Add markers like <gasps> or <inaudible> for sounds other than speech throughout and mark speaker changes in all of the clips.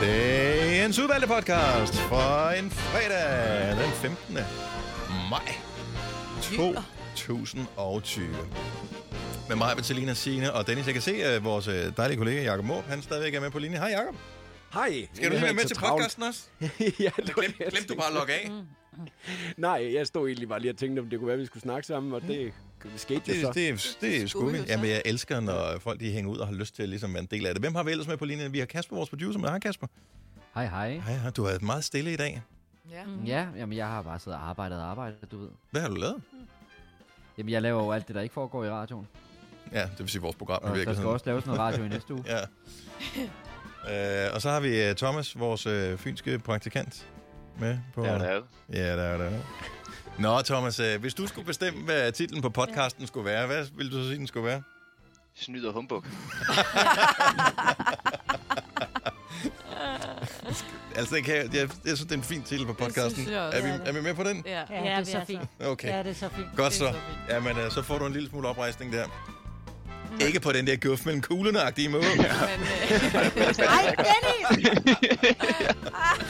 Speaker 1: Dagens udvalgte podcast fra en fredag den 15. maj 2020. Med mig, Bettelina Signe og Dennis. Jeg kan se, at vores øh, dejlige kollega Jakob Måb, han stadigvæk er med på linje. Hej Jakob.
Speaker 2: Hej.
Speaker 1: Skal du lige være med til podcasten også?
Speaker 2: <laughs> ja, det var
Speaker 1: Glem,
Speaker 2: det, jeg
Speaker 1: glemte du
Speaker 2: tænkte.
Speaker 1: bare at logge af?
Speaker 2: Nej, jeg stod egentlig bare lige og tænkte, om det kunne være, at vi skulle snakke sammen, og det skete jo så.
Speaker 1: Mm. Det, det, det, det er altså. sgu
Speaker 3: skulle jo
Speaker 1: vildt.
Speaker 3: så.
Speaker 1: Jamen, jeg elsker, når folk de hænger ud og har lyst til at ligesom være en del af det. Hvem har vi ellers med på linjen? Vi har Kasper, vores producer, med. Hej Kasper.
Speaker 4: Hej, hej.
Speaker 1: Hej, hej. du har været meget stille i dag.
Speaker 3: Ja.
Speaker 4: Ja, jamen, jeg har bare siddet og arbejdet og arbejdet, du ved.
Speaker 1: Hvad har du lavet?
Speaker 4: Jamen, jeg laver jo alt det, der ikke foregår i radioen.
Speaker 1: Ja, det vil sige, vores program
Speaker 4: Og
Speaker 1: er
Speaker 4: der skal
Speaker 1: virkelig sådan.
Speaker 4: også laves noget radio i næste uge.
Speaker 1: <laughs> Ja. Øh, og så har vi øh, Thomas, vores øh, fynske praktikant, med på...
Speaker 5: Ja, det er det.
Speaker 1: Ja, der er der. Nå, Thomas, øh, hvis du skulle bestemme, hvad titlen på podcasten skulle være, hvad ville du så sige, den skulle være?
Speaker 5: Snyd og humbug.
Speaker 1: Altså, det kan, jeg, jeg, jeg synes, det er en fin titel på podcasten.
Speaker 3: synes jeg også.
Speaker 1: er,
Speaker 6: Det er
Speaker 1: vi,
Speaker 6: det.
Speaker 1: er vi med på den?
Speaker 3: Ja.
Speaker 6: Ja, det er så fint.
Speaker 1: Okay.
Speaker 6: Ja, det er så fint.
Speaker 1: Godt
Speaker 3: Det er
Speaker 1: så.
Speaker 3: så fint.
Speaker 1: Jamen, øh, så får du en lille smule oprejsning der. Ikke på den der guf, men kuglenagtige måde.
Speaker 3: Men, øh,
Speaker 6: Ej, Dennis!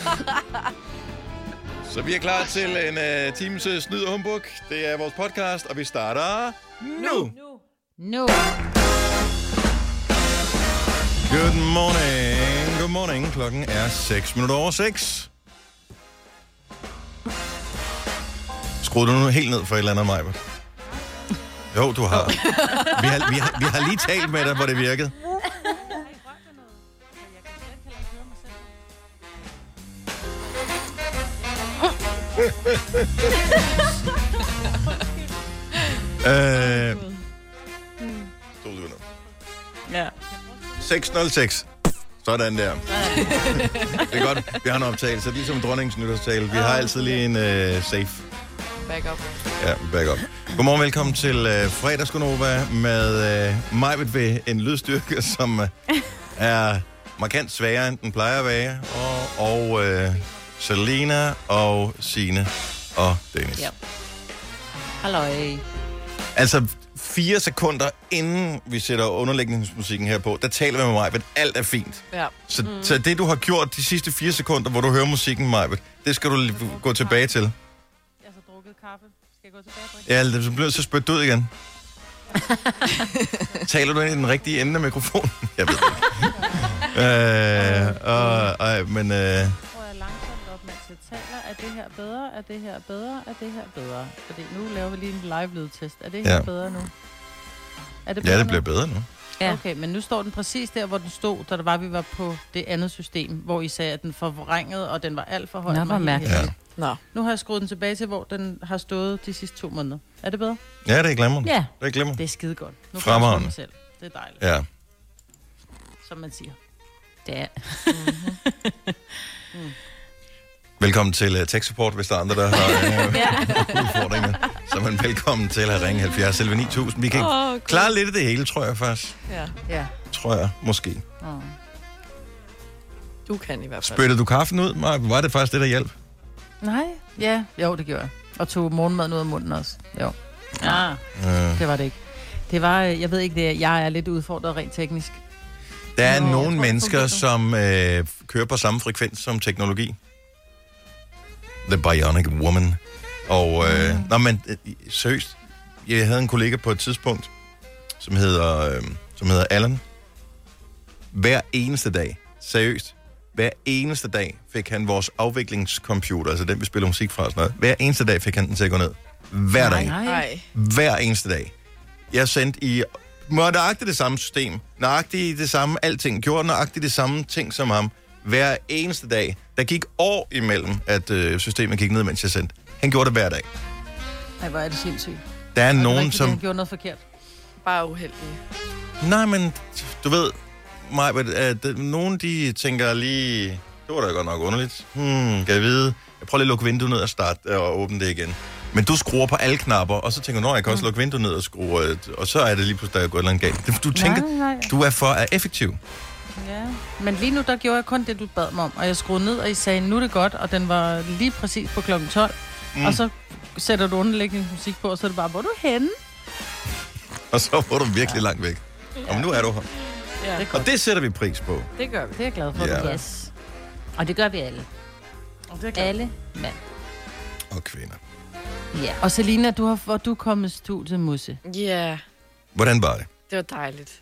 Speaker 1: <laughs> Så vi er klar til en uh, times øh, snyd og humbug. Det er vores podcast, og vi starter nu.
Speaker 6: Nu.
Speaker 1: Good morning. Good morning. Klokken er 6 minutter over 6. Skru du nu helt ned for et eller andet, Maja? Jo, du har. <laughs> Vi har, vi, har, vi har lige talt med dig, hvor det virkede. Øh, stod du nu?
Speaker 3: ja.
Speaker 1: 606. Sådan der. det er godt, vi har en optagelse, ligesom dronningens nytårstale. Vi har altid lige en uh, safe.
Speaker 3: <laughs> Back up.
Speaker 1: Ja, back up. Godmorgen, velkommen til uh, fredagskonova med uh, Majbet ved en lydstyrke, som uh, er markant sværere, end den plejer at være. Og, og uh, Selena og Sine og Dennis.
Speaker 3: Ja. Halløj.
Speaker 1: Altså, fire sekunder inden vi sætter underlægningsmusikken her på, der taler vi med Majbet. Alt er fint.
Speaker 3: Ja.
Speaker 1: Så, mm. så det, du har gjort de sidste fire sekunder, hvor du hører musikken, Majbet, det skal du l- gå tilbage til.
Speaker 7: Jeg har drukket kaffe. Skal jeg gå tilbage og drikke?
Speaker 1: Ja, eller så bliver så spyttet ud
Speaker 7: <laughs>
Speaker 1: igen. Taler du ind i den rigtige ende af mikrofonen? <laughs> Jeg ved det ikke. øh, og, og, men øh,
Speaker 7: Prøver jeg langsomt op, mens jeg taler. Er det her bedre? Er det her bedre? Er det her bedre? Fordi nu laver vi lige en live lydtest. Er det her
Speaker 1: Ja.
Speaker 7: ja. bedre nu? Er det
Speaker 1: ja, det
Speaker 7: nu?
Speaker 1: bliver bedre nu.
Speaker 7: Ja. Okay, men nu står den præcis der, hvor den stod, da det var, vi var på det andet system, hvor I sagde, at den forvrængede, og den var alt for høj.
Speaker 6: Nå,
Speaker 7: Den
Speaker 6: hvor
Speaker 7: var helt
Speaker 6: mærkeligt.
Speaker 7: hævet.
Speaker 3: Nå.
Speaker 7: Nu har jeg skruet den tilbage til, hvor den har stået de sidste to måneder. Er det bedre?
Speaker 1: Ja, det er glemmer.
Speaker 7: Ja.
Speaker 1: Det er glemmer.
Speaker 7: Det er skide godt. Nu kan
Speaker 1: Fremragende.
Speaker 7: jeg styre mig selv. Det er dejligt, ja.
Speaker 1: Ja.
Speaker 7: som man siger. Mhm.
Speaker 6: Det er.
Speaker 1: Velkommen til uh, tech support, hvis der er andre, der har
Speaker 7: <laughs>
Speaker 1: uh, udfordringer. Så er man velkommen til at ringe 70 11 9000. Vi kan
Speaker 3: Åh,
Speaker 1: oh, klare lidt af det hele, tror jeg faktisk.
Speaker 3: Ja.
Speaker 7: Ja.
Speaker 1: Tror jeg, måske.
Speaker 7: Oh.
Speaker 3: Du kan i hvert fald.
Speaker 1: Spyttede du kaffen ud? Nej, var det faktisk det, der hjalp?
Speaker 7: Nej, ja. Jo, det gjorde jeg. Og tog morgenmaden ud af munden også. Jo. Ja, ah,
Speaker 1: Øh,
Speaker 7: det var det ikke. Det var, øh, jeg ved ikke, det er, jeg er lidt udfordret rent teknisk.
Speaker 1: der er
Speaker 7: Nå, jeg tror,
Speaker 1: nogle
Speaker 7: det
Speaker 1: mennesker,
Speaker 7: fungerer.
Speaker 1: som øh, kører på samme frekvens som teknologi. The Bionic Woman. Og, øh, mm. nå, men øh, seriøst, jeg havde en kollega på et tidspunkt, som hedder, øh, som hedder Allan. Hver eneste dag, seriøst, hver eneste dag fik han vores afviklingscomputer, altså den, vi spiller musik fra og sådan noget. Hver eneste dag fik han den til at gå ned. Hver dag.
Speaker 3: Nej.
Speaker 1: hver eneste dag. Jeg sendte i må nøjagtigt det samme system, nøjagtigt det samme alting, gjorde nøjagtigt det samme ting som ham, hver eneste dag. Der gik år imellem, at øh, systemet gik ned, mens jeg sendte. Han gjorde det hver dag.
Speaker 7: Nej, hvor er det sindssygt.
Speaker 1: Der er
Speaker 7: Og det var
Speaker 1: nogen,
Speaker 7: ikke, fordi
Speaker 1: som...
Speaker 7: Han gjorde noget forkert.
Speaker 3: Bare uheldig.
Speaker 1: Nej, men du ved, mig, at øh, nogen de tænker lige, det var da godt nok underligt. Hmm, kan jeg vide? Jeg prøver lige at lukke vinduet ned og starte øh, og åbne det igen. Men du skruer på alle knapper, og så tænker du, "Nå, jeg kan også lukke vinduet ned og skrue, øh, og så er det lige pludselig, der er gået et eller andet galt. Det- Du tænker,
Speaker 7: Nej, nej.
Speaker 1: du er for øh, effektiv. <laughs>
Speaker 7: Ja. Men lige nu, der gjorde jeg kun det, du bad mig om. Og jeg skruede ned, og I sagde, nu er det godt. Og den var lige præcis på klokken 12. Mm. Og så sætter du underlægningsmusik på, og så er det bare, hvor er du henne?
Speaker 1: Og så var du virkelig langt væk. Og nu er du her.
Speaker 3: Ja.
Speaker 1: Og det sætter vi pris på.
Speaker 3: Det gør vi.
Speaker 7: Det er jeg glad for,
Speaker 1: Ja.
Speaker 7: yeah. du gør.
Speaker 6: Yes. Og det gør vi alle.
Speaker 7: Det er
Speaker 6: Alle mand.
Speaker 1: og kvinder.
Speaker 6: Ja.
Speaker 7: Og Selina, du har, hvor du er kommet i studiet, Musse.
Speaker 3: Ja,
Speaker 1: Hvordan var det?
Speaker 3: det var dejligt.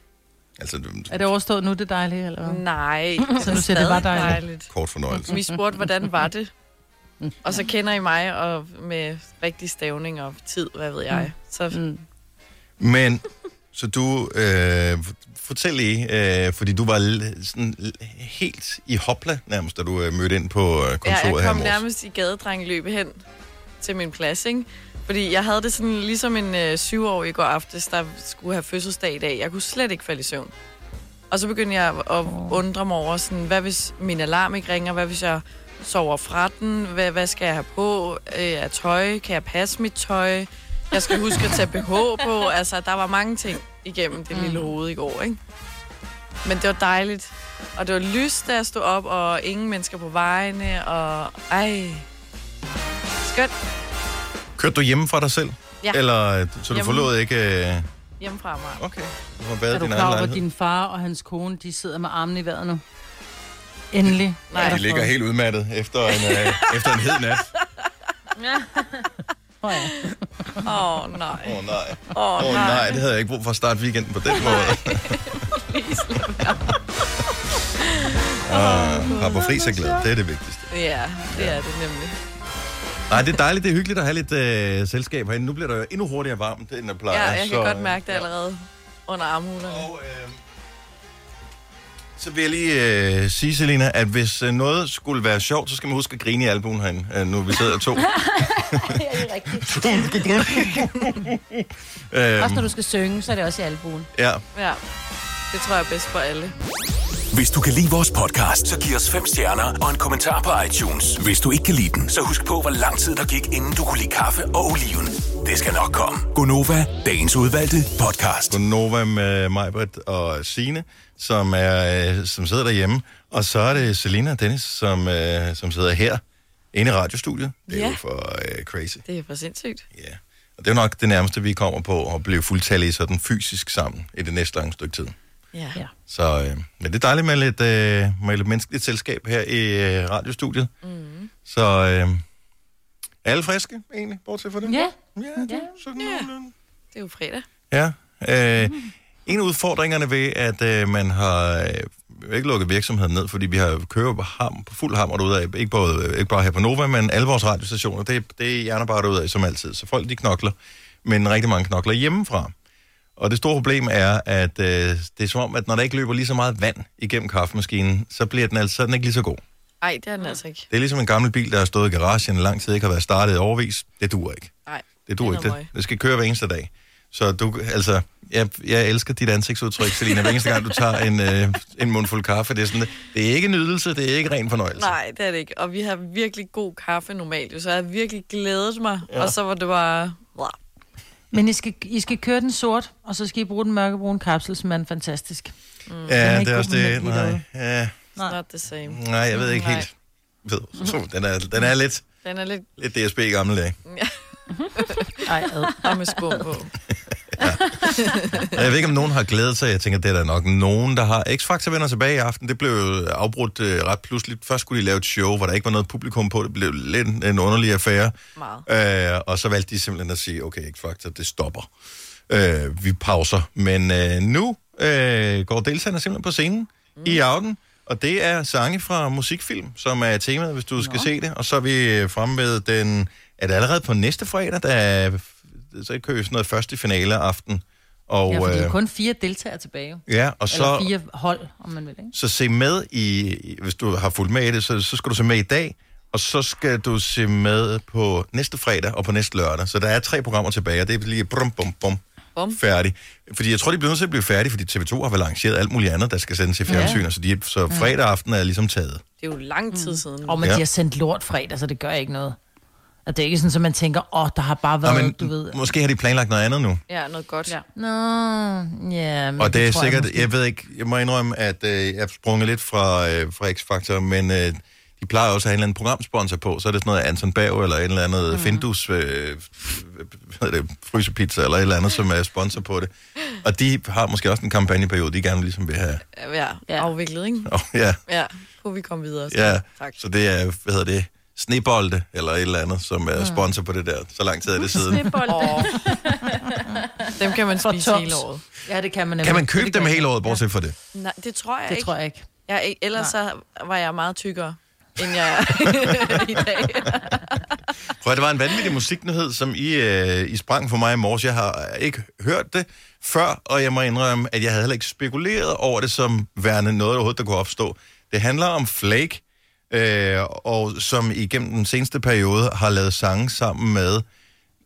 Speaker 1: Altså, det
Speaker 7: Er det overstået nu, det er dejligt, eller hvad?
Speaker 3: Nej,
Speaker 7: <laughs> Så du siger, det var
Speaker 3: stadig
Speaker 7: dejligt. Mm.
Speaker 1: kort fornøjelse.
Speaker 3: Vi spurgte, hvordan var det? Og så kender I mig og med rigtig stavning og tid, hvad ved jeg. Så
Speaker 7: Mm.
Speaker 1: Men, så du, øh, fortæl lige, øh, fordi du var l- sådan l- helt i hopla nærmest, da du øh, mødte ind på øh,
Speaker 3: ja,
Speaker 1: kontoret
Speaker 3: jeg
Speaker 1: her
Speaker 3: kom
Speaker 1: i morges.
Speaker 3: nærmest i gadedrengeløb hen til min plads, ikke? Fordi jeg havde det sådan ligesom en øh, syvårig i går aftes, der skulle have fødselsdag i dag. Jeg kunne slet ikke falde i søvn. Og så begyndte jeg at undre mig over, sådan, hvad hvis min alarm ikke ringer? Hvad hvis jeg sover fra den? Hvad, hvad skal jeg have på øh, af tøj? Kan jeg passe mit tøj? Jeg skal huske at tage BH på. Altså, der var mange ting igennem det lille hoved i går, ikke? Men det var dejligt. Og det var lyst, da jeg stod op, og ingen mennesker på vejene, og ej... Skønt
Speaker 1: Kørte du hjemme fra dig selv?
Speaker 3: Ja.
Speaker 1: Eller, så du
Speaker 3: Hjemme.
Speaker 1: forlod ikke... Øh,
Speaker 3: hjemme fra mig.
Speaker 1: okay, du har været
Speaker 7: Er
Speaker 1: i
Speaker 7: du
Speaker 1: din
Speaker 7: klar
Speaker 1: egen
Speaker 7: over, at
Speaker 1: lejlighed.
Speaker 7: din far og hans kone, de sidder med armen i vejret nu? Endelig.
Speaker 3: Nej.
Speaker 7: er
Speaker 1: De
Speaker 7: der
Speaker 1: ligger
Speaker 7: fred.
Speaker 1: helt udmattet efter en, øh, efter en hed nat.
Speaker 7: Åh, ja.
Speaker 3: Åh, oh, nej.
Speaker 1: Åh oh, nej.
Speaker 3: Åh,
Speaker 1: Åh
Speaker 3: oh,
Speaker 1: oh,
Speaker 3: <laughs>
Speaker 1: nej,
Speaker 3: nej.
Speaker 1: det havde jeg ikke brug for at starte weekenden på den måde.
Speaker 3: Please, lad
Speaker 1: Ah, har på fri så glad, det er det vigtigste.
Speaker 3: være. Ja, det er det nemlig.
Speaker 1: Nej, det er dejligt, det er hyggeligt at have lidt øh, selskab herinde. Nu bliver der jo endnu hurtigere varmt, end der plejer.
Speaker 3: Ja, jeg kan
Speaker 1: så,
Speaker 3: godt
Speaker 1: øh,
Speaker 3: mærke det
Speaker 1: ja.
Speaker 3: allerede under armhulerne.
Speaker 1: Og, øh, så vil jeg lige øh, sige, Selina, at hvis øh, noget skulle være sjovt, så skal man huske at grine i albuen herinde, øh, nu vi sidder
Speaker 3: <laughs>
Speaker 1: to.
Speaker 6: <laughs> Ja, det er rigtigt. Også når
Speaker 1: <laughs> øhm,
Speaker 6: du skal synge, så er det også i albuen.
Speaker 1: ja.
Speaker 3: Ja, det tror jeg er bedst for alle.
Speaker 5: Hvis du kan lide vores podcast, så giv os fem stjerner og en kommentar på iTunes. Hvis du ikke kan lide den, så husk på, hvor lang tid der gik, inden du kunne lide kaffe og oliven. Det skal nok komme. Gonova, dagens udvalgte podcast.
Speaker 1: Nova med Majbert og Sine, som, er, øh, som sidder derhjemme. Og så er det Selina og Dennis, som, øh, som sidder her inde i radiostudiet. Det er
Speaker 3: Ja.
Speaker 1: jo for øh, crazy.
Speaker 3: Det er for sindssygt.
Speaker 1: Ja. Og det er nok det nærmeste, vi kommer på at blive fuldtallige sådan fysisk sammen i det næste lange stykke tid.
Speaker 3: Ja.
Speaker 6: Ja.
Speaker 1: Så øh, men det er dejligt med lidt, øh, med lidt menneskeligt selskab her i øh, radiostudiet. Mm. Så øh, er alle friske egentlig, bortset fra det?
Speaker 6: Ja.
Speaker 1: Ja, det, er sådan
Speaker 3: Ja.
Speaker 1: nogenlunde.
Speaker 3: Det er jo fredag.
Speaker 1: Ja. Øh, en af udfordringerne ved, at øh, man har øh, ikke lukket virksomheden ned, fordi vi har kører på ham, på fuld hammer derude af, ikke, både, øh, ikke bare her på Nova, men alle vores radiostationer, det, det er hjerner bare derude af, som altid. Så folk, de knokler, men rigtig mange knokler hjemmefra. Og det store problem er, at øh, det er som om, at når der ikke løber lige så meget vand igennem kaffemaskinen, så bliver den altså så er den ikke lige så god.
Speaker 3: Ej, det er den altså ikke.
Speaker 1: Det er ligesom en gammel bil, der har stået i garagen i lang tid, ikke har været startet i overvis. Det duer ikke.
Speaker 3: Nej,
Speaker 1: Det duer
Speaker 3: Den er
Speaker 1: ikke. Det,
Speaker 3: møg.
Speaker 1: det skal køre hver eneste dag. Så du, altså, jeg, jeg elsker dit ansigtsudtryk, Selina. Hver eneste gang, du tager en, øh, en mundfuld kaffe, det er sådan, det er ikke nydelse, det er ikke ren fornøjelse.
Speaker 3: nej, det er det ikke. Og vi har virkelig god kaffe normalt, jo, så jeg havde virkelig glædet mig. Ja. Og så var det bare... Blah.
Speaker 7: <laughs> Men I skal, I skal køre den sort, og så skal I bruge den mørkebrune kapsel, som er en fantastisk. Den
Speaker 1: ja,
Speaker 7: er
Speaker 1: det
Speaker 7: ikke
Speaker 1: er
Speaker 7: god
Speaker 1: også det.
Speaker 7: med
Speaker 1: Nej,
Speaker 7: derude.
Speaker 1: ja,
Speaker 3: It's not the same.
Speaker 1: nej, jeg ved ikke
Speaker 3: Nej.
Speaker 1: helt. Ved, så, den, er, den er lidt,
Speaker 3: Den er lidt
Speaker 1: lidt DSB i gamle dage.
Speaker 7: Ej, ad.
Speaker 3: <laughs> og med skum på.
Speaker 1: Og Jeg ved ikke, om nogen har glædet sig. Jeg tænker, det er der nok nogen, der har. X-Factor vender tilbage i aften. Det blev jo afbrudt øh, ret pludseligt. Først skulle de lave et show, hvor der ikke var noget publikum på. Det blev lidt en underlig affære.
Speaker 3: Meget.
Speaker 1: Øh, og så valgte de simpelthen at sige, okay, X-Factor, det stopper. Øh, vi pauser. Men øh, nu øh, går deltagerne simpelthen på scenen mm. i aften. Og det er sange fra musikfilm, som er temaet, hvis du skal se det. Og så er vi øh, fremme med den... Er det allerede på næste fredag, der er, så kører vi sådan noget første finale aften. Og,
Speaker 7: Ja, fordi der
Speaker 1: øh,
Speaker 7: er kun fire deltagere tilbage. jo.
Speaker 1: Ja, og
Speaker 7: Eller
Speaker 1: så,
Speaker 7: fire hold, om man vil. Ikke?
Speaker 1: så se med i, i- hvis du har fulgt med i det, så, så skal du se med i dag, og så skal du se med på næste fredag og på næste lørdag. Så der er tre programmer tilbage, og det er lige brum, bum, bum,
Speaker 3: Bum.
Speaker 1: færdig. Fordi jeg tror, de bliver nødt til at blive færdige, fordi TV2 har vel arrangeret alt muligt andet, der skal sendes i fjernsyn, ja. så, de, så fredag aften er ligesom taget.
Speaker 3: Det er jo lang tid siden.
Speaker 7: Mm. Og men
Speaker 1: Ja.
Speaker 7: ja. de har sendt lort fredag, så det gør ikke noget. Og det er ikke sådan, at man tænker, åh, oh, der har bare
Speaker 1: Nå,
Speaker 7: været,
Speaker 1: men
Speaker 7: du ved.
Speaker 1: måske har de planlagt noget andet nu.
Speaker 3: Ja, noget godt. Ja.
Speaker 7: Nå, ja. men
Speaker 1: Og det er
Speaker 7: Mm, tror
Speaker 1: sikkert,
Speaker 7: måske-
Speaker 1: jeg, jeg ved ikke, jeg må indrømme, at øh, jeg er sprunget lidt fra, øh, fra X-Factor, men øh, de plejer også at have en eller anden programsponsor på, så er det sådan noget Anton Bav eller et eller andet mm. Findus, øh, hvad hedder det, frysepizza eller et eller andet, som er sponsor på det. Og de har måske også en kampagneperiode, de gerne ligesom vil have.
Speaker 3: ja,
Speaker 6: Ja.
Speaker 3: afviklet, ikke?
Speaker 1: Oh, ja,
Speaker 3: Ja, kunne vi komme videre. Så.
Speaker 1: <laughs> ja.
Speaker 3: Tak.
Speaker 1: Så det er, hvad hedder det, Snebolde, eller et eller andet, som er sponsor på det der. Så lang tid er det siden.
Speaker 3: Åh. Dem kan man spise
Speaker 7: tops.
Speaker 3: hele året.
Speaker 7: Ja, det kan man nemlig.
Speaker 1: Kan man
Speaker 7: Det
Speaker 1: købe dem
Speaker 7: kan jeg.
Speaker 1: hele året, bortset fra det?
Speaker 3: Nej, det tror jeg
Speaker 7: Det
Speaker 3: ikke.
Speaker 7: tror jeg ikke.
Speaker 3: jeg ikke. Ellers så var jeg meget tykkere, end jeg
Speaker 1: <laughs>
Speaker 3: er i dag.
Speaker 1: Prøv, at, det var en vanvittig musiknyhed, som I, øh, I sprang for mig i morges. Jeg har ikke hørt det før, og jeg må indrømme, at jeg havde heller ikke spekuleret over det som værende noget, der overhovedet der kunne opstå. Det handler om Flake, øh, og som igennem den seneste periode har lavet sange sammen med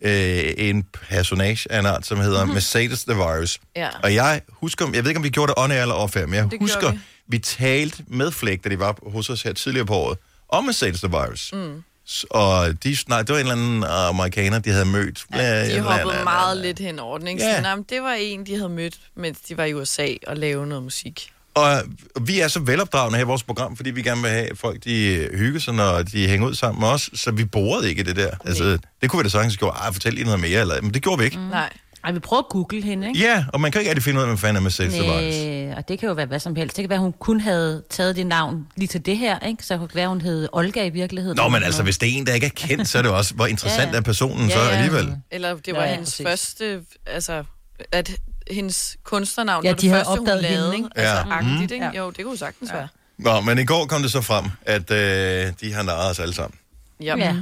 Speaker 1: øh, en personage af en art, som hedder Mercedes The Virus.
Speaker 3: Mhm. <laughs> Ja.
Speaker 1: Og jeg husker, jeg ved ikke, om vi gjorde det on air eller off air, men jeg
Speaker 3: Det gjorde
Speaker 1: husker,
Speaker 3: vi.
Speaker 1: vi talte med Flake, da de var hos os her tidligere på året, om Mercedes The Virus. Mm. Og de, nej, det var en eller anden øh, amerikaner, de havde mødt.
Speaker 3: Ja, de hoppede meget
Speaker 1: lidt.
Speaker 3: lidt hen over den, ikke?
Speaker 1: Ja.
Speaker 3: Så, nej, men det var en, de havde mødt, mens de var i USA og lavede noget musik.
Speaker 1: Og øh, vi er så velopdragende her i vores program, fordi vi gerne vil have at folk, de øh, hygger sig, når de hænger ud sammen med os, så vi borede ikke i det der. Altså, det kunne vi da sagtens gøre. Ej, fortæl lige noget mere, eller, men det gjorde vi ikke. Mm.
Speaker 3: Nej.
Speaker 6: Ej, vi prøver at google hende, ikke?
Speaker 1: Ja, og man kan ikke rigtig finde ud af, hvem fanden er Mercedes The Virus.
Speaker 6: Næh, og det kan jo være hvad som helst. Det kan være, hun kun havde taget det navn lige til det her, ikke? Så kunne det være, hun hed Olga i virkeligheden.
Speaker 1: Nå, men altså, hvis det er en, der ikke er kendt, så er det jo også, hvor interessant ja,
Speaker 6: Ja, ja.
Speaker 1: er personen ja, så alligevel.
Speaker 3: Eller det
Speaker 6: Nå,
Speaker 3: var ja,
Speaker 6: ja,
Speaker 3: hendes
Speaker 6: præcis.
Speaker 3: første, altså, at hendes kunstnernavn
Speaker 7: Ja,
Speaker 3: var det
Speaker 7: de havde
Speaker 3: første, hun
Speaker 7: opdaget hende,
Speaker 3: lavede.
Speaker 7: ikke?
Speaker 3: Altså,
Speaker 1: Ja. Mhm.
Speaker 3: agtigt, ikke? Jo, det kunne sagtens være.
Speaker 1: Nå, men i går kom det så frem, at øh, de har narret os alle sammen.
Speaker 3: Ja.
Speaker 6: Ja.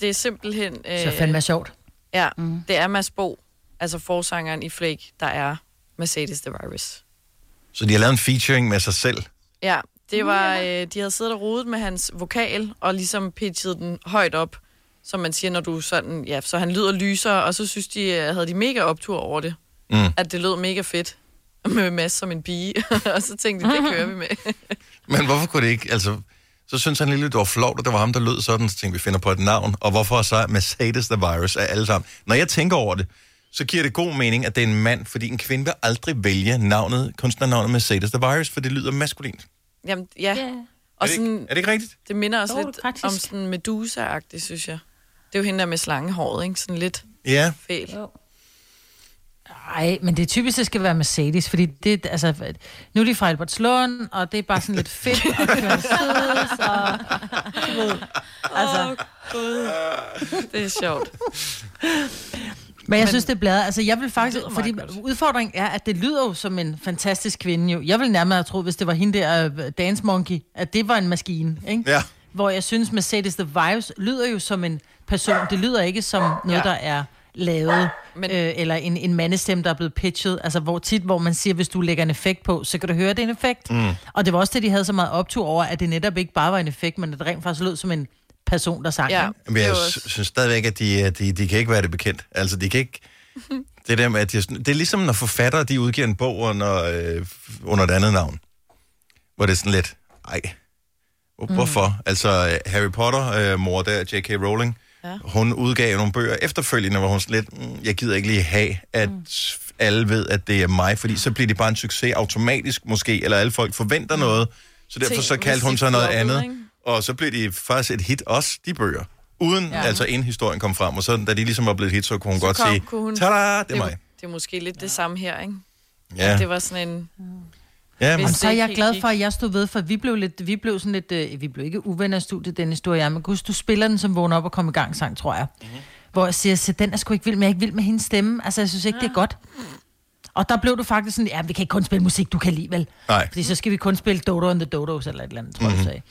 Speaker 3: Det er simpelthen... Øh,
Speaker 7: Så fandme sjovt.
Speaker 3: Ja, mm. det er Mads Bo, altså forsangeren i Flake, der er Mercedes The Virus.
Speaker 1: Så de har lavet en featuring med sig selv.
Speaker 3: Ja, det var, øh, de havde siddet og rodet med hans vokal, og ligesom pitchet den højt op, som man siger, når du sådan, ja, så han lyder lysere, og så synes de, øh, havde de mega optur over det,
Speaker 1: Mm.
Speaker 3: at det lød mega fedt <laughs> med Mads som en pige, <laughs> og så tænkte de, det kører vi med.
Speaker 1: Men hvorfor kunne det ikke, altså... Så synes han lige, lidt, det var flot, og det var ham, der lød sådan, så tænkte vi finder på et navn. Og hvorfor så Mercedes The Virus af alle sammen? Når jeg tænker over det, så giver det god mening, at det er en mand, fordi en kvinde vil aldrig vælge navnet, kunstnernavnet Mercedes The Virus, for det lyder maskulint.
Speaker 3: Jamen, ja.
Speaker 6: Ja.
Speaker 1: Er
Speaker 3: Og
Speaker 1: det, ikke,
Speaker 3: sådan,
Speaker 1: er det ikke rigtigt?
Speaker 3: det minder også
Speaker 6: Jo,
Speaker 3: lidt
Speaker 6: faktisk.
Speaker 3: om sådan Medusa-agtigt, synes jeg. Det er jo hende der med slangehåret, ikke? Sådan lidt
Speaker 7: <laughs>
Speaker 1: Ja.
Speaker 3: fæl.
Speaker 6: Jo.
Speaker 7: Nej, men det er typisk, det skal være Mercedes, fordi det, altså, nu er de fra Albertslund, og det er bare sådan lidt fedt, og det er søde, så... Du ved, altså,
Speaker 3: Åh, Gud. Det er sjovt.
Speaker 7: Men jeg synes, det er bladet. Altså, jeg vil faktisk...
Speaker 3: lyder
Speaker 7: Fordi
Speaker 3: meget godt.
Speaker 7: udfordringen er, at det lyder jo som en fantastisk kvinde jo. Jeg vil nærmere have troet, hvis det var hende der, øh, Dance Monkey, at det var en maskine, ikke?
Speaker 1: Ja.
Speaker 7: Hvor jeg synes, Mercedes The Vibes lyder jo som en person. Det lyder ikke som noget,
Speaker 3: Ja.
Speaker 7: der er lavet,
Speaker 3: Men-
Speaker 7: Men... øh, eller en, en mandestemme, der er blevet pitchet. Altså, hvor tit, hvor man siger, hvis du lægger en effekt på, så kan du høre, at det er en effekt. Mm. Og det var også det, de havde så meget optur over, at det netop ikke bare var en effekt, men at det rent faktisk lød som en person, der sang.
Speaker 3: Ja,
Speaker 7: ikke?
Speaker 1: Men
Speaker 3: det er
Speaker 1: jeg
Speaker 3: jo
Speaker 1: sy-
Speaker 3: også...
Speaker 1: synes stadigvæk, at de, øh, de, de kan ikke være det bekendt. Altså, de
Speaker 3: <laughs>
Speaker 1: kan ikke... Det, der med, at de, er sådan- det er ligesom, når forfattere de udgiver en bog under, øh, under et andet navn. Hvor det er sådan lidt, ej, hvor- hvorfor? Mm. Altså, øh, Harry Potter, øh, mor der, J.K. Rowling, ja. hun udgav nogle bøger efterfølgende, hvor hun sådan lidt, mm, jeg gider ikke lige have, at mm. alle ved, at det er mig, fordi så bliver det bare en succes automatisk måske, eller alle folk forventer mm. noget, så derfor
Speaker 3: Ting,
Speaker 1: så kaldte hun
Speaker 3: musik
Speaker 1: så noget
Speaker 3: floppede,
Speaker 1: andet.
Speaker 3: ikke?
Speaker 1: Og så blev de faktisk et hit også, de bøger. Uden, ja. altså inden historien kom frem. Og så da de ligesom var blevet et hit, så kunne hun
Speaker 3: Så
Speaker 1: godt
Speaker 3: kom-
Speaker 1: sige,
Speaker 3: kunne hun-
Speaker 1: tada, det er
Speaker 3: Det,
Speaker 1: mig.
Speaker 3: det er måske lidt det samme her, ikke?
Speaker 1: Ja,
Speaker 3: Det var sådan en...
Speaker 1: ja men,
Speaker 7: Jamen,
Speaker 3: hvis-
Speaker 7: så er
Speaker 3: det
Speaker 7: jeg
Speaker 3: ikke
Speaker 7: glad
Speaker 3: helt
Speaker 7: for, at jeg stod ved, for vi blev, lidt, vi blev sådan lidt, øh, vi blev ikke uvenner af studiet, den historie, men gud, du spiller den som vågn op og kom i gang sang, tror jeg.
Speaker 3: Mhm.
Speaker 7: Mm-hmm. Hvor jeg siger, så den er sgu ikke vild, men jeg er ikke vild med hendes stemme, altså jeg synes ikke, det
Speaker 3: Ah.
Speaker 7: er godt. Og der blev du faktisk sådan, ja, vi kan ikke kun spille musik, du kan lide, vel?
Speaker 1: Nej. Mhm.
Speaker 7: Fordi så skal vi kun spille Dodo and the Dodos, eller et eller andet, tror jeg, mm-hmm. du sagde.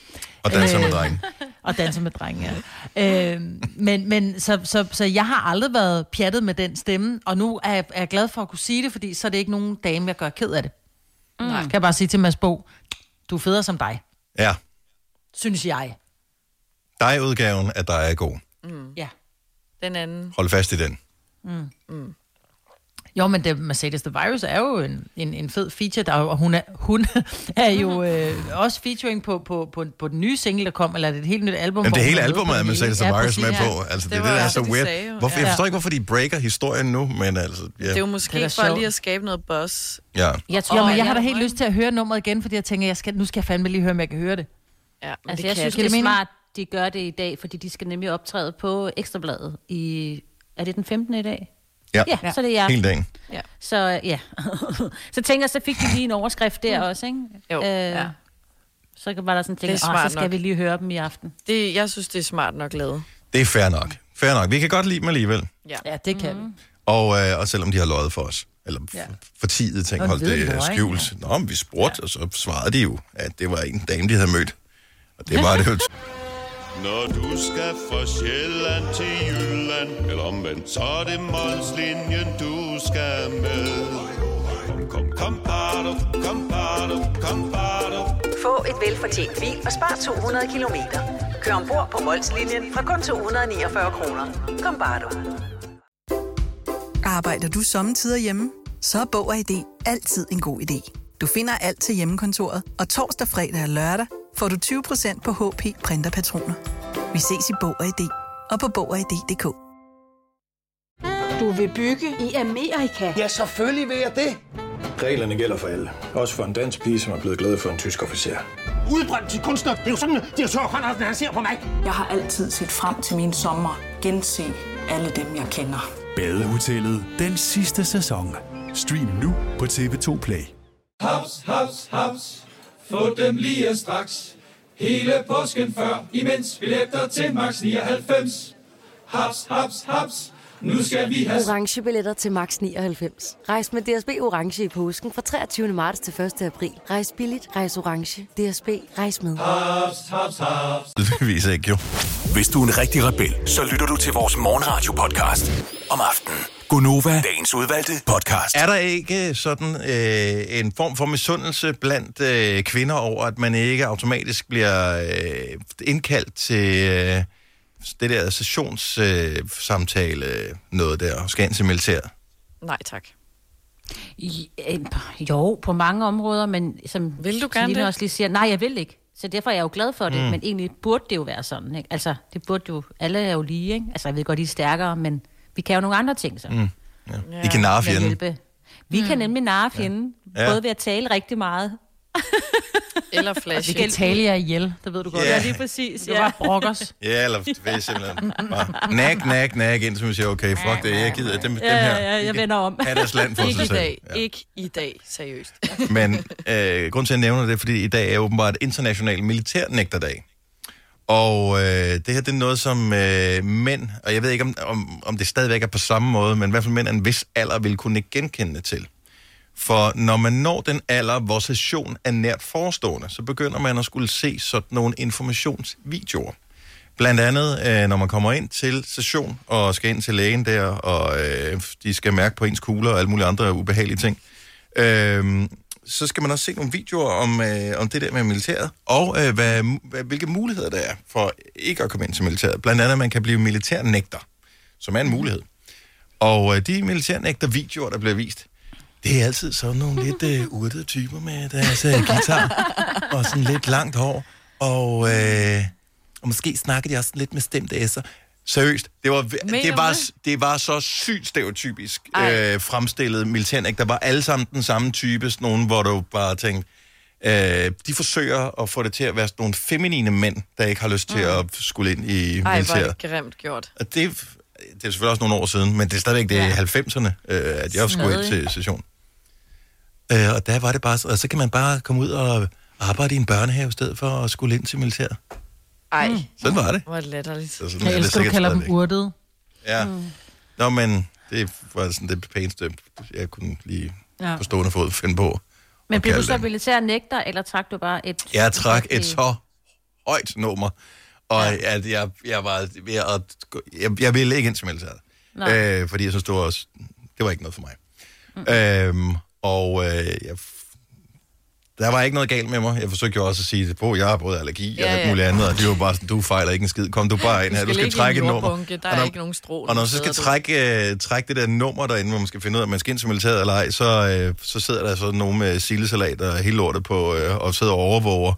Speaker 1: og danser med
Speaker 7: Øh,
Speaker 1: drengen.
Speaker 7: <laughs> Og danser med drenge, ja. øh, men men så, så, så jeg har aldrig været pjattet med den stemme, og nu er jeg, er jeg glad for at kunne sige det, fordi så er det ikke nogen dame, jeg gør ked af det. Mm. Kan jeg bare sige til Mads Bo, du er federe som dig,
Speaker 1: Ja,
Speaker 7: synes jeg.
Speaker 1: dig-udgaven af dig er god.
Speaker 7: Ja.
Speaker 3: Mm. Den anden...
Speaker 1: Hold fast i den.
Speaker 7: Mm. Jo, men det, Mercedes The Virus er jo en, en, en fed feature, der, er jo- og hun er, hun er jo øh, også featuring på, på, på, på den nye single, der kom, eller er det et helt nyt album.
Speaker 1: Jamen,
Speaker 7: hvor
Speaker 1: det
Speaker 7: hun
Speaker 1: hele
Speaker 7: er med på
Speaker 1: albumet er
Speaker 7: den
Speaker 1: Mercedes
Speaker 7: hele?
Speaker 1: The Virus
Speaker 7: præcis.
Speaker 1: med på. Altså,
Speaker 3: Det
Speaker 1: det, er det,
Speaker 3: var
Speaker 1: der er
Speaker 3: også
Speaker 1: så
Speaker 3: det, de sagde
Speaker 1: weird.
Speaker 3: jo.
Speaker 1: Hvorfor, jeg
Speaker 3: Ja.
Speaker 1: forstår ikke, hvorfor de breaker historien nu, men altså... Ja.
Speaker 3: Det er jo måske
Speaker 7: Det er
Speaker 3: det
Speaker 7: da
Speaker 3: er for
Speaker 7: sjovt.
Speaker 3: lige at skabe noget buzz.
Speaker 1: ja.
Speaker 6: Jeg
Speaker 7: Jo,
Speaker 6: tror,
Speaker 7: men jeg har da
Speaker 3: Ja.
Speaker 7: helt lyst til at høre nummeret igen, fordi jeg tænker, jeg skal, nu skal jeg fandme lige høre, om jeg kan høre det.
Speaker 3: Ja, men
Speaker 6: Altså,
Speaker 3: det
Speaker 6: jeg
Speaker 3: kan
Speaker 6: synes,
Speaker 3: det.
Speaker 6: det er
Speaker 7: mening?
Speaker 6: smart, de gør det i dag, fordi de skal nemlig optræde på Ekstrabladet i... Er det den 15. i dag?
Speaker 1: Ja.
Speaker 6: Ja, ja, så det er jeg.
Speaker 1: Hele dagen.
Speaker 6: Så ja. <laughs> så tænker jeg, så fik de lige en overskrift der også, ikke?
Speaker 3: Mm.
Speaker 6: Øh,
Speaker 3: Jo, ja.
Speaker 6: Så var der sådan
Speaker 3: er
Speaker 6: tænkt, så
Speaker 3: smart
Speaker 6: skal
Speaker 3: nok."
Speaker 6: vi lige høre dem i aften.
Speaker 3: Det, jeg synes, det er smart nok lavet.
Speaker 1: Det er fair nok. Fair nok. Vi kan godt lide dem alligevel.
Speaker 7: Ja, det kan mm. vi.
Speaker 1: Og, øh, og selvom de har løjet for os. Eller ja.
Speaker 7: Ja.
Speaker 1: for tidet ting,
Speaker 7: Og
Speaker 1: holdt
Speaker 7: ved
Speaker 1: det øh,
Speaker 7: løgn, ja.
Speaker 1: skjult. Nå, men vi spurgte, ja. og så svarede de jo, at det var en dame, de havde mødt. Og det var det jo.
Speaker 8: Når du skal fra Sjælland til Jylland Eller omvendt, så er det Molslinjen, du skal med Kom, kom, kom, bado, kom, bado, kom, bado.
Speaker 9: Få et velfortjent bil og spar 200 kilometer. Kør ombord på Molslinjen fra kun 249 kroner. Kom bare du.
Speaker 10: Arbejder du sommetider hjemme? Så er Bog og ID altid en god idé. Du finder alt til hjemmekontoret, og torsdag, fredag og lørdag får du 20% på HP Printerpatroner. Vi ses i Bog og ID og på Bog og ID.dk.
Speaker 11: Du vil bygge i Amerika? Ja.
Speaker 12: Reglerne gælder for alle. Også for en dansk pige, som er blevet glad for en tysk officer.
Speaker 11: Udbrændt til kunstner. Det er jo sådan, at de har tørt, han, han ser på mig. Jeg har altid set frem til min sommer. Gense alle dem, jeg kender.
Speaker 5: Badehotellet den sidste sæson. Stream nu på TV2 Play.
Speaker 12: Haps, haps, haps. Få dem lige straks. Hele påsken før, imens billetter til max 99. Haps, haps, haps. Nu skal vi have...
Speaker 13: Orange billetter til max 99. Rejs med DSB Orange i påsken fra 23. marts til 1. april. Rejs billigt, rejs orange. DSB, rejs med.
Speaker 12: Haps, haps, haps.
Speaker 5: <laughs>
Speaker 1: Tydeligvis ikke, jo.
Speaker 5: Hvis du er en rigtig rebel, så lytter du til vores morgenradio-podcast om aftenen. Gonova, dagens udvalgte podcast.
Speaker 1: Er der ikke sådan øh, en form for misundelse blandt øh, kvinder over, at man ikke automatisk bliver øh, indkaldt til øh, det der sessionssamtale, øh, samtale, øh, noget der, og skal ind til militæret?
Speaker 3: Nej, tak.
Speaker 6: I, øh, jo, på mange områder, men som
Speaker 3: Vil du gerne
Speaker 6: Selina
Speaker 3: det?
Speaker 6: også lige siger, nej, jeg vil ikke. Så derfor er jeg jo glad for det, mm. men egentlig burde det jo være sådan. Ikke? Altså, det burde jo, alle er jo lige, ikke? Altså, jeg ved godt, I er stærkere, men vi kan jo nogle andre ting, så. Mm.
Speaker 1: Ja. I kan
Speaker 3: <laughs>
Speaker 1: narre fjenden.
Speaker 6: Vi mm. kan nemlig narre fjenden,
Speaker 1: Ja.
Speaker 6: ja. både ved at tale rigtig meget.
Speaker 3: Eller
Speaker 7: Vi
Speaker 3: flash.
Speaker 7: kan tale jer ihjel, det ved du godt.
Speaker 1: Ja.
Speaker 7: Yeah.
Speaker 6: Lige præcis,
Speaker 7: Det var brokkers.
Speaker 1: Ja, eller det er simpelthen bare nak, nak, nak, indtil man siger, okay, fuck det, jeg gider dem, dem her.
Speaker 6: Ja, ja, ja, jeg vender om.
Speaker 1: Ha' deres land for
Speaker 3: Ikke
Speaker 1: sig
Speaker 3: i
Speaker 1: selv.
Speaker 3: dag.
Speaker 1: Ja.
Speaker 3: Ikke i dag,
Speaker 1: <laughs>
Speaker 3: seriøst.
Speaker 1: Men øh, grund til, at jeg nævner det, er, fordi i dag er åbenbart international militærnægterdag. Og øh, det her, det er noget, som øh, mænd, og jeg ved ikke, om, om, om det stadigvæk er på samme måde, men i hvert fald mænd af en vis alder vil kunne ikke genkende til. For når man når den alder, hvor session er nært forestående, så begynder man at skulle se sådan nogle informationsvideoer. Blandt andet, øh, når man kommer ind til session og skal ind til lægen der, og øh, de skal mærke på ens kugler og alle mulige andre ubehagelige ting, øh, så skal man også se nogle videoer om, øh, om det der med militæret, og øh, hvad, hvad, hvilke muligheder der er for ikke at komme ind til militæret. Blandt andet, at man kan blive militærnægter, som er en mulighed. Og øh, de militærnægter-videoer, der bliver vist, det er altid sådan nogle lidt øh, urtede typer med deres øh, guitar og sådan lidt langt hår. Og, øh, og måske snakker de også lidt med stemte S'er. Seriøst, det var,
Speaker 3: Mener
Speaker 1: det,
Speaker 3: du
Speaker 1: var,
Speaker 3: det?
Speaker 1: det var så sygt stereotypisk
Speaker 3: Ej.
Speaker 1: øh, fremstillet militærnægt. Der var alle sammen den samme type, sådan nogen, hvor du bare tænkte, øh, de forsøger at få det til at være sådan nogle feminine mænd, der ikke har lyst til at skulle ind
Speaker 3: Mm.
Speaker 1: i
Speaker 3: Ej, hvor er
Speaker 1: militæret.
Speaker 3: det grimt gjort.
Speaker 1: Og det, det er selvfølgelig også nogle år siden, men det er stadigvæk det ja. 90'erne, øh, at jeg skulle ind
Speaker 6: Stadig.
Speaker 1: til session. Øh, og der var det bare, så- og så kan man bare komme ud og arbejde i en børnehave i stedet for at skulle ind til militæret.
Speaker 3: Ej,
Speaker 7: Mm.
Speaker 1: Sådan var det.
Speaker 3: hvor er det latterligt.
Speaker 1: Så
Speaker 7: Jeg
Speaker 1: sådan er det
Speaker 7: elsker, du
Speaker 1: sikkert
Speaker 7: kalder dem
Speaker 1: stadigvæk.
Speaker 7: urtede.
Speaker 3: Mm.
Speaker 1: Ja. Nå, men det var sådan det pæneste, jeg kunne lige
Speaker 7: Ja.
Speaker 1: på stående fod finde på.
Speaker 6: Men
Speaker 1: at
Speaker 6: blev du
Speaker 1: kalde
Speaker 6: så
Speaker 1: dem.
Speaker 6: militær nægter, eller trak du bare et...
Speaker 1: Jeg trak et så højt nummer, og ja. at jeg, jeg var ved at... gå- Jeg, jeg ville ikke ind til militæret.
Speaker 6: Nej.
Speaker 1: Øh, fordi jeg synes, det var, også, det var ikke noget for mig. Mm. Øhm, og øh, jeg, f- der var ikke noget galt med mig. Jeg forsøgte jo også at sige det på. Jeg har både allergi ja,
Speaker 3: Ja,
Speaker 1: og alt
Speaker 3: ja.
Speaker 1: muligt andet, og det var bare sådan, du fejler ikke en skid. Kom du bare ind her, du
Speaker 3: ligge i
Speaker 1: skal
Speaker 3: en
Speaker 1: trække et nummer.
Speaker 3: jordbunke, Der
Speaker 1: Og
Speaker 3: er
Speaker 1: når-
Speaker 3: ikke nogen strå.
Speaker 1: og når man så skal trække, øh, trække det der nummer derinde, hvor man skal finde ud af, om man skal ind til militæret eller ej, så, øh, så sidder der sådan nogen med sildesalat og hele lortet på, øh, og sidder og overvåger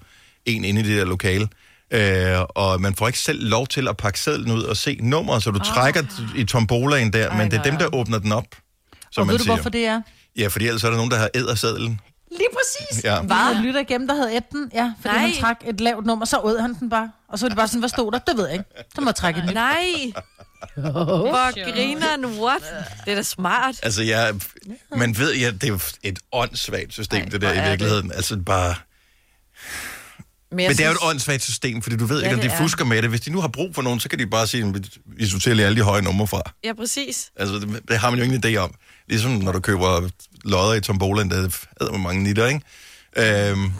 Speaker 1: en inde i det der lokale. Øh, og man får ikke selv lov til at pakke sædlen ud og se nummeret, så du oh. trækker t- i tombolaen der, men det er dem, der åbner den op, som
Speaker 7: Og
Speaker 1: man
Speaker 7: ved du,
Speaker 1: siger.
Speaker 7: hvorfor det er?
Speaker 1: Ja, fordi ellers er der nogen, der har æder sædlen.
Speaker 7: Lige præcis.
Speaker 1: Ja.
Speaker 7: Var der lytter igennem, der havde ætten? Ja, fordi
Speaker 3: Nej.
Speaker 7: Nej. han trak et lavt nummer, så åd han den bare. Og så var det bare sådan, hvad stod der? Det ved jeg ikke. Så må jeg trække den.
Speaker 3: Nej,
Speaker 7: <laughs>
Speaker 3: Hvor grineren, what? Det er da smart.
Speaker 1: Altså, jeg, man ved, ja, det er jo et åndssvagt system, Ej, det
Speaker 3: hvor
Speaker 1: der
Speaker 3: er
Speaker 1: i
Speaker 3: det.
Speaker 1: virkeligheden. Det. Altså bare...
Speaker 3: Men,
Speaker 1: Men
Speaker 3: jeg
Speaker 1: det er jo
Speaker 3: synes-
Speaker 1: et åndssvagt system, fordi du ved
Speaker 3: Ja,
Speaker 1: ja, ikke, om
Speaker 3: det
Speaker 1: de
Speaker 3: er.
Speaker 1: fusker med det. Hvis de nu har brug for nogen, så kan de bare sige, "Vi- vi sorterer lige alle de høje numre fra.
Speaker 3: Ja, præcis.
Speaker 1: Altså, det, det har man jo ingen idé om. Ligesom når du køber lodder i tombolaen, der hedder man mange nitter, ikke? Øhm,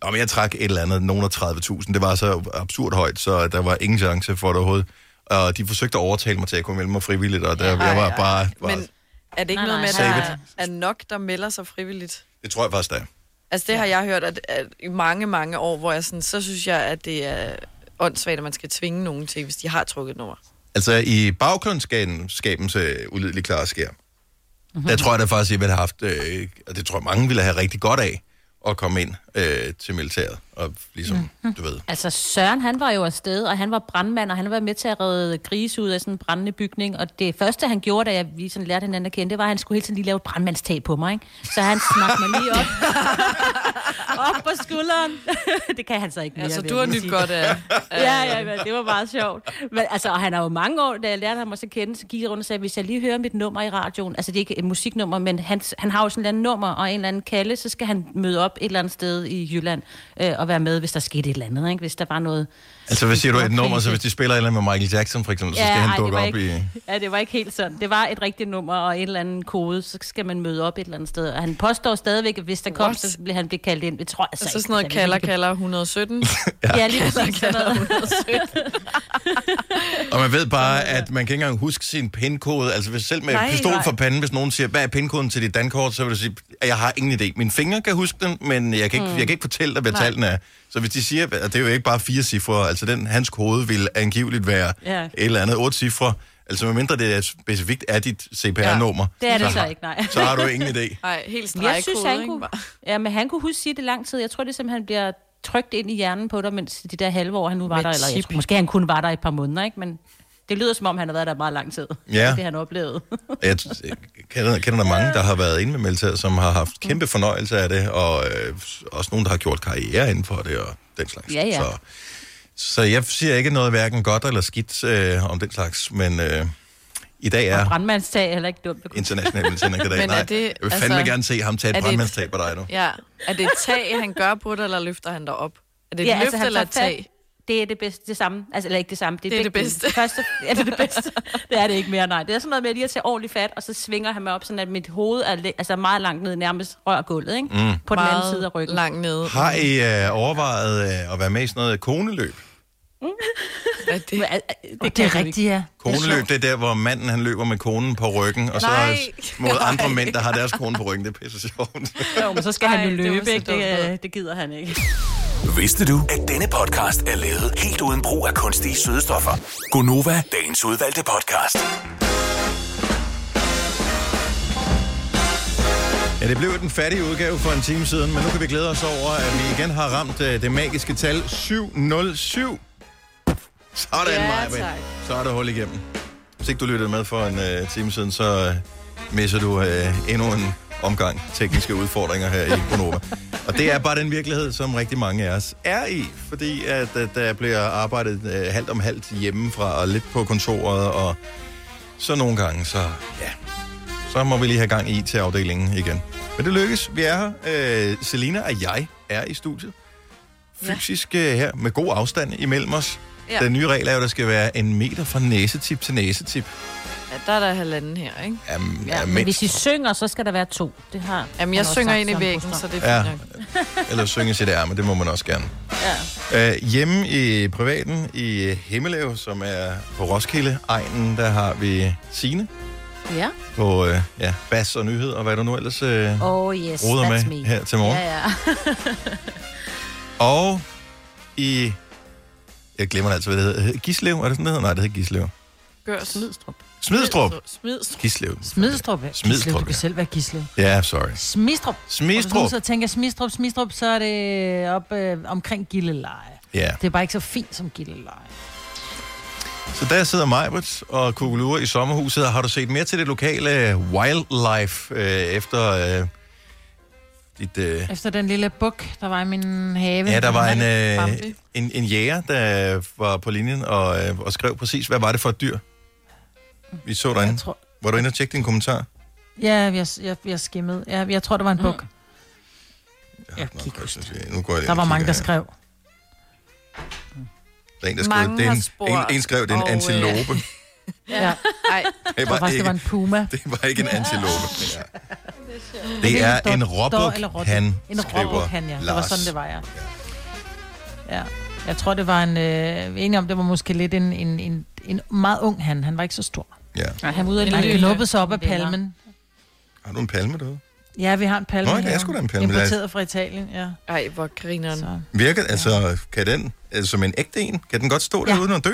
Speaker 1: om jeg trak et eller andet, nogen af 30.000, det var så absurd højt, så der var ingen chance for det overhovedet. Og de forsøgte at overtale mig til, at jeg kunne melde mig frivilligt, og der, jeg var bare... bare
Speaker 3: Men er det ikke
Speaker 1: Nej,
Speaker 3: noget med, at
Speaker 1: nej.
Speaker 3: der
Speaker 1: Save
Speaker 3: er- er nok, der melder sig frivilligt?
Speaker 1: Det tror jeg faktisk, der er.
Speaker 3: Altså det har jeg hørt at, at i mange, mange år, hvor jeg sådan, så synes jeg, at det er åndssvagt, at man skal tvinge nogen til, hvis de har trukket et nummer.
Speaker 1: Altså, i baggrundsskabens øh, ulidelig klare skær,
Speaker 6: Mhm.
Speaker 1: mm-hmm. der tror jeg da faktisk, at jeg ville have haft, øh, og det tror jeg mange ville have rigtig godt af, at komme ind øh, til militæret, og ligesom, mm-hmm. du ved,
Speaker 6: Altså Søren, han var jo afsted, og han var brandmand, og han var med til at redde grise ud af sådan en brændende bygning. Og det første, han gjorde, da jeg, vi sådan lærte hinanden at kende, det var, at han skulle hele tiden lige lave et brandmandstag på mig. Ikke? Så han snak mig lige op. op på
Speaker 7: <laughs>
Speaker 6: skulderen. det kan han så ikke mere.
Speaker 3: Altså,
Speaker 6: vil
Speaker 3: du
Speaker 6: jeg
Speaker 3: har
Speaker 6: lige
Speaker 3: nyt
Speaker 6: sige.
Speaker 3: godt af-
Speaker 6: ja, ja,
Speaker 3: Øhm.
Speaker 6: men det var meget sjovt. Men, altså, og han har jo mange år, da jeg lærte ham også at kende, så gik jeg rundt og sagde, hvis jeg lige hører mit nummer i radioen, altså det er ikke et musiknummer, men han, han har jo sådan et eller andet nummer og en eller anden kalde, så skal han møde op et eller andet sted i Jylland øh, og være med, hvis der skete et eller andet, ikke? hvis der var noget...
Speaker 1: Altså, hvad siger du et nummer, så hvis de spiller et eller andet med Michael Jackson, for eksempel, så skal
Speaker 6: ej,
Speaker 1: han
Speaker 6: det
Speaker 1: dukke
Speaker 6: var
Speaker 1: op
Speaker 6: ikke,
Speaker 1: i...
Speaker 6: Ja, det var ikke helt sådan. Det var et rigtigt nummer og en eller anden kode, så skal man møde op et eller andet sted. Og han påstår stadigvæk, at hvis der kom,
Speaker 3: What?
Speaker 6: så blev han blive kaldt ind. Det tror jeg altså
Speaker 3: Altså
Speaker 6: ikke.
Speaker 3: sådan noget
Speaker 6: Altså, jeg ved
Speaker 3: kalder,
Speaker 6: ikke,
Speaker 3: kalder 117.
Speaker 1: <laughs>
Speaker 6: Ja. Ja, lige præcis sådan
Speaker 3: kalder,
Speaker 14: <laughs>
Speaker 6: noget.
Speaker 3: 117.
Speaker 1: <laughs> Og man ved bare, at man kan ikke engang huske sin pindkode. Altså, hvis selv med
Speaker 3: Nej,
Speaker 1: nej, pistol
Speaker 3: nej.
Speaker 1: for panden, hvis nogen siger, hvad er pindkoden til dit dankort, så vil du sige, at jeg har ingen idé. Mine fingre kan huske den, men jeg kan ikke,
Speaker 15: Mm.
Speaker 1: mm. jeg kan ikke fortælle dig, hvad
Speaker 15: Nej.
Speaker 1: tallene er. Så hvis de siger, at det er jo ikke bare fire cifre, altså den, hans kode vil angiveligt være
Speaker 6: Ja.
Speaker 1: ja. et eller andet otte cifre, altså medmindre det er specifikt er dit CPR-nummer.
Speaker 6: Det er det så
Speaker 1: har-
Speaker 6: ikke, nej.
Speaker 1: Så har du ingen idé.
Speaker 3: <laughs> Nej, helt
Speaker 6: Men Jeg synes,
Speaker 3: stregkode,
Speaker 6: han
Speaker 3: ikke?
Speaker 6: kunne, ja, men han kunne huske sige det lang tid. Jeg tror, det simpelthen bliver trygt ind i hjernen på dig, mens de der halve år, han nu var
Speaker 3: Med
Speaker 6: der. Eller jeg
Speaker 3: chip.
Speaker 6: tror, måske han kun var der i et par måneder, ikke? Men det lyder, som om han har været der meget lang tid.
Speaker 1: Ja.
Speaker 6: Det han oplevede.
Speaker 1: Jeg jeg kender, kender der mange, der har været inde med militæret, som har haft kæmpe fornøjelse af det, og øh, også nogen, der har gjort karriere inden for det, og den slags.
Speaker 6: Ja, ja.
Speaker 1: Så, så jeg siger ikke noget hverken godt eller skidt øh, om den slags, men øh, i dag
Speaker 6: Og
Speaker 1: er
Speaker 6: <laughs> brandmandstag er heller ikke dumt.
Speaker 1: international militærdag.
Speaker 3: <laughs> Men er
Speaker 1: Nej,
Speaker 3: det-
Speaker 1: jeg vil fandme
Speaker 3: altså,
Speaker 1: altså, gerne se ham tage
Speaker 3: er
Speaker 1: et
Speaker 3: det-
Speaker 1: brandmandstab på dig nu.
Speaker 3: Ja. Er det et tag, han gør på dig, eller løfter han dig op? Er det et
Speaker 6: Ja,
Speaker 3: ja, løft
Speaker 6: altså,
Speaker 3: altså,
Speaker 6: han
Speaker 3: eller et
Speaker 6: tager
Speaker 3: tag?
Speaker 6: fat. Det er det bedste, det samme. Altså, eller ikke det samme.
Speaker 3: Det er det
Speaker 6: begge dele.
Speaker 3: bedste.
Speaker 6: Første, ja, det er det bedste. Det er det ikke mere, nej. Det er sådan noget med lige at tage ordentligt fat, og så svinger han mig op, sådan at mit hoved er læ- altså meget langt ned, nærmest rør gulvet, ikke?
Speaker 1: Mm.
Speaker 6: På den
Speaker 3: Meget
Speaker 6: anden side af ryggen.
Speaker 3: langt nede.
Speaker 1: Har I øh, overvejet øh, at være med i sådan noget koneløb?
Speaker 3: Ja, det,
Speaker 6: det,
Speaker 7: det, det er rigtigt, ja.
Speaker 1: Koneløb, det er der, hvor manden han løber med konen på ryggen, og så
Speaker 7: Nej.
Speaker 1: mod
Speaker 3: <laughs>
Speaker 1: andre mænd, der har deres kone på ryggen. Det er pisse sjovt.
Speaker 6: Jo, men så skal han jo
Speaker 3: Ej, det var
Speaker 6: løbe,
Speaker 3: så
Speaker 6: ikke?
Speaker 3: dumt.
Speaker 6: Det, øh, det gider han ikke.
Speaker 5: Vidste du, at denne podcast er lavet helt uden brug af kunstige sødestoffer?
Speaker 15: Gonova.
Speaker 5: Dagens udvalgte podcast.
Speaker 1: Ja, det blev den fattige udgave for en time siden, men nu kan vi glæde os over, at vi igen har ramt uh, det magiske tal 707. Sådan,
Speaker 15: Ja,
Speaker 1: Maja.
Speaker 15: tak.
Speaker 1: Så er der hul igennem. Hvis ikke du lyttede med for en uh, time siden, så uh, misser du uh, endnu en omgang tekniske udfordringer her i Konoba. Og det er bare den virkelighed, som rigtig mange af os er i, fordi at, at der bliver arbejdet uh, halvt om halvt hjemmefra og lidt på kontoret, og så nogle gange, så ja, så må vi lige have gang i til afdelingen igen. Men det lykkes. Vi er her. Øh, Selina og jeg er i studiet. Fysisk øh, her, med god afstand imellem os.
Speaker 3: Ja.
Speaker 1: Ja. Den nye regel er jo, at der skal være en meter fra næsetip til næsetip.
Speaker 3: Ja, der er der halvanden her, ikke?
Speaker 1: Jamen,
Speaker 6: Ja, men hvis I synger, så skal der være to. Det har
Speaker 3: Jamen, jeg synger ind i væggen, så det er
Speaker 1: Ja.
Speaker 3: fint nok.
Speaker 1: Eller synge sit ærme, det må man også gerne. Ja. Øh, hjemme i privaten i Himmeløv, som er på Roskilde, egnen, der har vi Sine
Speaker 6: Ja.
Speaker 1: på øh, ja, bas og nyhed, og hvad du nu ellers øh,
Speaker 6: <laughs> Oh yes,
Speaker 1: roder med
Speaker 6: that's me.
Speaker 1: her til morgen.
Speaker 6: Ja, ja.
Speaker 1: Og i... Jeg glemmer altså, hvad det hedder. Hedder Gislev, er det sådan, det hedder? Nej, det hedder Gislev.
Speaker 3: Gørs.
Speaker 7: Smidstrup.
Speaker 1: Smidstrup.
Speaker 3: Smidstrup.
Speaker 1: Gislev.
Speaker 7: Smidstrup. ja.
Speaker 1: Smidstrup,
Speaker 7: Gislev, Du
Speaker 1: ja.
Speaker 7: kan selv være Gislev.
Speaker 1: Ja, sorry.
Speaker 7: Smidstrup. Og
Speaker 1: Smidstrup.
Speaker 7: hvis du så tænker Smidstrup, Smidstrup, så er det op øh, omkring Gilleleje.
Speaker 1: Ja.
Speaker 7: Det er bare ikke så fint som Gilleleje.
Speaker 1: Så der sidder Majbert og Kugelure i sommerhuset. Og Har du set mere til det lokale wildlife øh, efter øh, dit... Øh,
Speaker 7: Efter den lille buk, der var i min have.
Speaker 1: Ja, der var en,
Speaker 7: Bambi.
Speaker 1: øh, en, en jæger, der var på linjen og, øh, og skrev præcis, hvad var det for et dyr. vi så derinde.
Speaker 7: tror-
Speaker 1: Var du inde og tjekke din kommentar?
Speaker 7: Ja, jeg, jeg, jeg skimmede. Ja, jeg tror, det var en buk. Mm.
Speaker 1: Jeg kan ikke huske det. Nu går jeg lige
Speaker 7: Der
Speaker 1: og
Speaker 7: var mange,
Speaker 1: kigger
Speaker 7: der
Speaker 1: her.
Speaker 7: skrev.
Speaker 1: Der er en, der skrev, det er en, en, en skrev, det er en antilope.
Speaker 7: Ja.
Speaker 3: Nej.
Speaker 7: Jeg tror faktisk, <laughs> det var en puma.
Speaker 1: Det var ikke en antilope. Ja. Det er en råbuk, han
Speaker 7: En
Speaker 1: skriver
Speaker 7: råbuk, han, ja. Det var
Speaker 1: Lars.
Speaker 7: sådan, det var, ja. Ja. Jeg tror, det var en... Øh, vi er enige om, det var måske lidt en, en, en, en meget ung han. Han var ikke så stor.
Speaker 1: Ja.
Speaker 7: Nej, han var ude og lille. Han knuppede sig op af palmen.
Speaker 1: Har du en palme derude?
Speaker 7: Ja, vi har en palme
Speaker 1: Nå, ja, det er
Speaker 7: her.
Speaker 1: sgu da en palme.
Speaker 7: Importeret fra Italien, ja.
Speaker 3: Ej, hvor grineren. Så.
Speaker 1: Virker, altså, kan den, altså, som en ægte en, kan den godt stå der
Speaker 7: Ja.
Speaker 1: uden at dø?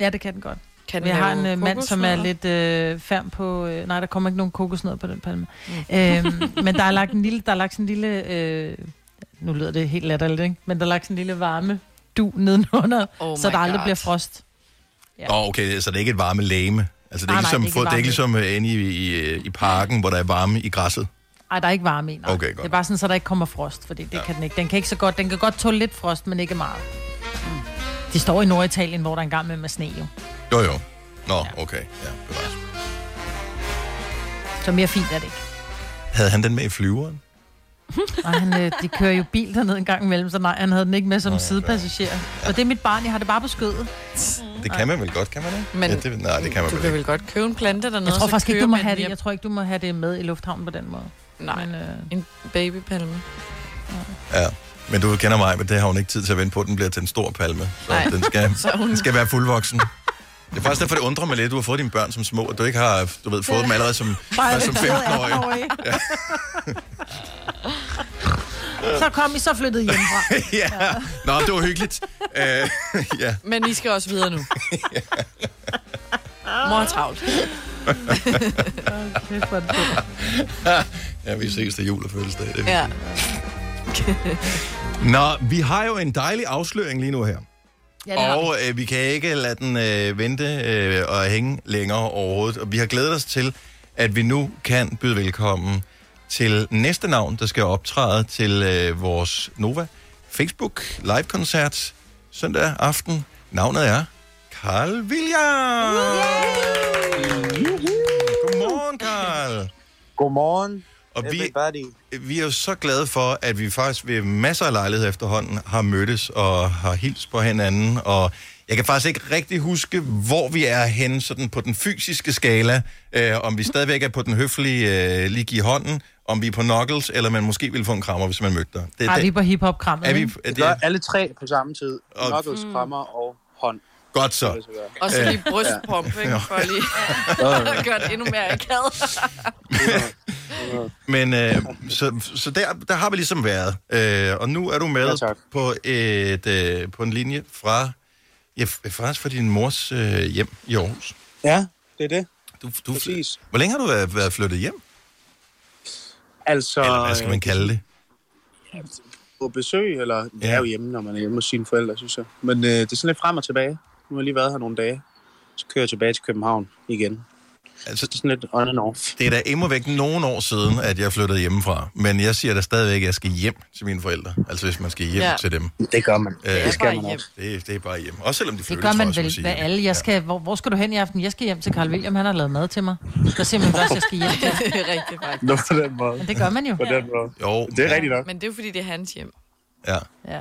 Speaker 7: Ja, det kan den godt.
Speaker 3: Kan
Speaker 7: vi
Speaker 3: den
Speaker 7: har
Speaker 3: lave
Speaker 7: en øh, mand, som er
Speaker 3: kokosnødder?
Speaker 7: lidt øh, færm på... Øh, nej, der kommer ikke nogen kokosnødder på den palme. Mm. Øhm, men der er lagt en lille... Der er lagt sådan en lille øh, nu lyder det helt latterligt, ikke? Men der er lagt sådan en lille varme du nedenunder,
Speaker 3: Oh
Speaker 7: oh så
Speaker 3: my
Speaker 7: der aldrig
Speaker 3: God.
Speaker 7: bliver frost.
Speaker 1: Ja. Åh, okay, så det er ikke et varme læme. Altså, det er
Speaker 7: Nej,
Speaker 1: ikke
Speaker 7: nej,
Speaker 1: som,
Speaker 7: det er ikke
Speaker 1: fod- det er ikke
Speaker 7: varme.
Speaker 1: ligesom øh, inde i, i, i parken, hvor der er varme i græsset.
Speaker 7: Ej, der er ikke varme i, nej.
Speaker 1: Okay, godt.
Speaker 7: Det er bare sådan, så der ikke kommer frost, fordi det ja. kan den ikke. Den kan ikke så godt. Den kan godt tåle lidt frost, men ikke meget.
Speaker 1: Mm.
Speaker 7: De står i Norditalien, hvor der er en gang med med sne, jo.
Speaker 1: Jo, jo. Nå, okay. Ja, bevares.
Speaker 7: Så mere fint er det ikke.
Speaker 1: Havde han den med i flyveren?
Speaker 7: Mm, <laughs> Og han, øh, de kører jo bil dernede en gang imellem, så nej, han havde den ikke med som sidepassager. Og det er mit barn, jeg har det bare på skødet.
Speaker 1: Det kan man vel godt, kan man det? Men, ja, det, nej, det kan man
Speaker 3: Du
Speaker 1: vel
Speaker 3: kan
Speaker 1: ikke.
Speaker 3: vel godt købe en plante dernede,
Speaker 7: Jeg tror
Speaker 3: så
Speaker 7: faktisk ikke,
Speaker 3: kører
Speaker 7: du må
Speaker 3: man
Speaker 7: have det.
Speaker 3: hjem.
Speaker 7: Jeg tror ikke, du må have det med i lufthavnen på den måde.
Speaker 3: Nej,
Speaker 7: men, øh...
Speaker 3: en babypalme.
Speaker 1: Ja. Men du kender mig, men det har hun ikke tid til at vente på. Den bliver til en stor palme. Så
Speaker 3: Nej.
Speaker 1: den
Speaker 3: <laughs>
Speaker 1: skal,
Speaker 3: Så hun-
Speaker 1: den skal være fuldvoksen. Det er faktisk derfor, det undrer mig lidt. Du har fået dine børn som små, og du ikke har du ved, fået dem allerede
Speaker 7: <laughs>
Speaker 1: som, først som 15-årige.
Speaker 7: Ja. <laughs> så kom I, så flyttede I
Speaker 1: <laughs>
Speaker 7: hjemmefra.
Speaker 1: ja. Nå, det var hyggeligt. Øh, <laughs> ja.
Speaker 3: Men I skal også videre
Speaker 6: <laughs>
Speaker 3: nu. Mor er travlt.
Speaker 1: <laughs> ja, vi ses til jul og fødselsdag. Det er
Speaker 3: <laughs> Ja.
Speaker 1: Nå, vi har jo en dejlig afsløring lige nu her.
Speaker 7: Ja, det har
Speaker 1: og øh, vi kan ikke lade den øh, vente øh, og hænge længere overhovedet. Og vi har glædet os til, at vi nu kan byde velkommen til næste navn, der skal optræde til øh, vores Nova Facebook live-koncert søndag aften. Navnet er Carl William. Godmorgen, Carl.
Speaker 15: Godmorgen.
Speaker 1: Og vi, vi er jo så glade for, at vi faktisk ved masser af lejligheder efterhånden har mødtes og har hilst på hinanden. Og jeg kan faktisk ikke rigtig huske, hvor vi er henne sådan på den fysiske skala. Øh, om vi stadigvæk er på den høflige øh, lige give hånden, om vi er på knuckles, eller man måske ville få en krammer, hvis man mødte dig.
Speaker 7: Ej, vi er på hiphop-krammet,
Speaker 1: er vi,
Speaker 7: ikke?
Speaker 1: er det,
Speaker 15: Gør alle tre på samme tid.
Speaker 1: Og-
Speaker 15: Knuckles, krammer og hånd.
Speaker 1: Godt så.
Speaker 3: Mm. Og så
Speaker 1: Øh,
Speaker 3: lige brystpump, ikke? For
Speaker 15: <laughs>
Speaker 3: lige at
Speaker 15: øh,
Speaker 3: gøre det endnu mere akavet.
Speaker 1: Men øh, så, så der, der har vi ligesom været. Øh, og nu er du med ja, på, et, øh, på en linje fra, ja, f- faktisk fra din mors øh, hjem i Aarhus.
Speaker 15: Ja, det er det.
Speaker 1: Du, du, Præcis. Hvor længe har du været, været flyttet hjem?
Speaker 15: Altså...
Speaker 1: Eller hvad skal man kalde det?
Speaker 15: På besøg, eller... Ja. Jeg er jo hjemme, når man er hjemme hos sine forældre, synes jeg. Men øh, det er sådan lidt frem og tilbage. Nu har jeg lige været her nogle dage. Så kører jeg tilbage til København igen.
Speaker 1: Altså, det
Speaker 15: er sådan lidt on and off.
Speaker 1: Det er da immer væk nogle år siden, at jeg flyttede hjemmefra. Men jeg siger da stadigvæk, at jeg skal hjem til mine forældre. Altså hvis man skal hjem
Speaker 7: Ja.
Speaker 1: ja. til dem.
Speaker 15: Det gør man.
Speaker 1: Øh,
Speaker 7: Det skal bare man hjem. også.
Speaker 1: Det, det er bare hjem. Også selvom de
Speaker 7: Det
Speaker 1: flytter,
Speaker 7: gør man
Speaker 1: tror jeg,
Speaker 7: vel
Speaker 1: skal
Speaker 7: ved
Speaker 1: sige.
Speaker 7: alle. Jeg skal, hvor, hvor skal du hen i aften? Jeg skal hjem til Carl William, han har lavet mad til mig. Så siger man først, jeg skal hjem til
Speaker 3: <laughs> det er rigtigt, faktisk.
Speaker 15: Nå, på den måde.
Speaker 7: Men det gør man jo.
Speaker 15: På den måde.
Speaker 1: Jo.
Speaker 15: Det er rigtigt nok.
Speaker 3: Men det er jo, fordi det er hans hjem.
Speaker 1: Ja.
Speaker 7: Ja.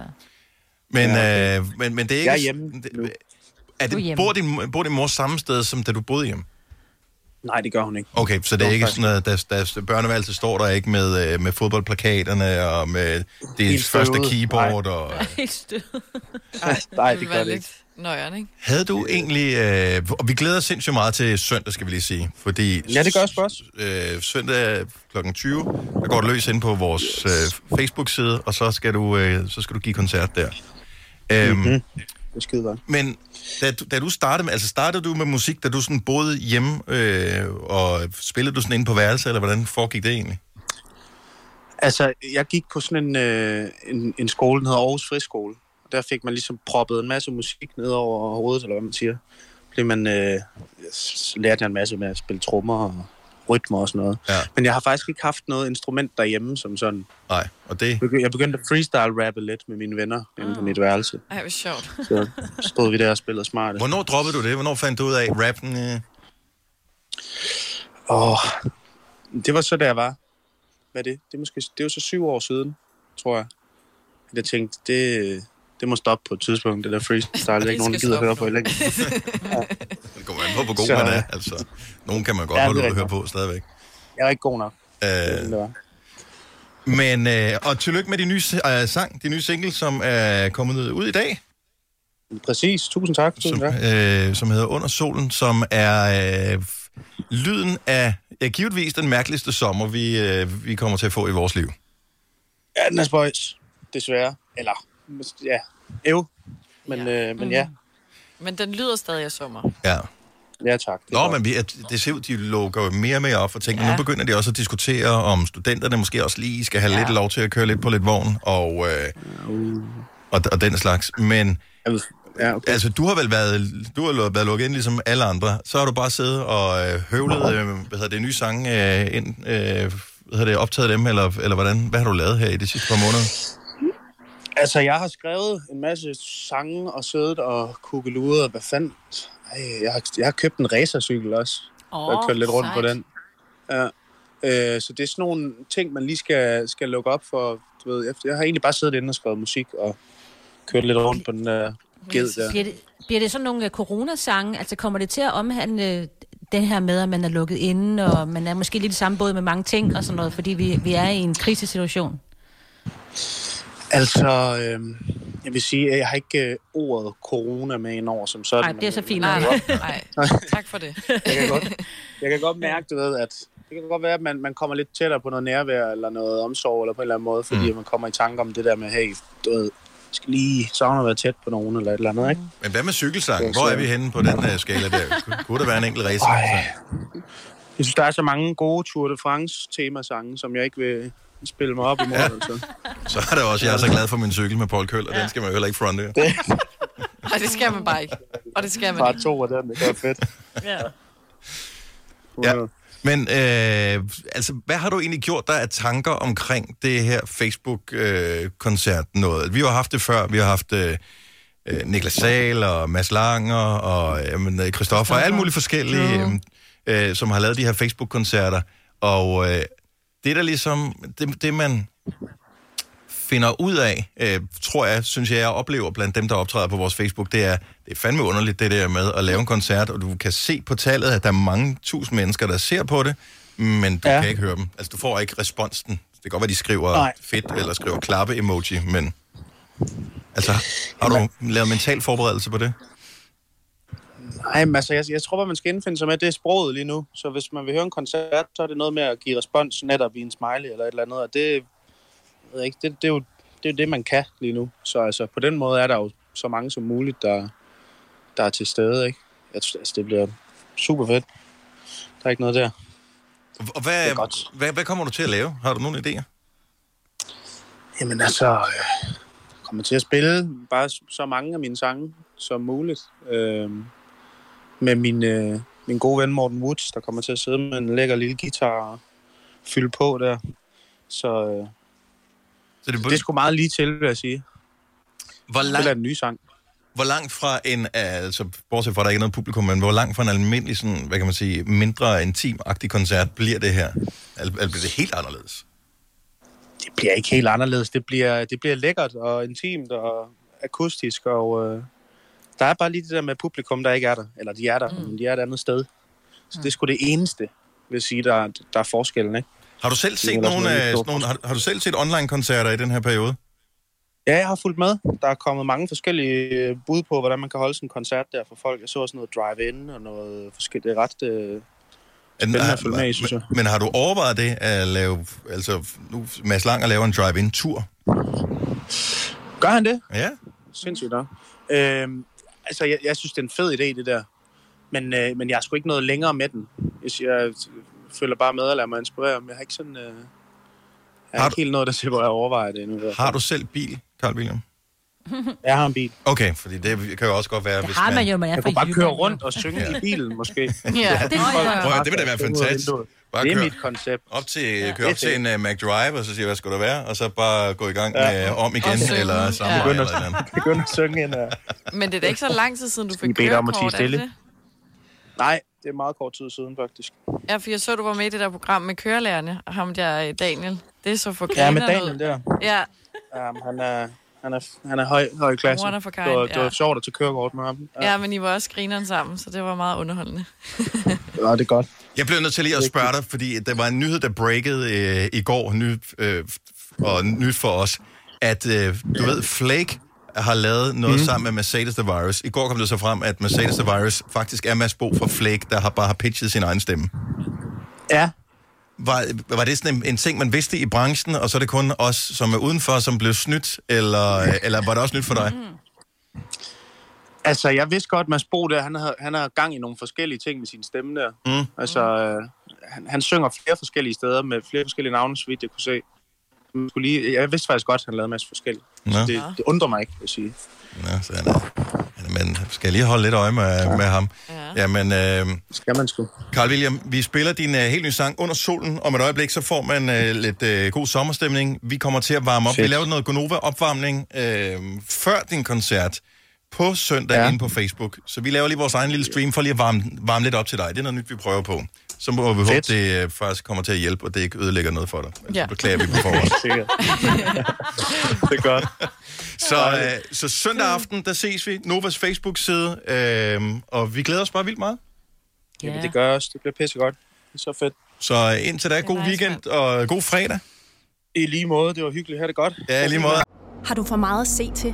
Speaker 1: Men, ja, øh, men, men det er ikke...
Speaker 15: Jeg er hjemme
Speaker 1: det, er
Speaker 15: Du er
Speaker 1: det,
Speaker 15: hjemme.
Speaker 1: bor, din, bor din mor samme sted, som da du boede hjemme?
Speaker 15: Nej, det gør hun ikke.
Speaker 1: Okay, så det er ikke sådan, at deres, deres børneværelse står der ikke med, øh, med fodboldplakaterne og med det
Speaker 15: Helt
Speaker 1: første
Speaker 15: støvet.
Speaker 1: keyboard. Og...
Speaker 3: Helt stød.
Speaker 15: Nej,
Speaker 3: ville
Speaker 15: det
Speaker 3: være
Speaker 15: gør det
Speaker 3: lidt Nøjeren, ikke?
Speaker 1: Havde du egentlig... Øh, og vi glæder os sindssygt meget til søndag, skal vi lige sige. Fordi
Speaker 15: Ja, det gør os også.
Speaker 1: øh, søndag kl. 20, der går det løs ind på vores øh, Facebook-side, og så skal, du, øh, så skal du give koncert der. Øhm,
Speaker 15: Mhm. Det er skide godt.
Speaker 1: Men da, du- da du startede, med- altså startede du med musik, da du sådan boede hjemme, øh, og spillede du sådan inde på værelset, eller hvordan foregik det egentlig?
Speaker 15: Altså, jeg gik på sådan en, øh, en, en skole, den hedder Aarhus Friskole. Og der fik man ligesom proppet en masse musik ned over hovedet, eller hvad man siger. Blev man, øh, s- lærte jeg en masse med at spille trommer og rytmer og sådan noget.
Speaker 1: Ja.
Speaker 15: Men jeg har faktisk ikke haft noget instrument derhjemme som sådan.
Speaker 1: Nej, og det... Ah.
Speaker 15: Jeg begyndte at freestyle-rappe lidt med mine venner inde på mit værelse.
Speaker 3: Ej, hvor sjovt.
Speaker 15: Så stod vi der og spillede smart.
Speaker 1: Hvornår droppede du det? Hvornår fandt du ud af rappen? Øh?
Speaker 15: Åh, det var så, da jeg var. Hvad er det? Det er, måske, det er jo så syv år siden, tror jeg. At jeg tænkte, det, det må stoppe på et tidspunkt, det der freestyle. <laughs> Det er ikke nogen, der gider høre på i længden. <laughs>
Speaker 1: Det kommer an på, hvor god
Speaker 15: Så-
Speaker 1: man er. Altså, nogen kan man godt
Speaker 15: Ja,
Speaker 1: ja,
Speaker 15: det er
Speaker 1: holde ud at
Speaker 15: rigtigt
Speaker 1: høre på stadigvæk.
Speaker 15: Jeg er ikke god nok.
Speaker 1: Øh, men, øh, og tillykke med din nye øh, sang, din nye single, som er kommet ud i dag.
Speaker 15: Præcis, tusind tak.
Speaker 1: Som, øh, som hedder Under Solen, som er øh, lyden af ja, givetvis den mærkeligste sommer, vi, øh, vi kommer til at få i vores liv.
Speaker 15: Ja, den er spøjs, desværre. Eller, mås- ja, ev. Men ja, øh, men ja.
Speaker 3: Men den lyder stadig af
Speaker 15: <laughs>
Speaker 3: sommer.
Speaker 1: Ja.
Speaker 15: Ja, tak.
Speaker 1: Nå, men vi, at- det ser ud, de lukker jo mere og mere op for ting. Ja. Nu begynder de også at diskutere, om studenterne måske også lige skal have ja. lidt lov til at køre lidt på lidt vogn og, øh, og, og den slags. Men
Speaker 15: ja, okay.
Speaker 1: altså, du har vel været, du har lu- været lukket ind ligesom alle andre. Så har du bare siddet og øh, høvlet øh, hvad hedder det, nye sange øh, ind, øh, hvad hedder det, optaget dem, eller, eller hvordan? Hvad har du lavet her i de sidste par måneder?
Speaker 15: Altså, jeg har skrevet en masse sange og siddet og kukkeluret og hvad fanden. Ej, jeg, har, jeg har købt en racercykel også.
Speaker 16: Åh,
Speaker 15: Oh, jeg har kørt lidt rundt på
Speaker 16: sejt.
Speaker 15: den. Ja. Øh, så det er sådan nogle ting, man lige skal, skal lukke op for. Du ved, jeg, jeg har egentlig bare siddet inde og skrevet musik og kørt lidt rundt på den der ged der.
Speaker 6: Bliver det, bliver det sådan nogle øh, coronasange? Altså kommer det til at omhandle den her med, at man er lukket inde, og man er måske lidt i samme båd med mange ting og sådan noget, fordi vi, vi er i en krisesituation?
Speaker 15: Altså, øh, jeg vil sige, at jeg har ikke øh, ordet corona med ind over som sådan.
Speaker 6: Nej, det er
Speaker 15: men- øh,
Speaker 6: så fint.
Speaker 15: men-
Speaker 6: nok. <laughs>
Speaker 3: Tak for det.
Speaker 15: jeg kan godt, jeg kan godt mærke, du ved, at det kan godt være, at man, man kommer lidt tættere på noget nærvær eller noget omsorg eller på en eller anden måde, fordi mm. man kommer i tanke om det der med, hey, du ved, jeg skal lige savne at være tæt på nogen eller et eller andet, ikke?
Speaker 1: Men hvad med cykelsangen? Hvor er vi henne på den uh, skala der? Kunne- Kunne der være en enkelt racer?
Speaker 15: Jeg synes, der er så mange gode Tour de France temasange, som jeg ikke vil spille mig op imod.
Speaker 1: Ja.
Speaker 15: Ja. Altså.
Speaker 1: Så er det også, jeg er så glad for min cykel med Paul Køller. Den skal man jo heller ikke fronte.
Speaker 3: Nej, det skal man bare ikke. Og det skal man
Speaker 15: Bare
Speaker 3: ikke.
Speaker 15: to af dem, det gør fedt.
Speaker 3: Ja.
Speaker 1: Ja. Men øh, altså, hvad har du egentlig gjort dig af tanker omkring det her Facebook-koncert øh, noget? Vi har haft det før. Vi har haft øh, øh, Niklas Sahl og Mads Langer og jamen, øh, Christoffer og alle mulige forskellige, øh, øh, som har lavet de her Facebook-koncerter. Og øh, det, der ligesom, det, det man finder ud af, øh, tror jeg, synes jeg, jeg oplever blandt dem, der optræder på vores Facebook, det er, det er fandme underligt, det der med at lave en koncert, og du kan se på tallet, at der er mange tusind mennesker, der ser på det, men du ja. kan ikke høre dem. Altså, du får ikke responsen. Det kan godt være, de skriver Nej.
Speaker 15: Nej.
Speaker 1: fedt, eller skriver klappe-emoji, men... Altså, har du lavet mental forberedelse på det?
Speaker 15: Nej, men altså, jeg, jeg tror bare, man skal indfinde sig med, at det er sproget lige nu. Så hvis man vil høre en koncert, så er det noget med at give respons netop i en smiley eller et eller andet. Og det, jeg ved ikke, det, det, er, jo, det er jo det, man kan lige nu. Så altså, på den måde er der jo så mange som muligt, der, der er til stede. Ikke? Jeg, tror, altså, det bliver super fedt. Der er ikke noget der.
Speaker 1: Og hvad, hvad, hvad kommer du til at lave? Har du nogle idéer?
Speaker 15: Jamen altså, øh, jeg kommer til at spille bare s- så mange af mine sange som muligt. Øh, med min, øh, min gode ven Morten Woods, der kommer til at sidde med en lækker lille guitar og fylde på der. Så, øh,
Speaker 1: så det,
Speaker 15: det er sgu meget lige til, vil jeg sige.
Speaker 1: Hvor
Speaker 15: lang... Spiller en ny sang.
Speaker 1: Hvor langt fra en, altså bortset fra, at der ikke er noget publikum, men hvor langt fra en almindelig, sådan, hvad kan man sige, mindre intim-agtig koncert bliver det her? Eller eller bliver det helt anderledes?
Speaker 15: Det bliver ikke helt anderledes. Det bliver, det bliver lækkert og intimt og akustisk. Og øh, der er bare lige det der med publikum, der ikke er der. Eller de er der, mm. men de er et andet sted. Så
Speaker 1: Mm.
Speaker 15: det er sgu det eneste, vil jeg sige, der, der er forskellen. Ikke?
Speaker 1: Har du selv
Speaker 15: Det er
Speaker 1: set
Speaker 15: ellers
Speaker 1: nogle,
Speaker 15: noget, vi
Speaker 1: af,
Speaker 15: står
Speaker 1: sådan nogle har, har, du selv set online-koncerter i den her periode?
Speaker 15: Ja, jeg har fulgt med. Der er kommet mange forskellige øh, bud på, hvordan man kan holde sådan en koncert der for folk. Jeg så også noget drive-in og noget forskelligt. Det er ret øh, spændende at følge med i, synes jeg.
Speaker 1: men, men har du overvejet det at lave, altså nu Mads Langer laver en drive-in-tur?
Speaker 15: Gør han det?
Speaker 1: Ja.
Speaker 15: Sindssygt nok. Øhm, altså, jeg, jeg synes, det er en fed idé, det der. Men, øh, men jeg har sgu ikke noget længere med den. Jeg, siger, jeg følger bare med og lader mig inspirere, men jeg har ikke sådan... Øh, jeg har, ikke helt noget, der siger, hvor jeg overvejer det endnu. i hvert fald.
Speaker 1: Har du selv bil, Carl William?
Speaker 15: <laughs> Jeg har en bil.
Speaker 1: Okay, fordi det kan jo også godt være, det hvis
Speaker 6: har man jo, man er
Speaker 15: Jeg
Speaker 6: fra
Speaker 15: kunne bare køre
Speaker 6: Jylland, jo.
Speaker 15: rundt og synge i <laughs> bilen,
Speaker 6: <laughs>
Speaker 15: måske.
Speaker 1: Ja, det,
Speaker 15: Folk-
Speaker 1: Prøv, at- det vil da være fantastisk. Bare
Speaker 15: Det er
Speaker 1: kør
Speaker 15: mit koncept.
Speaker 1: Op til,
Speaker 15: Ja.
Speaker 1: ja, køre op til en uh, McDrive, og så siger, hvad skal der være? Og så bare gå i gang ja. med uh, om igen,
Speaker 3: Og synge.
Speaker 1: eller
Speaker 3: Ja.
Speaker 1: samme ja.
Speaker 15: Begynder-
Speaker 1: eller et eller andet.
Speaker 15: Begynde at synge ind og...
Speaker 3: Men det er da ikke så lang tid siden, du
Speaker 15: I
Speaker 3: fik
Speaker 15: beder om at
Speaker 3: kørekort,
Speaker 15: tie
Speaker 3: er det
Speaker 15: stille.
Speaker 3: det?
Speaker 15: Nej, det er meget kort tid siden, faktisk.
Speaker 3: Ja, for jeg så, du var med i det der program med kørelærerne, og ham der øh, Daniel. Det er så for
Speaker 15: Ja, med
Speaker 3: grineren
Speaker 15: Daniel
Speaker 3: ud.
Speaker 15: der.
Speaker 3: Ja,
Speaker 15: Um, han er... Han er, han er høj, høj i klassen.
Speaker 3: One of a
Speaker 15: det var,
Speaker 3: kind,
Speaker 15: det var
Speaker 3: ja.
Speaker 15: sjovt at tage kørekort med ham.
Speaker 3: ja, men I var også grineren sammen, så det var meget underholdende.
Speaker 15: Ja, det er godt.
Speaker 1: Jeg blev nødt til lige at spørge dig, fordi der var en nyhed, der breakede øh, i går, ny, øh, og nyt for os, at øh, du ved, Flake har lavet noget
Speaker 15: Mhm.
Speaker 1: mm. sammen med Mercedes The Virus. I går kom det så frem, at Mercedes The Virus faktisk er Mads Bo fra Flake, der har bare har pitchet sin egen stemme.
Speaker 15: Ja.
Speaker 1: Var, var det sådan en, en ting, man vidste i branchen, og så er det kun os, som er udenfor, som blev snydt, eller, eller var det også nyt for dig?
Speaker 15: Mhm. Altså, jeg vidste godt, at Mads Bo der, han har, han har gang i nogle forskellige ting med sin stemme der.
Speaker 1: Mm.
Speaker 15: Altså, øh, han, han synger flere forskellige steder med flere forskellige navne, så vidt jeg kunne se. Man skulle Lige, jeg vidste faktisk godt, at han lavede en masse forskellige.
Speaker 1: Nå.
Speaker 15: Så det, det undrer mig ikke, vil jeg sige.
Speaker 1: Ja, så han er, han er mand. Skal jeg lige holde lidt øje med, ja. med ham? Ja. Jamen, øh,
Speaker 15: Skal man sgu.
Speaker 1: Carl William, vi spiller din øh, helt nye sang Under solen. Om et øjeblik, så får man øh, lidt øh, god sommerstemning. Vi kommer til at varme op. Shit.
Speaker 15: Fedt.
Speaker 1: Vi laver noget Gonova-opvarmning øh, før din koncert på søndag ja. inde på Facebook. Så vi laver lige vores egen lille stream for lige at varme, varme lidt op til dig. Det er noget nyt, vi prøver på. Så må vi håbe,
Speaker 15: Fedt.
Speaker 1: det øh, faktisk kommer til at hjælpe, og det ikke ødelægger noget for dig. Altså,
Speaker 15: Ja.
Speaker 1: ja. beklager vi på forhånd.
Speaker 15: <laughs> Sikkert.
Speaker 3: Mm.
Speaker 15: det er godt.
Speaker 1: <laughs> Så, øh, så søndag aften, der ses vi. Novas Facebook-side. Øh, og vi glæder os bare vildt meget.
Speaker 15: Ja. Jamen, det gør også. Det bliver pissegodt. Det er så fedt.
Speaker 1: Så øh, indtil da, god weekend og god fredag.
Speaker 15: I lige måde. Det var hyggeligt. Ha' det godt.
Speaker 1: Ja, i lige måde.
Speaker 16: Har du for meget at se til?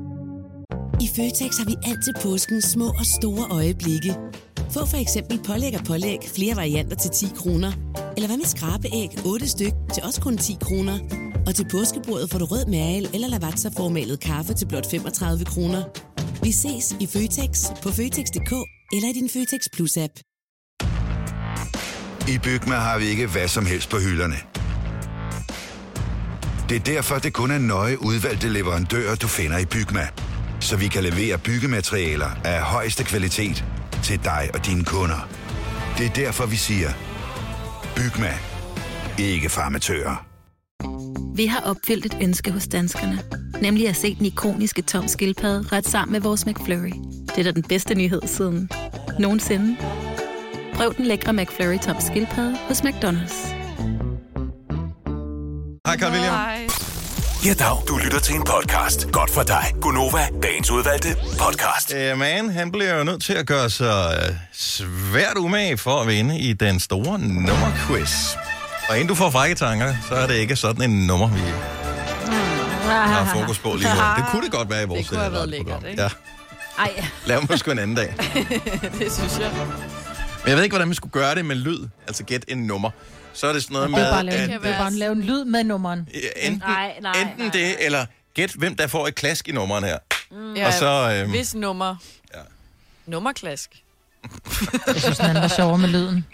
Speaker 17: I Føtex har vi altid påsken små og store øjeblikke. Få for eksempel pålæg og pålæg flere varianter til 10 kroner. Eller hvad med skrabeæg 8 styk til også kun 10 kroner. Og til påskebordet får du rød mal eller lavatserformalet kaffe til blot 35 kroner. Vi ses i Føtex på Føtex.dk eller i din Føtex Plus-app.
Speaker 18: I Bygma har vi ikke hvad som helst på hylderne. Det er derfor, det kun er nøje udvalgte leverandører, du finder i Bygma. Så vi kan levere byggematerialer af højeste kvalitet til dig og dine kunder. Det er derfor, vi siger, Bygma. Ikke farmatører.
Speaker 19: Vi har opfyldt et ønske hos danskerne. Nemlig at se den ikoniske tom skildpadde ret sammen med vores McFlurry. Det er da den bedste nyhed siden nogensinde. Prøv den lækre McFlurry tom skildpadde hos McDonald's.
Speaker 1: Hej, Carl William.
Speaker 5: Ja, dag. Du lytter til en podcast. Godt for dig. Gunova, dagens udvalgte podcast.
Speaker 1: Øh, man, han bliver jo nødt til at gøre sig øh, svært umage for at vinde i den store nummerquiz. Og inden du får frække tanker, så er det ikke sådan en nummer,
Speaker 3: Ah,
Speaker 1: vi har fokus på
Speaker 3: <laughs>
Speaker 1: lige nu. Det kunne det godt være i vores
Speaker 3: Det kunne have
Speaker 1: øh,
Speaker 3: været
Speaker 1: radioprogram.
Speaker 3: lækkert, ikke?
Speaker 1: Ja,
Speaker 3: Ej,
Speaker 1: lav mig sgu en anden dag.
Speaker 3: <laughs> det synes jeg.
Speaker 1: Men jeg ved ikke, hvordan man skulle gøre det med lyd. Altså gæt en nummer. Så er det sådan noget
Speaker 7: Det
Speaker 1: med...
Speaker 7: er bare at lave,
Speaker 1: at,
Speaker 7: en, det er bare at lave en lyd med nummeren.
Speaker 1: øh, enten,
Speaker 7: Nej, nej, Mm.
Speaker 1: enten det, eller gæt, hvem der får et klask i nummeren her.
Speaker 3: Ja,
Speaker 1: Og så, øhm,
Speaker 3: Hvis nummer. Ja. Nummerklask.
Speaker 7: Jeg synes, den var sjovere med lyden.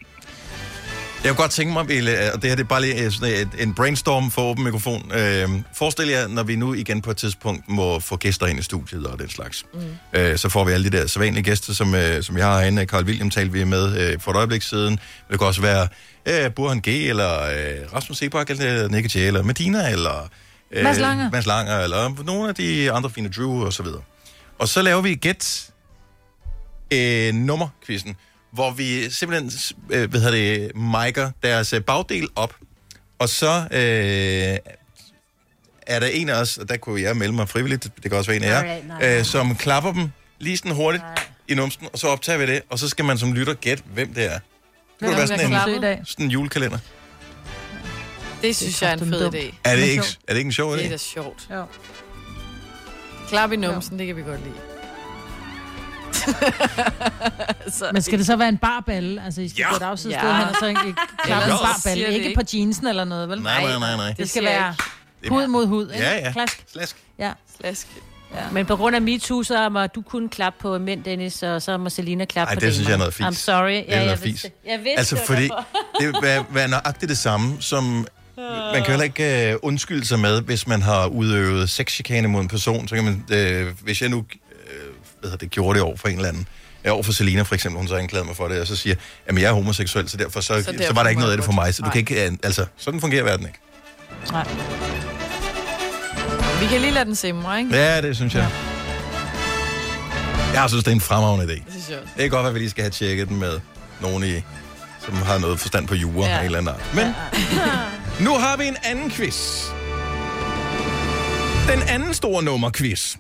Speaker 1: Jeg kunne godt tænke mig, Ville, og det her det er bare lige øh, sådan et, en brainstorm for åben mikrofon. Øh, forestil jer, når vi nu igen på et tidspunkt må få gæster ind i studiet og den slags. Mm. Øh, så får vi alle de der sædvanlige gæster, som, øh, som jeg har herinde. Carl William talte vi med øh, for et øjeblik siden. Det kan også være øh, Burhan G., eller øh, Rasmus Sebak, eller Nicky J., eller Medina, eller... øh,
Speaker 7: Mads Langer.
Speaker 1: Mads Langer, eller nogle af de andre fine Drew, og så videre. Og så laver vi gæt øh, nummerquizzen, hvor vi simpelthen øh, hvad hedder det, micer deres øh, bagdel op, og så øh, er der en af os, og der kunne jeg melde mig frivilligt, det kan også være en af jer,
Speaker 20: Alright, nej.
Speaker 1: øh, som klapper dem lige sådan hurtigt i numsen, og så optager vi det, og så skal man som lytter gætte, hvem det er. Det
Speaker 3: Hvem
Speaker 1: kunne være
Speaker 3: der
Speaker 1: sådan
Speaker 3: klappede?
Speaker 1: en, sådan en julekalender.
Speaker 3: Det synes jeg er en fed idé.
Speaker 1: Er det, ikke, er det ikke en sjov
Speaker 3: Det er
Speaker 1: idé?
Speaker 3: da sjovt. Jo. Klap i numsen, det kan vi godt lide. så,
Speaker 7: Men skal det så være en barballe? Altså, I skal ja. gå et afsides
Speaker 3: Ja.
Speaker 7: sted hen, og så <laughs> ikke ikke klappe en
Speaker 1: Ellers
Speaker 7: barballe. Ikke,
Speaker 1: siger det
Speaker 7: ikke på jeansen eller noget, vel?
Speaker 1: Nej, nej, nej, nej.
Speaker 7: Det
Speaker 1: Det
Speaker 7: skal
Speaker 1: siger jeg
Speaker 7: være
Speaker 1: ikke.
Speaker 7: hud mod hud, ikke?
Speaker 1: Ja, ja.
Speaker 7: Klask.
Speaker 1: Slask.
Speaker 7: Ja.
Speaker 3: Slask.
Speaker 7: Ja.
Speaker 6: Men på grund af MeToo, så må du kun klappe på mænd, Dennis, og så må Selina klappe
Speaker 1: Ej,
Speaker 6: på
Speaker 1: det synes jeg er noget fis.
Speaker 6: fint. I'm sorry.
Speaker 1: Det er noget
Speaker 6: jeg
Speaker 1: fis.
Speaker 6: vidste, jeg vidste
Speaker 1: altså,
Speaker 6: det var
Speaker 1: fordi
Speaker 6: derfor.
Speaker 1: det vil være, være nøjagtigt det samme, som Man kan heller ikke øh, undskylde sig med, hvis man har udøvet sexchikane mod en person, så kan man, øh, hvis jeg nu øh, hvad hedder det, gjorde det over for en eller anden, øh, over for Selina for eksempel, hun så anklagede mig for det, og så siger, at jeg er homoseksuel, så derfor, så, så,
Speaker 3: Så
Speaker 1: derfor
Speaker 3: derfor
Speaker 1: så var der ikke
Speaker 3: må
Speaker 1: noget af
Speaker 3: jeg
Speaker 1: det for mig, så du
Speaker 3: godt.
Speaker 1: kan ikke, øh, altså, sådan fungerer verden ikke.
Speaker 7: Nej.
Speaker 3: Vi kan lige lade den simre, ikke?
Speaker 1: Ja, det synes jeg. Jeg synes, det er en fremragende idé.
Speaker 3: Det synes jeg også.
Speaker 1: Det kan godt være, at vi lige skal have tjekket den med nogen i, som har noget forstand på jura ja.
Speaker 3: Ja.
Speaker 1: og en eller anden art. Men nu har vi en anden quiz. Den anden store nummer-quiz.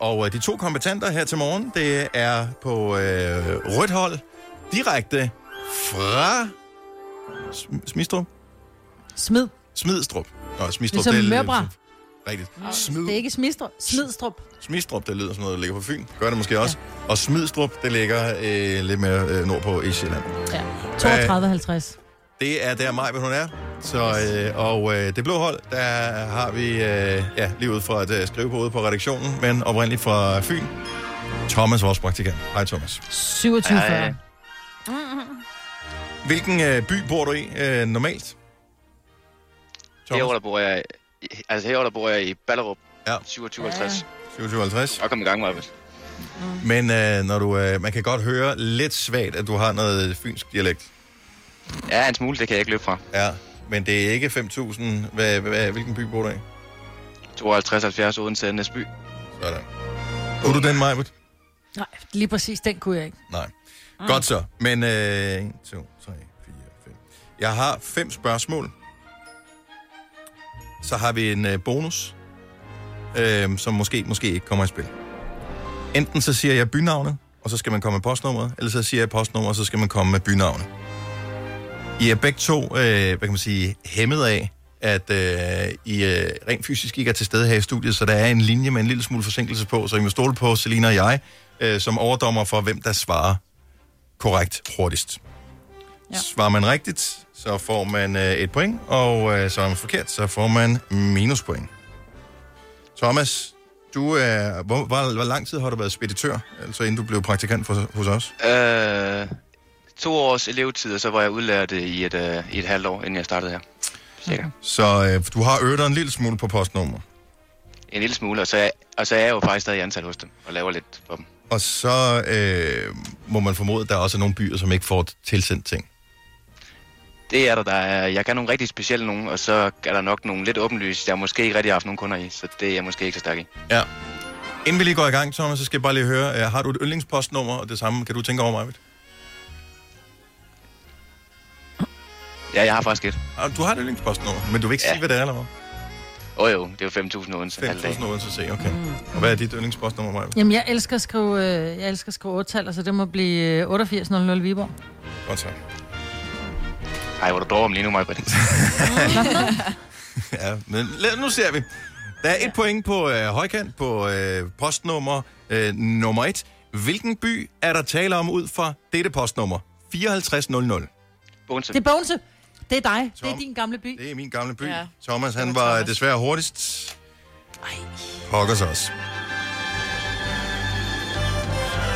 Speaker 1: Og øh, de to kompetenter her til morgen, det er på øh, rødt hold, direkte fra Sm- Smidstrup.
Speaker 7: Smid.
Speaker 1: Smidstrup. Nå, Smidstrup.
Speaker 7: Ligesom
Speaker 1: det er-
Speaker 7: Mørbra.
Speaker 1: Rigtigt.
Speaker 7: Smid. Det er ikke smidstrup. Smidstrup.
Speaker 1: Smidstrup, det lyder som noget, der ligger på Fyn. Gør det måske også. Ja. Og Smidstrup, det ligger øh, lidt mere øh, nordpå i Sjælland.
Speaker 7: Ja. 32,50.
Speaker 1: Det er der Maj, hun er. Så, øh, og øh, det blå hold, der har vi øh, ja, lige ud fra et øh, skrivebord på redaktionen, men oprindeligt fra Fyn. Thomas, vores praktikant. Hej Thomas.
Speaker 7: 27,40.
Speaker 1: Hvilken øh, by bor du i øh, normalt?
Speaker 20: Herover der bor jeg, altså herover der bor jeg i Ballerup.
Speaker 1: Ja.
Speaker 20: 2750.
Speaker 1: 57.
Speaker 20: Og kom i gang, Marvind.
Speaker 1: Men øh, når du, øh, man kan godt høre lidt svagt, at du har noget fynsk dialekt.
Speaker 20: Ja, en smule, det kan jeg ikke løbe fra.
Speaker 1: Ja, men det er ikke 5.000. Hvad, hvad, hvilken by bor du i?
Speaker 20: 52, 70 Odense, Næsby.
Speaker 1: Sådan. Kunne du den, Majbert?
Speaker 7: Nej, lige præcis den kunne jeg ikke.
Speaker 1: Nej. Mm. Godt så. Men øh, 1, 2, 3, 4, 5. Jeg har fem spørgsmål. Så har vi en øh, bonus, øh, som måske, måske ikke kommer i spil. Enten så siger jeg bynavnet, og så skal man komme med postnummeret, eller så siger jeg postnummer, og så skal man komme med bynavnet. I er begge to, øh, hvad kan man sige, hæmmet af, at øh, I øh, rent fysisk ikke er til stede her i studiet, så der er en linje med en lille smule forsinkelse på, så I må stole på Selina og jeg, øh, som overdommer for, hvem der svarer korrekt hurtigst. Ja. Svarer man rigtigt, så får man øh, et point, og øh, svarer man forkert, så får man minuspoint. Thomas, du er, hvor, hvor, hvor lang tid har du været speditør, altså inden du blev praktikant for, hos os?
Speaker 20: Øh, to års elevtid, og så var jeg udlært øh, i et, øh, i et halvt år, inden jeg startede her.
Speaker 1: Så øh, du har øvet dig en lille smule på postnummer.
Speaker 20: En lille smule, og så, er, og så er jeg jo faktisk stadig ansat hos dem, og laver lidt for dem.
Speaker 1: Og så øh, må man formode, at der også er nogle byer, som ikke får tilsendt ting.
Speaker 20: Det er der, der er, jeg kan nogle rigtig specielle nogen, og så er der nok nogle lidt åbenlyse, jeg måske ikke rigtig har haft nogen kunder i, så det er jeg måske ikke så stærk i.
Speaker 1: Ja. Inden vi lige går i gang, Thomas, så skal jeg bare lige høre, øh, har du et yndlingspostnummer, og det samme kan du tænke over, Marvitt?
Speaker 20: Ja, jeg har faktisk et.
Speaker 1: Ah, Du har et yndlingspostnummer, men du vil ikke ja. sige, hvad det er, eller hvad?
Speaker 20: Åh oh, jo, det er jo 5.000 Odense.
Speaker 1: 5.000 Odense, se, okay. Mm. Og hvad er dit yndlingspostnummer, Maja?
Speaker 7: Jamen, jeg elsker at skrive, øh, jeg elsker at skrive 8 så det må blive øh, 8800
Speaker 1: <laughs>
Speaker 7: Viborg.
Speaker 1: Godt så.
Speaker 20: Ej, hvor er du dårlig lige nu, Maja.
Speaker 1: <laughs> ja, men lad, nu ser vi. Der er et ja. point på øh, højkant på øh, postnummer øh, nummer 1. Hvilken by er der tale om ud fra dette postnummer? 5400.
Speaker 20: Bonse.
Speaker 7: Det er Bonse. Det er dig. Det er din gamle by.
Speaker 1: Det er min gamle by.
Speaker 7: Ja.
Speaker 1: Thomas, han var Thomas. desværre hurtigst. Ej. Pokkers os.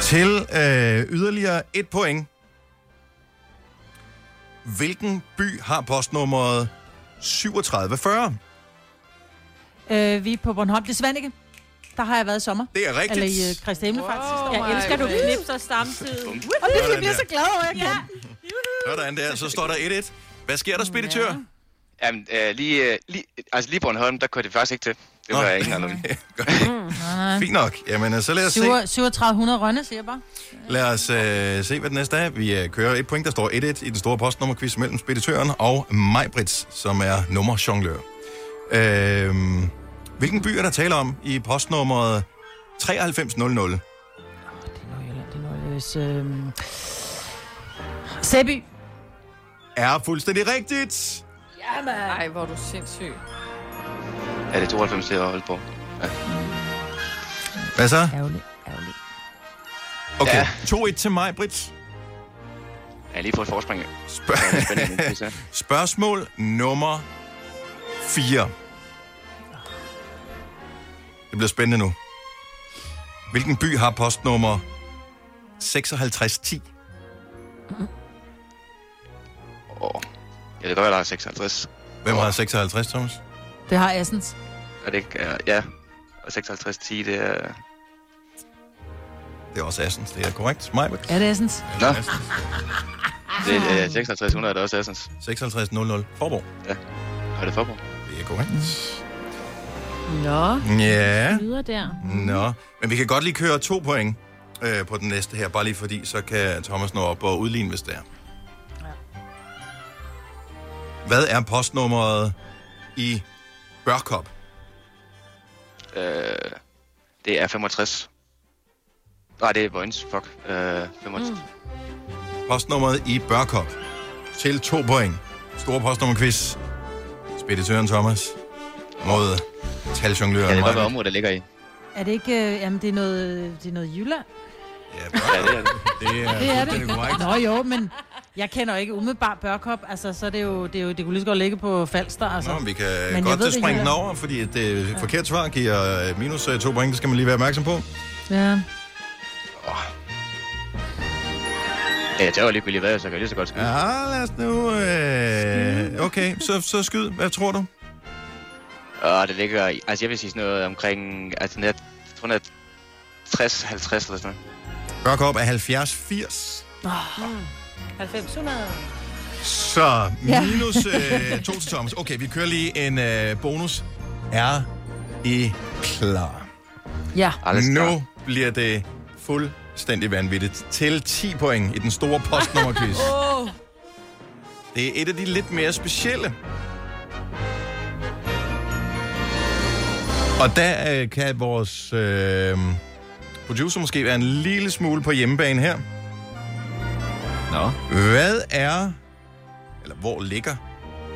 Speaker 1: Til øh, yderligere et point. Hvilken by har postnummeret 3740?
Speaker 7: Øh, vi er på Bornholm. Det er Svanike. Der har jeg været i sommer.
Speaker 1: Det er rigtigt.
Speaker 7: Eller i øh, Christi Himmel, faktisk.
Speaker 6: Jeg elsker, du knipser samtidig.
Speaker 7: Og det
Speaker 1: Sådan
Speaker 7: jeg bliver
Speaker 1: der.
Speaker 7: så glad over, jeg ja.
Speaker 1: Sådan der, så står der 1-1. Hvad sker der, speditør?
Speaker 20: Jamen, øh, lige, øh, lige, altså lige Bornholm, der kørte det faktisk ikke til. Det var jeg ikke
Speaker 1: <laughs>
Speaker 20: engang nok.
Speaker 1: Fint nok. Jamen, øh, så lad os se.
Speaker 7: 3700 Mm. Rønne, siger jeg bare.
Speaker 1: Lad os øh, se, hvad det næste er. Vi øh, kører et point, der står 1-1 i den store postnummerquiz mellem speditøren og Majbrits, som er nummerjonglør. Øh, hvilken by er der tale om i postnummeret 9300?
Speaker 7: Hvis, øh... Sæby.
Speaker 1: Er fuldstændig rigtigt!
Speaker 7: Jamen.
Speaker 3: Ej, hvor er du sindssyg.
Speaker 20: Ja, det er 92, det er Aalborg.
Speaker 1: Hvad så?
Speaker 7: Ærgerligt,
Speaker 20: ærgerligt.
Speaker 1: Okay, ja. 2-1 til Majbrits.
Speaker 20: Ja, lige på et forspring. ja.
Speaker 1: Spørg- <laughs> Spørgsmål nummer 4. Det bliver spændende nu. Hvilken by har postnummer 5610?
Speaker 20: Ja, det kan godt være, der er 56.
Speaker 1: Hvem har 56, Thomas?
Speaker 7: Det har Assens.
Speaker 20: Er det ikke? øh, ja. Og 56-10, det er...
Speaker 1: Det er også Assens, det er korrekt. Majbert?
Speaker 7: Er det Essens?
Speaker 20: Nå. Det er øh, 5600 er det også Assens.
Speaker 1: 5600 Forborg.
Speaker 20: Ja. Er det Forborg?
Speaker 1: Det er korrekt.
Speaker 6: Nå.
Speaker 1: Ja.
Speaker 6: Lyder der.
Speaker 1: Nå, men vi kan godt lige køre to point øh, på den næste her, bare lige fordi, så kan Thomas nå op og udligne, hvis det er. Hvad er postnummeret i Børkop?
Speaker 20: Øh, det er 65. Nej, det er Vojens. Fuck. Øh, 65. Mm.
Speaker 1: Postnummeret i Børkop. Til to point. Store postnummerquiz. Speditøren Thomas mod taljongløren.
Speaker 20: Ja, det er godt,
Speaker 1: Majbert.
Speaker 20: hvad området det ligger i.
Speaker 7: Er det ikke... Øh, jamen, det er noget, det er noget Jylland.
Speaker 20: Ja, det er det.
Speaker 1: <laughs> Det
Speaker 7: Ja, det er det. Nå jo, men jeg kender jo ikke umiddelbart Børkop. Altså, så er det jo... Det, er jo, det kunne lige så godt ligge på Falster, altså.
Speaker 1: Nå, men vi kan
Speaker 7: jeg
Speaker 1: men godt
Speaker 7: ved det
Speaker 1: springe den
Speaker 7: ikke.
Speaker 1: over, fordi et øh, forkert svar giver øh, minus øh, to point. Det skal man lige være opmærksom på.
Speaker 7: Ja.
Speaker 20: Ja, det var ligegyldigt hvad, så kan jeg lige så godt skyde.
Speaker 1: Ja, lad os nu... Øh, okay, så, så skyd. Hvad tror du?
Speaker 20: Og det ligger... i- Altså, jeg vil sige sådan noget omkring... Altså, net, jeg tror, den er 60-50 eller sådan noget.
Speaker 1: Børkop er 70-80.
Speaker 6: Oh.
Speaker 7: Mm.
Speaker 6: 900.
Speaker 1: Så
Speaker 6: Ja.
Speaker 1: minus øh, to til Thomas. Okay, vi kører lige en øh, bonus. Er I klar?
Speaker 7: Ja.
Speaker 1: Nu bliver det fuldstændig vanvittigt. Til 10 point i den store <laughs> postnummerquiz.
Speaker 7: Åh.
Speaker 1: Det er et af de lidt mere specielle. Og der øh, kan vores øh, producer måske være en lille smule på hjemmebane her. Nå. Hvad er, eller hvor ligger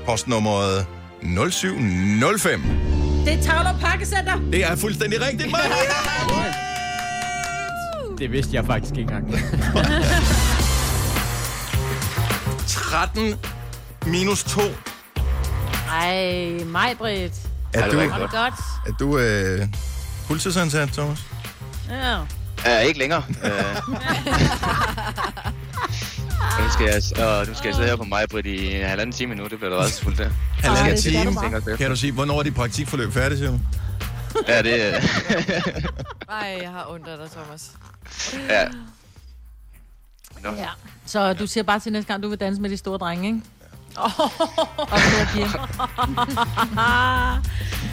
Speaker 1: postnummeret 0705?
Speaker 7: Det er Tavler Pakkecenter.
Speaker 1: Det er fuldstændig rigtigt, Maja!
Speaker 4: Det vidste jeg faktisk ikke
Speaker 1: <laughs>
Speaker 4: engang.
Speaker 1: 13 minus 2.
Speaker 6: Ej, mig, Britt.
Speaker 1: Er du-
Speaker 6: Har det godt?
Speaker 1: Er du øh, fuldtidsansat, Thomas?
Speaker 6: Ja.
Speaker 20: Ja, ikke længere. Øh, nu, skal jeg, og nu skal jeg sidde her på mig, Britt, i en halvanden time nu. Det bliver da også
Speaker 1: <laughs>
Speaker 20: fuldt der.
Speaker 1: Halvanden
Speaker 20: Skal jeg tænke
Speaker 1: time.
Speaker 20: os det?
Speaker 1: Kan du sige, hvornår er dit praktikforløb færdigt, siger du?
Speaker 20: Ja, det er...
Speaker 3: Ej, jeg har ondt af dig, Thomas.
Speaker 20: Ja. Nå.
Speaker 7: <laughs> Ja. Så du siger bare til næste gang, du vil danse med de store drenge, ikke? Oh. Og store
Speaker 1: <laughs>
Speaker 7: piger.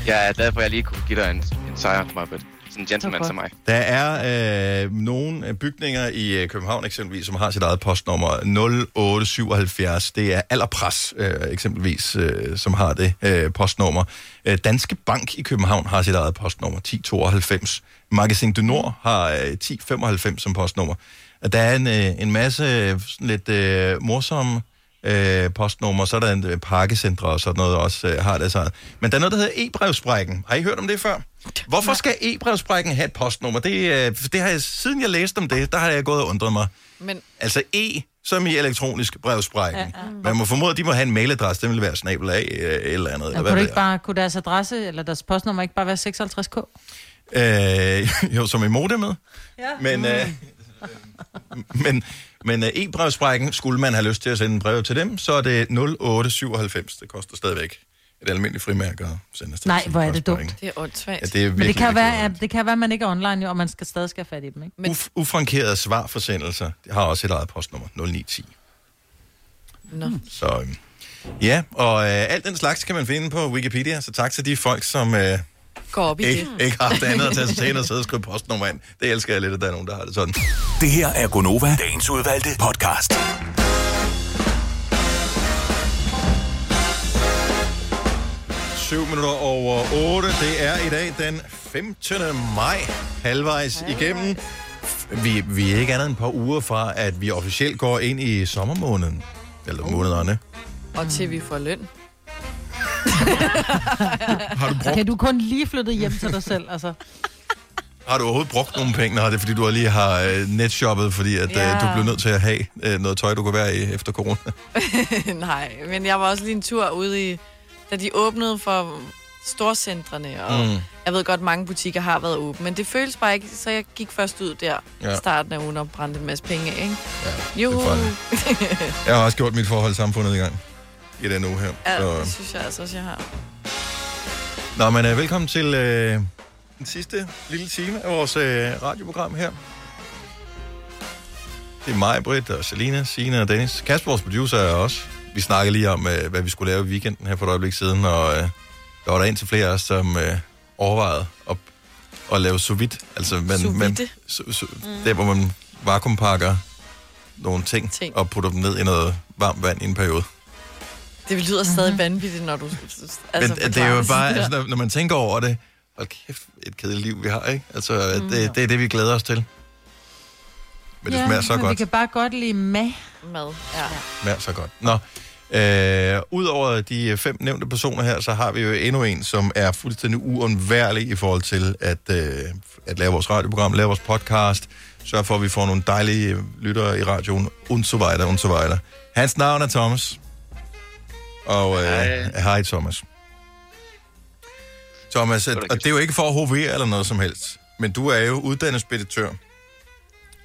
Speaker 20: Jeg er glad for, at jeg lige kunne give dig en, en sejr, mig, Britt. Sådan en gentleman som mig.
Speaker 1: Der er øh, nogle øh, bygninger i øh, København eksempelvis, som har sit eget postnummer 0877. Det er Allerpres øh, eksempelvis, øh, som har det øh, postnummer. Øh, Danske Bank i København har sit eget postnummer 1092. Magasin du Nord har øh, 1095 som postnummer. Og der er en, øh, en masse øh, sådan lidt øh, morsomme øh, postnummer, så er der en øh, pakkecentre og sådan noget også øh, har det så. Men der er noget, der hedder e-brevsprækken. Har I hørt om det før? Hvorfor skal e-brevsprækken have et postnummer? Det, øh, det har jeg, siden jeg læste om det, der har jeg gået og undret mig.
Speaker 3: Men
Speaker 1: Altså E, som i elektronisk brevsprækken.
Speaker 7: Ja,
Speaker 1: Ja,
Speaker 7: ja.
Speaker 1: ja. Man må formode, at de må have en mailadresse. Det vil være snabel af øh, eller andet.
Speaker 7: Ja,
Speaker 1: Eller hvad
Speaker 7: kunne, det
Speaker 1: ved
Speaker 7: ikke bare, kunne deres adresse eller deres postnummer ikke bare være 56k?
Speaker 1: jeg. Øh, <laughs> jo, som i modemet.
Speaker 7: Ja.
Speaker 1: Men, øh, <laughs> men, men øh, e-brevsprækken, skulle man have lyst til at sende en brev til dem, så er det 0897. Det koster stadigvæk et almindeligt frimærke at sende afsted.
Speaker 7: Nej, hvor er det dumt.
Speaker 3: det er åndssvagt.
Speaker 1: Ja, det er
Speaker 7: Men det
Speaker 1: virkelig,
Speaker 7: kan, jo
Speaker 1: virkelig
Speaker 7: være, at, det kan være, at man ikke er online, jo, og man skal stadig skal have fat i dem, ikke?
Speaker 1: Men... Uf- ufrankerede svarforsendelser det har også et eget postnummer, 0910.
Speaker 3: Nå.
Speaker 1: Så øhm, ja, og øh, alt den slags kan man finde på Wikipedia, så tak til de folk, som øh,
Speaker 3: Gå op i
Speaker 1: ikke,
Speaker 3: det.
Speaker 1: ikke har haft andet at tage sig til end at sidde og skrive postnummer ind. Det elsker jeg lidt, at der er nogen, der har det sådan.
Speaker 5: Det her er Gonova, dagens udvalgte podcast.
Speaker 1: Syv minutter over 8. Det er i dag den 15. maj, halvvejs igennem. Vi, vi er ikke andet end et par uger fra, at vi officielt går ind i sommermåneden. Eller
Speaker 3: Oh.
Speaker 1: månederne.
Speaker 3: Og til vi får løn.
Speaker 1: <laughs> Har du brugt
Speaker 7: Kan du kun lige flytte hjem til dig selv, altså?
Speaker 1: Har du overhovedet brugt nogle penge? Nej, det er fordi, du lige har øh, netshoppet, fordi at,
Speaker 3: Ja.
Speaker 1: øh, du blev nødt til at have øh, noget tøj, du kunne være i efter corona.
Speaker 3: <laughs> Nej, men jeg var også lige en tur ude i... Da de åbnede for storcentrene, og mm.
Speaker 1: Mm.
Speaker 3: jeg ved godt, mange butikker har været åbne, men det føles bare ikke, så jeg gik først ud der ja.
Speaker 1: Ja.
Speaker 3: starten af ugen og brændte en masse penge af, ikke?
Speaker 1: Ja,
Speaker 3: Juhu.
Speaker 1: Jeg har også gjort mit forhold samfundet i gang. i den uge her.
Speaker 3: <laughs> Ja, det synes jeg altså også, jeg har.
Speaker 1: Nå, men øh, velkommen til øh, den sidste lille time af vores øh, radioprogram her. Det er mig, Britt og Selina, Sina og Dennis. Kasper, vores producer, er også. Vi snakkede lige om, øh, hvad vi skulle lave i weekenden her for et øjeblik siden, og øh, der var der en til flere af os, som øh, overvejede at, at lave sous vide. Altså, man,
Speaker 3: Sous
Speaker 1: man,
Speaker 3: vide.
Speaker 1: su, su,
Speaker 3: Mm.
Speaker 1: der, hvor man vakuumpakker nogle ting, ting, og putter dem ned i noget varmt vand i en periode.
Speaker 3: Det lyder stadig vanvittigt, når du...
Speaker 1: Altså,
Speaker 3: Altså,
Speaker 1: Men det er jo
Speaker 3: forklarer
Speaker 7: <laughs>
Speaker 1: bare,
Speaker 3: sådan
Speaker 1: altså,
Speaker 3: der.
Speaker 1: når, når man tænker over det, hold kæft, et kedeligt liv, vi har, ikke? Altså,
Speaker 7: Mm.
Speaker 1: mm. det, det er det, vi glæder os til. <laughs> Men det smager så
Speaker 7: men vi
Speaker 1: godt.
Speaker 7: kan bare godt lide mad.
Speaker 3: Mad, ja.
Speaker 1: smager så godt. Nå, øh, udover de fem nævnte personer her, så har vi jo endnu en, som er fuldstændig uundværlig i forhold til at, øh, at lave vores radioprogram, lave vores podcast, sørge for, at vi får nogle dejlige lyttere i radioen, und so weiter, und so weiter. Hans navn er Thomas. Og øh, hej Thomas. Thomas, at, og det er jo ikke for at hovere eller noget som helst, men du er jo uddannet speditør.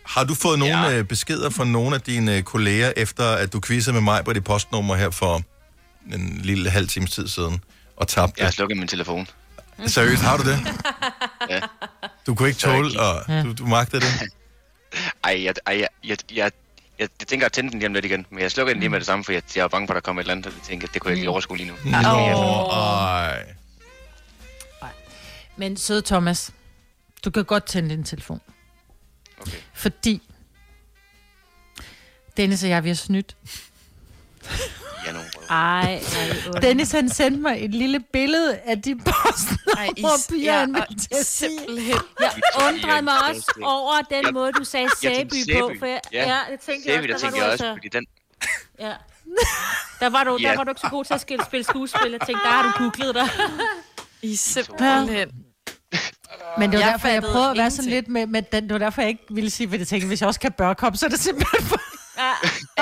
Speaker 1: Har du fået nogle ja. beskeder fra nogle af dine øh, kolleger, efter at du quizzede med mig på dit postnummer her for en lille halv times tid siden, og tabte?
Speaker 20: Jeg har slukket min telefon.
Speaker 1: Seriøst, har du det?
Speaker 20: Ja.
Speaker 1: Du kunne ikke
Speaker 20: Så jeg
Speaker 1: tåle,
Speaker 20: gik.
Speaker 1: og du, du magtede det?
Speaker 20: Ej, jeg, ej, jeg, jeg, jeg, jeg, jeg tænker at tænde den lige om lidt igen, men jeg slukker den lige med det samme, for jeg, jeg er bange for, at der kommer et eller andet, og jeg tænker, det kunne jeg ikke
Speaker 1: Mm.
Speaker 20: lige overskue lige nu.
Speaker 1: Nå, ej.
Speaker 7: Men søde Thomas, du kan godt tænde din telefon. Okay. Fordi Dennis og jeg, vi har snydt.
Speaker 20: Ja, nu.
Speaker 6: Ej,
Speaker 7: Dennis han sendte mig et lille billede af de postnummerpiger, han
Speaker 6: ja,
Speaker 7: ville til at sige.
Speaker 6: Jeg
Speaker 20: Ja,
Speaker 6: undrede mig også
Speaker 20: det-
Speaker 6: over den
Speaker 20: Jeg-
Speaker 6: måde, du sagde
Speaker 20: Jeg
Speaker 6: sæby
Speaker 20: tænkte
Speaker 6: på. For jeg, ja, jeg tænkte
Speaker 20: Sæby, der
Speaker 6: også, der
Speaker 20: tænkte jeg
Speaker 6: var du
Speaker 20: også,
Speaker 6: altså...
Speaker 20: fordi den...
Speaker 6: Ja. Der var, du, der
Speaker 20: Ja.
Speaker 6: var du ikke så god til at skille, spille skuespil. Jeg tænkte, der har du googlet dig.
Speaker 3: I simpelthen.
Speaker 7: Men det var
Speaker 3: Jeg
Speaker 7: derfor, jeg
Speaker 3: fattede
Speaker 7: prøvede at være sådan lidt med, med den. Det var derfor, jeg ikke ville sige, hvad jeg tænkte. Hvis jeg også kan børkop, så er det simpelthen for...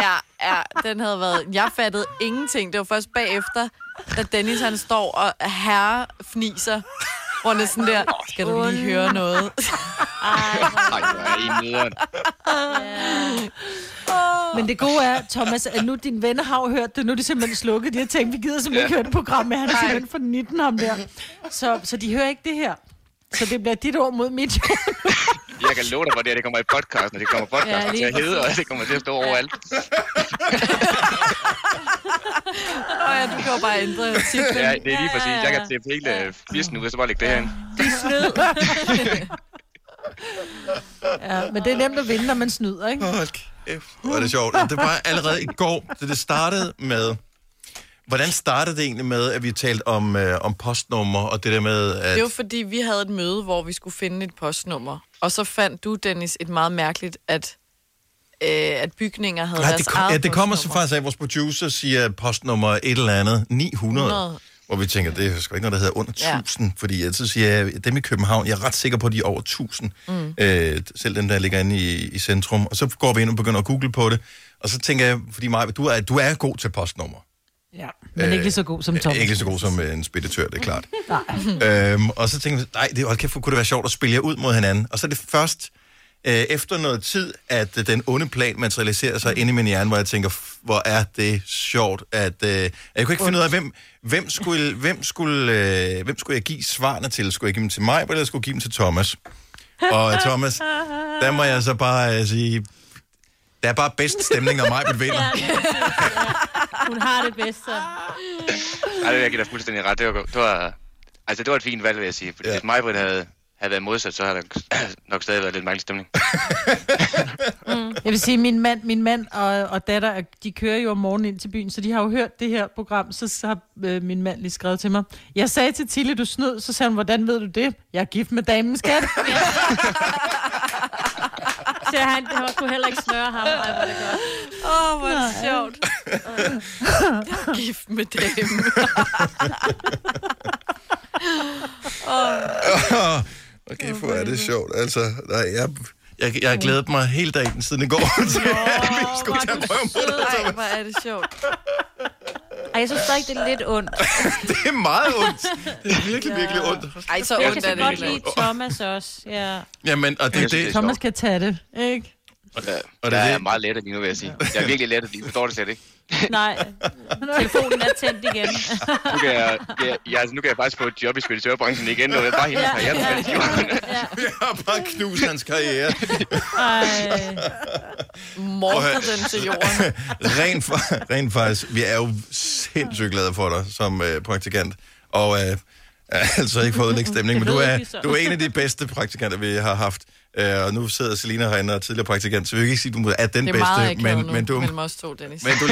Speaker 3: Ja, ja, den havde været... Jeg fattede ingenting. Det var først bagefter, da Dennis han står og herre fniser. Hvor han er sådan der, skal du lige høre noget?
Speaker 20: Ej, hvor er I nederen.
Speaker 7: Men det gode er, Thomas, at nu dine venner har jo hørt det. Nu er de simpelthen slukket. De har tænkt, vi gider simpelthen
Speaker 20: Ja.
Speaker 7: ikke høre det program, men han er
Speaker 20: Nej.
Speaker 7: simpelthen for 19 ham der. Så, så de hører ikke det her. Så det bliver dit ord mod mit.
Speaker 20: Jeg kan love dig for det, her, det kommer i podcasten, og det kommer podcasten
Speaker 7: Ja,
Speaker 20: ja,
Speaker 7: lige
Speaker 20: til at hedde, og det kommer til at stå overalt.
Speaker 3: Og ja, du kan jo bare ændre titlen.
Speaker 20: Ja, det er lige præcis. Jeg kan tippe hele flisten ud, og så bare lægge det herinde.
Speaker 7: De snød. <laughs> ja, men det er nemt at vinde, når man snyder, ikke?
Speaker 1: Hvor er det sjovt. Og Det var allerede i går, så det startede med... Hvordan startede det egentlig med, at vi talte om, øh, om postnummer, og det der med, at...
Speaker 3: Det var fordi, vi havde et møde, hvor vi skulle finde et postnummer. Og så fandt du, Dennis, et meget mærkeligt, at, øh, at bygninger havde
Speaker 1: Nej,
Speaker 3: deres
Speaker 1: det, kom,
Speaker 3: altså eget
Speaker 1: ja, det kommer så
Speaker 3: postnummer.
Speaker 1: faktisk af, at vores producer siger postnummer et eller andet, 900.
Speaker 3: 100.
Speaker 1: Hvor vi tænker, det er sgu ikke noget, der hedder under
Speaker 3: Ja.
Speaker 1: 1000, fordi jeg så siger, jeg, dem i København, jeg er ret sikker på, at de er over 1000. Mm. Øh, selv den, der ligger inde i, i centrum. Og så går vi ind og begynder at google på det. Og så tænker jeg, fordi Maja, du er, du er god til postnummer.
Speaker 7: Ja, men ikke lige så god som
Speaker 1: Øh,
Speaker 7: Thomas.
Speaker 1: Ikke lige så god som øh, en speditør, det er klart.
Speaker 7: <laughs> Nej.
Speaker 1: øhm, og så tænkte jeg, nej, det, hold kæft, hvor kunne det være sjovt at spille jer ud mod hinanden. Og så er det først øh, efter noget tid, at øh, den onde plan materialiserer sig inde i min hjerne, hvor jeg tænker, "F- hvor er det sjovt, at øh, jeg kunne ikke finde ud af, hvem, hvem, skulle, hvem, skulle, øh, hvem skulle jeg give svarene til? Skulle jeg give dem til mig, eller skulle jeg give dem til Thomas? Og øh, Thomas, der må jeg så bare øh, sige, der er bare bedst stemning, når mig vinder.
Speaker 6: Hun har det bedst, så.
Speaker 20: Ej, det vil jeg give dig fuldstændig ret. Det var, det var, altså, det var et fint valg, vil jeg sige. Fordi ja. hvis mig, havde, havde været modsat, så havde der nok stadig været lidt mærkelig stemning.
Speaker 7: Mm. Jeg vil sige, min mand, min mand og, og datter, er- de kører jo om morgenen ind til byen, så de har jo hørt det her program, så, så har øh, min mand lige skrevet til mig. Jeg sagde til Tille, du snød, så sagde hun, hvordan ved du det? Jeg er gift med damen,
Speaker 1: <laughs>
Speaker 7: skat.
Speaker 6: Så han det kunne heller ikke snøre ham. Ej, hvor er det godt.
Speaker 3: Åh, oh, hvor er det <laughs> sjovt. Jeg er gift med dem. oh.
Speaker 1: <laughs> Okay, hvor er det sjovt. Altså, nej, jeg, jeg, jeg har glædet mig hele dagen siden i går <laughs> til, at vi skulle tage prøve mod dig.
Speaker 3: Ej, hvor er det sjovt.
Speaker 6: Ej, jeg synes stadig, det er lidt ondt.
Speaker 1: <laughs> Det er meget ondt. Det er virkelig, virkelig ondt.
Speaker 3: Ej, så
Speaker 6: jeg
Speaker 3: ondt
Speaker 6: kan
Speaker 3: er
Speaker 6: så
Speaker 3: det
Speaker 6: godt
Speaker 3: heller
Speaker 6: lide Thomas også. Ja.
Speaker 1: Jamen, og det er det.
Speaker 7: Thomas kan tage det, ikke?
Speaker 1: Og,
Speaker 20: og det, jeg er meget lettet lige nu, vil jeg sige. Jeg er virkelig lettet lige. Forstår det slet ikke.
Speaker 6: Nej, telefonen er tændt igen.
Speaker 20: Nu kan jeg, jeg, jeg, altså, nu kan jeg faktisk få et job i speditørbranchen igen, og jeg bare hende karriere. Ja,
Speaker 1: Jeg har bare knust hans karriere.
Speaker 3: Morter den til jorden.
Speaker 1: <laughs> rent, fa- rent faktisk, vi er jo sindssygt glade for dig som øh, praktikant. Og øh, <laughs> altså ikke for at lægge stemning, men
Speaker 14: Det
Speaker 1: du
Speaker 14: ved
Speaker 1: er,
Speaker 14: vi så.
Speaker 1: du er en af de bedste praktikanter, vi har haft. Øh, og nu sidder Selina herinde og er tidligere praktikant, så vi kan ikke sige, at du er den
Speaker 3: det er meget
Speaker 1: bedste,
Speaker 3: akavet
Speaker 1: men,
Speaker 3: nu,
Speaker 1: men, du,
Speaker 3: mellem os to, Dennis.
Speaker 1: Men du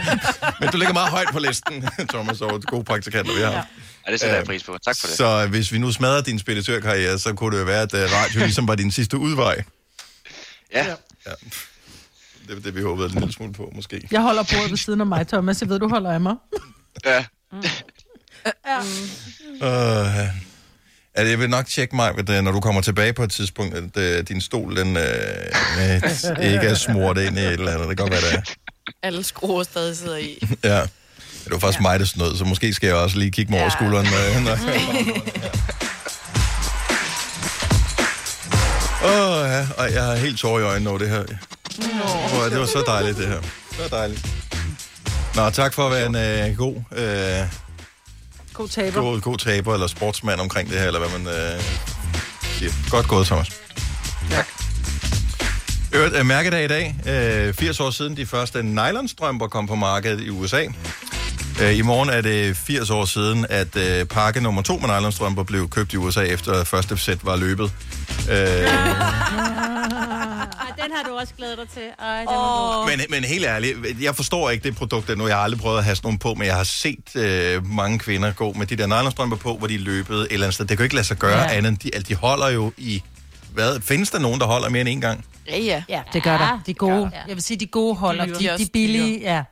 Speaker 1: <laughs> men du ligger meget højt på listen, <laughs> Thomas, over de gode praktikanter, vi har. Øh,
Speaker 3: Ja.
Speaker 20: Ja, det sætter jeg pris på. Tak for det.
Speaker 1: Så hvis vi nu smadrer din speditørkarriere, så kunne det jo være, at øh,
Speaker 20: <laughs>
Speaker 1: radio ligesom var din sidste udvej.
Speaker 20: Ja.
Speaker 1: ja. Det var det, vi håbede en lille smule på, måske.
Speaker 7: Jeg holder bordet ved siden af mig, Thomas. Jeg ved, du holder af mig.
Speaker 20: Ja.
Speaker 7: Ja.
Speaker 1: Uh, altså, jeg vil nok tjekke mig, at, øh, når du kommer tilbage på et tidspunkt, at øh, din stol den, øh, øh, ikke er smurt ind i et eller andet. Det kan godt være, det er.
Speaker 3: <laughs> Alle skruer stadig sidder i.
Speaker 1: Ja. Det var faktisk ja. mig, der snød, så måske skal jeg også lige kigge mig <laughs> ja. over skulderen. Øh, når
Speaker 3: <laughs>
Speaker 1: jeg Åh, oh, ja. Og jeg har helt tårer i øjnene over det her. Oh, det var så dejligt, det her. Det var dejligt. Nå, tak for at være en øh, god, øh,
Speaker 7: God taber.
Speaker 1: god, god taber eller sportsmand omkring det her, eller hvad man øh, siger. Godt gået, Thomas. Tak. Øvrigt, øh, mærkedag i dag. Øh, 80 år siden de første nylonstrømper kom på markedet i USA. Øh, I morgen er det 80 år siden, at øh, pakke nummer to med nylonstrømper blev købt i USA, efter første sæt var løbet. Øh,
Speaker 6: Ej, den har du også glædet dig til. Ej, den var god.
Speaker 1: Men, men helt ærligt, jeg forstår ikke det produkt endnu. Jeg har aldrig prøvet at have sådan nogle på, men jeg har set øh, mange kvinder gå med de der nylonstrømper på, hvor de løbede et eller andet sted. Det kan jo ikke lade sig gøre ja.
Speaker 7: Ja.
Speaker 1: andet. end De, altså, de holder jo i... Hvad? Findes der nogen, der holder mere end en gang?
Speaker 3: Ja, ja.
Speaker 7: ja det gør der. De er gode. Jeg vil sige, de er gode holder.
Speaker 3: Dyre.
Speaker 7: De, de er billige, ja.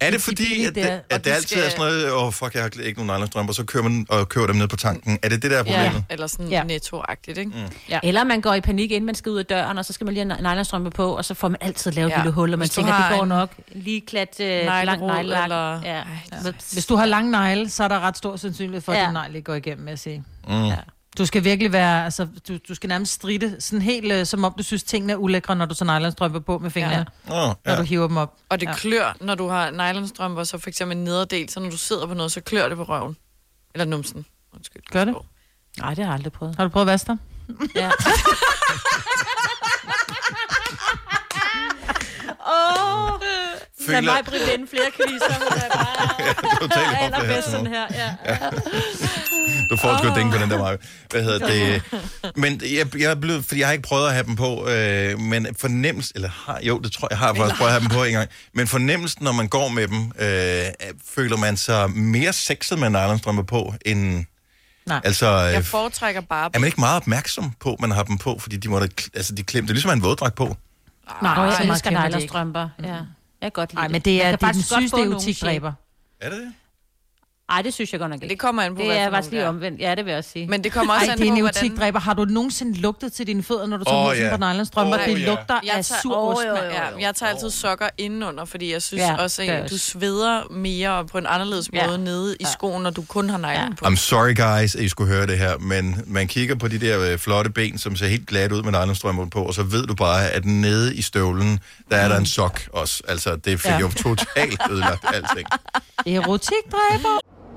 Speaker 1: Er
Speaker 7: De-
Speaker 1: det
Speaker 7: de
Speaker 1: fordi,
Speaker 7: billige
Speaker 1: at,
Speaker 7: der,
Speaker 1: det,
Speaker 7: og
Speaker 1: at det
Speaker 7: de
Speaker 1: altid
Speaker 7: skal-
Speaker 1: er sådan noget, åh oh, fuck, jeg har ikke nogen nylonstrømper, så kører man og kører dem ned på tanken. Er det det, der er problemet?
Speaker 3: Ja, eller sådan ja. Mm. nettoagtigt, ikke? Mm.
Speaker 6: Ja. Eller man går i panik, inden man skal ud af døren, og så skal man lige have n- nylonstrømpe på, og så får man altid lavet ja.
Speaker 7: Ja.
Speaker 6: et lille hul, og man
Speaker 7: Hvis du
Speaker 6: tænker,
Speaker 7: har
Speaker 6: det går
Speaker 7: en
Speaker 6: nok. Lige klat øh,
Speaker 7: neglerod
Speaker 6: langt nejlelak.
Speaker 7: eller-
Speaker 6: Ja.
Speaker 7: Hvis du har lang negle, så er der ret stor sandsynlighed for, at
Speaker 6: Ja.
Speaker 7: din negle ikke går igennem, vil jeg sige.
Speaker 1: Mm. Ja.
Speaker 7: Du skal virkelig være, altså, du, du skal nærmest stride, sådan helt, øh, som om du synes, tingene er ulækre, når du tager nylonstrømper på med fingrene,
Speaker 1: ja. Oh,
Speaker 7: når du hiver dem op.
Speaker 3: Og det
Speaker 7: ja.
Speaker 3: klør, når du har nylonstrømper, så for eksempel en nederdel, så når du sidder på noget, så klør det på røven. Eller numsen. Undskyld.
Speaker 7: Gør det?
Speaker 6: Nej, det har jeg aldrig prøvet.
Speaker 7: Har du prøvet at vaske dig?
Speaker 6: Ja. Åh!
Speaker 1: Føler-
Speaker 6: Lad mig brille den flere kviser, hun er
Speaker 1: <laughs>
Speaker 6: bare
Speaker 1: totalt oplevet
Speaker 6: allerbedst sådan
Speaker 1: sådan
Speaker 6: her. Ja.
Speaker 7: <laughs>
Speaker 1: Du får sgu oh. dænge på den der vej. Hvad hedder det? Men jeg, jeg er blevet, fordi jeg har ikke prøvet at have dem på, øh, men fornemmelse, eller har, jo, det tror jeg, jeg har faktisk prøvet at have dem på en gang, men fornemmelsen, når man går med dem, øh, føler man sig mere sexet med nylonstrømper på, end...
Speaker 7: Nej.
Speaker 1: Altså,
Speaker 3: Jeg
Speaker 1: øh,
Speaker 3: foretrækker bare...
Speaker 1: er man ikke meget opmærksom på, at man har dem på, fordi de, måtte, altså, de klemte, det er ligesom at have en våddragt på.
Speaker 6: Nej,
Speaker 7: Nå,
Speaker 6: Nå,
Speaker 7: så
Speaker 6: jeg
Speaker 7: meget
Speaker 6: elsker
Speaker 7: kender de ikke.
Speaker 6: nylonstrømper.
Speaker 3: Mm.
Speaker 6: Ja. Jeg kan godt lide
Speaker 7: Nej, men
Speaker 6: Jeg
Speaker 7: det er,
Speaker 6: kan
Speaker 7: det er den
Speaker 6: faktisk godt få
Speaker 7: sygeste
Speaker 6: nogle shape.
Speaker 7: eutikdræber.
Speaker 1: Er det det?
Speaker 6: Ej, det synes jeg godt nok ikke.
Speaker 3: Det kommer an på,
Speaker 6: Det
Speaker 3: hvad
Speaker 6: er
Speaker 3: for
Speaker 6: faktisk lige
Speaker 3: nogle det er.
Speaker 6: omvendt. Ja, det vil jeg også sige.
Speaker 3: Men det kommer også
Speaker 7: Ej,
Speaker 3: an
Speaker 7: det er
Speaker 3: på,
Speaker 7: en
Speaker 3: hvordan...
Speaker 7: eutikdræber. Har du nogensinde lugtet til dine fødder, når du
Speaker 3: Åh,
Speaker 7: tager oh,
Speaker 3: ja.
Speaker 7: yeah. på nylonstrømper?
Speaker 3: Åh,
Speaker 7: Oh, det
Speaker 3: ja.
Speaker 7: lugter
Speaker 3: Jeg
Speaker 7: af
Speaker 3: tager-
Speaker 7: sur
Speaker 3: Åh,
Speaker 7: ost.
Speaker 3: jo, jo, jo. Ja, jeg tager altid sokker indenunder, fordi jeg synes
Speaker 7: Ja,
Speaker 3: ja, også,
Speaker 7: det er
Speaker 3: at
Speaker 7: også.
Speaker 3: du sveder mere på en anderledes måde nede i skoen, når du kun har neglen på.
Speaker 1: I'm sorry guys, at I skulle høre det her, men man kigger på de der øh, flotte ben, som ser helt glat ud med nylonstrømper på, og så ved du bare, at nede i støvlen, der er der en sok også. Altså, det fik
Speaker 16: Ja.
Speaker 1: ja. jo totalt ødelagt alting.
Speaker 16: Erotikdræber.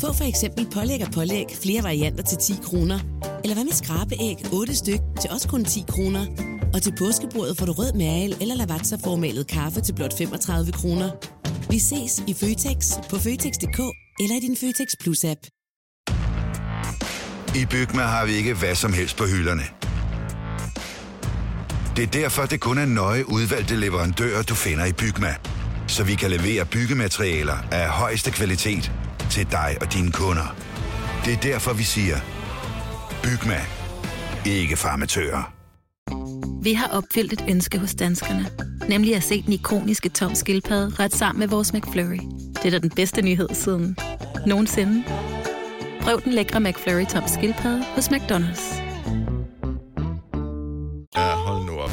Speaker 17: Få for eksempel pålæg og pålæg flere varianter til 10 kroner. Eller hvad med skrabeæg 8 styk til også kun 10 kroner. Og til påskebordet får du rød mal eller lavatserformalet kaffe til blot 35 kroner. Vi ses i Føtex på Føtex.dk eller i din Føtex Plus-app.
Speaker 18: I Bygma har vi ikke hvad som helst på hylderne. Det er derfor, det kun er nøje udvalgte leverandører, du finder i Bygma. Så vi kan levere byggematerialer af højeste kvalitet til dig og dine kunder. Det er derfor, vi siger, Bygma. Ikke farmatører.
Speaker 19: Vi har opfyldt et ønske hos danskerne, Nemlig at se den ikoniske tom skildpadde ret sammen med vores McFlurry. Det er da den bedste nyhed siden nogensinde. Prøv den lækre McFlurry tom skildpadde hos McDonald's.
Speaker 1: Ja, hold nu op.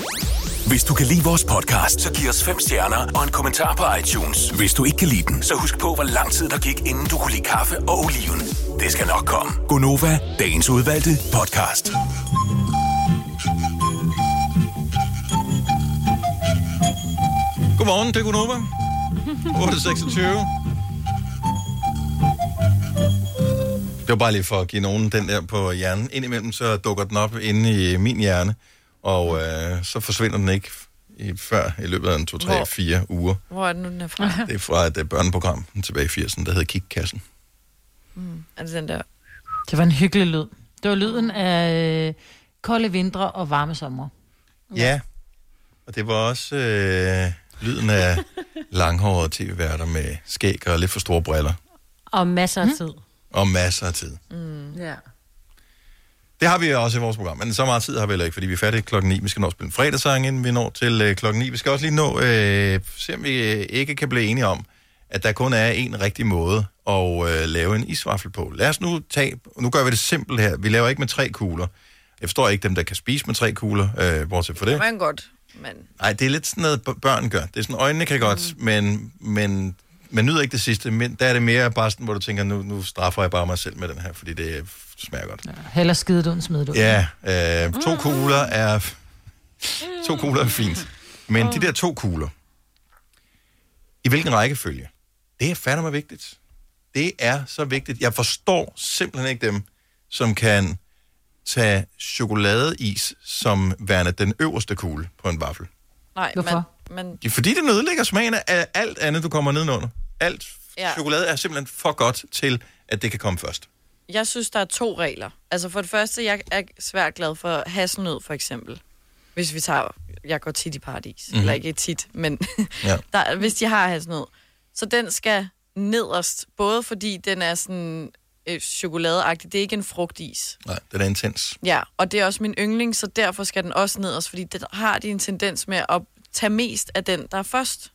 Speaker 5: Hvis du kan lide vores podcast, så giv os fem stjerner og en kommentar på iTunes. Hvis du ikke kan lide den, så husk på, hvor lang tid der gik, inden du kunne lide kaffe og oliven. Det skal nok komme.
Speaker 1: Gonova, <laughs>
Speaker 5: Dagens udvalgte podcast.
Speaker 1: Godmorgen, det er Gunova. 8.26. Det var bare lige for at give nogen den der på hjernen. Indimellem så dukker den op inde i min hjerne, og øh, så forsvinder den ikke i, før i løbet af en 2-3-4
Speaker 3: Hvor?
Speaker 1: uger.
Speaker 3: Hvor er det nu, den er fra?
Speaker 1: Det er fra et øh, børneprogram tilbage i 80'erne, der hedder Kikkassen.
Speaker 3: Mm. Er det den der?
Speaker 7: Det var en hyggelig lyd. Det var lyden af øh, kolde vintre og varme sommer.
Speaker 1: Ja, og det var også øh, lyden af langhårede tv-værter med skæg og lidt for store briller
Speaker 6: Og masser af
Speaker 7: Hmm?
Speaker 6: tid.
Speaker 1: og masser af tid.
Speaker 6: Mm. Ja.
Speaker 1: Det har vi også i vores program, men så meget tid har vi heller ikke, fordi vi er færdige klokken 9. Vi skal nå at spille en fredagssang, inden vi når til øh, klokken 9. Vi skal også lige nå, øh, se om vi øh, ikke kan blive enige om, at der kun er en rigtig måde at øh, lave en isvaffel på. Lad os nu tage, nu gør vi det simpelt her. Vi laver ikke med tre kugler. Jeg forstår ikke dem, der kan spise med tre kugler, øh, bortset fra
Speaker 3: Det
Speaker 1: det.
Speaker 3: kan man godt, men...
Speaker 1: Nej, det er lidt sådan noget, b- børn gør. Det er sådan, øjnene kan godt, mm. men, men man nyder ikke det sidste. Men der er det mere bare sådan, hvor du tænker, nu, nu straffer jeg bare mig selv med den her, fordi det øh, smager godt. Ja.
Speaker 7: Heller skide du smid du.
Speaker 1: Ja, øh, to kugler er to kugler er fint. Men de der to kugler, i hvilken rækkefølge? Det er fandme vigtigt. Det er så vigtigt. Jeg forstår simpelthen ikke dem, som kan tage chokoladeis som værende den øverste kugle på en vaffel.
Speaker 3: Nej, Hvorfor? Man, man,
Speaker 1: Det er Fordi det ødelægger smagen af alt andet, du kommer nedenunder. Alt
Speaker 3: ja.
Speaker 1: chokolade er simpelthen for godt til, at det kan komme først.
Speaker 3: Jeg synes, der er to regler. Altså for det første, jeg er svært glad for hasselnød, for eksempel. Hvis vi tager, jeg går tit i paradis.
Speaker 19: Mhm.
Speaker 3: Mm-hmm. Eller ikke tit, men
Speaker 19: Ja.
Speaker 3: ja. der, hvis de har hasselnød. Så den skal nederst, både fordi den er sådan øh, chokoladeagtig. Det er ikke en frugtis.
Speaker 1: Nej, den er intens.
Speaker 3: Ja, og det er også min yndling, så derfor skal den også nederst, fordi den har de en tendens med at tage mest af den, der er først.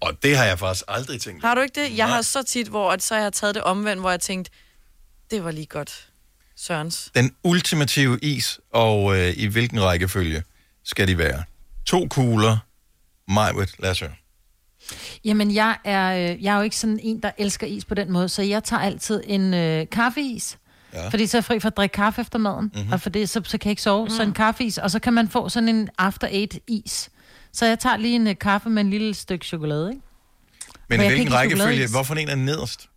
Speaker 1: Og det har jeg faktisk aldrig tænkt.
Speaker 3: Har du ikke det? Jeg
Speaker 1: Nej.
Speaker 3: har så tit, hvor at så jeg har taget det omvendt, hvor jeg tænkte, det var lige godt, Sørens.
Speaker 1: Den ultimative is, og øh, i hvilken rækkefølge skal de være? To kugler, Majwit, lad os høre.
Speaker 7: Jamen, jeg er, øh, jeg er jo ikke sådan en, der elsker is på den måde, så jeg tager altid en øh, kaffeis.
Speaker 1: Ja.
Speaker 7: Ja. Fordi så er jeg fri for at drikke kaffe efter maden,
Speaker 1: Mhm.
Speaker 7: mm-hmm. og for det, så, så kan jeg ikke sove. Mm. Så en kaffeis, og så kan man få sådan en after eight is. Så jeg tager lige en øh, kaffe med en lille stykke chokolade, ikke?
Speaker 1: Men
Speaker 7: jeg
Speaker 1: i
Speaker 7: kan ikke
Speaker 1: hvilken
Speaker 7: lide
Speaker 1: rækkefølge?
Speaker 7: chokoladeis.
Speaker 1: Hvorfor en er nederst?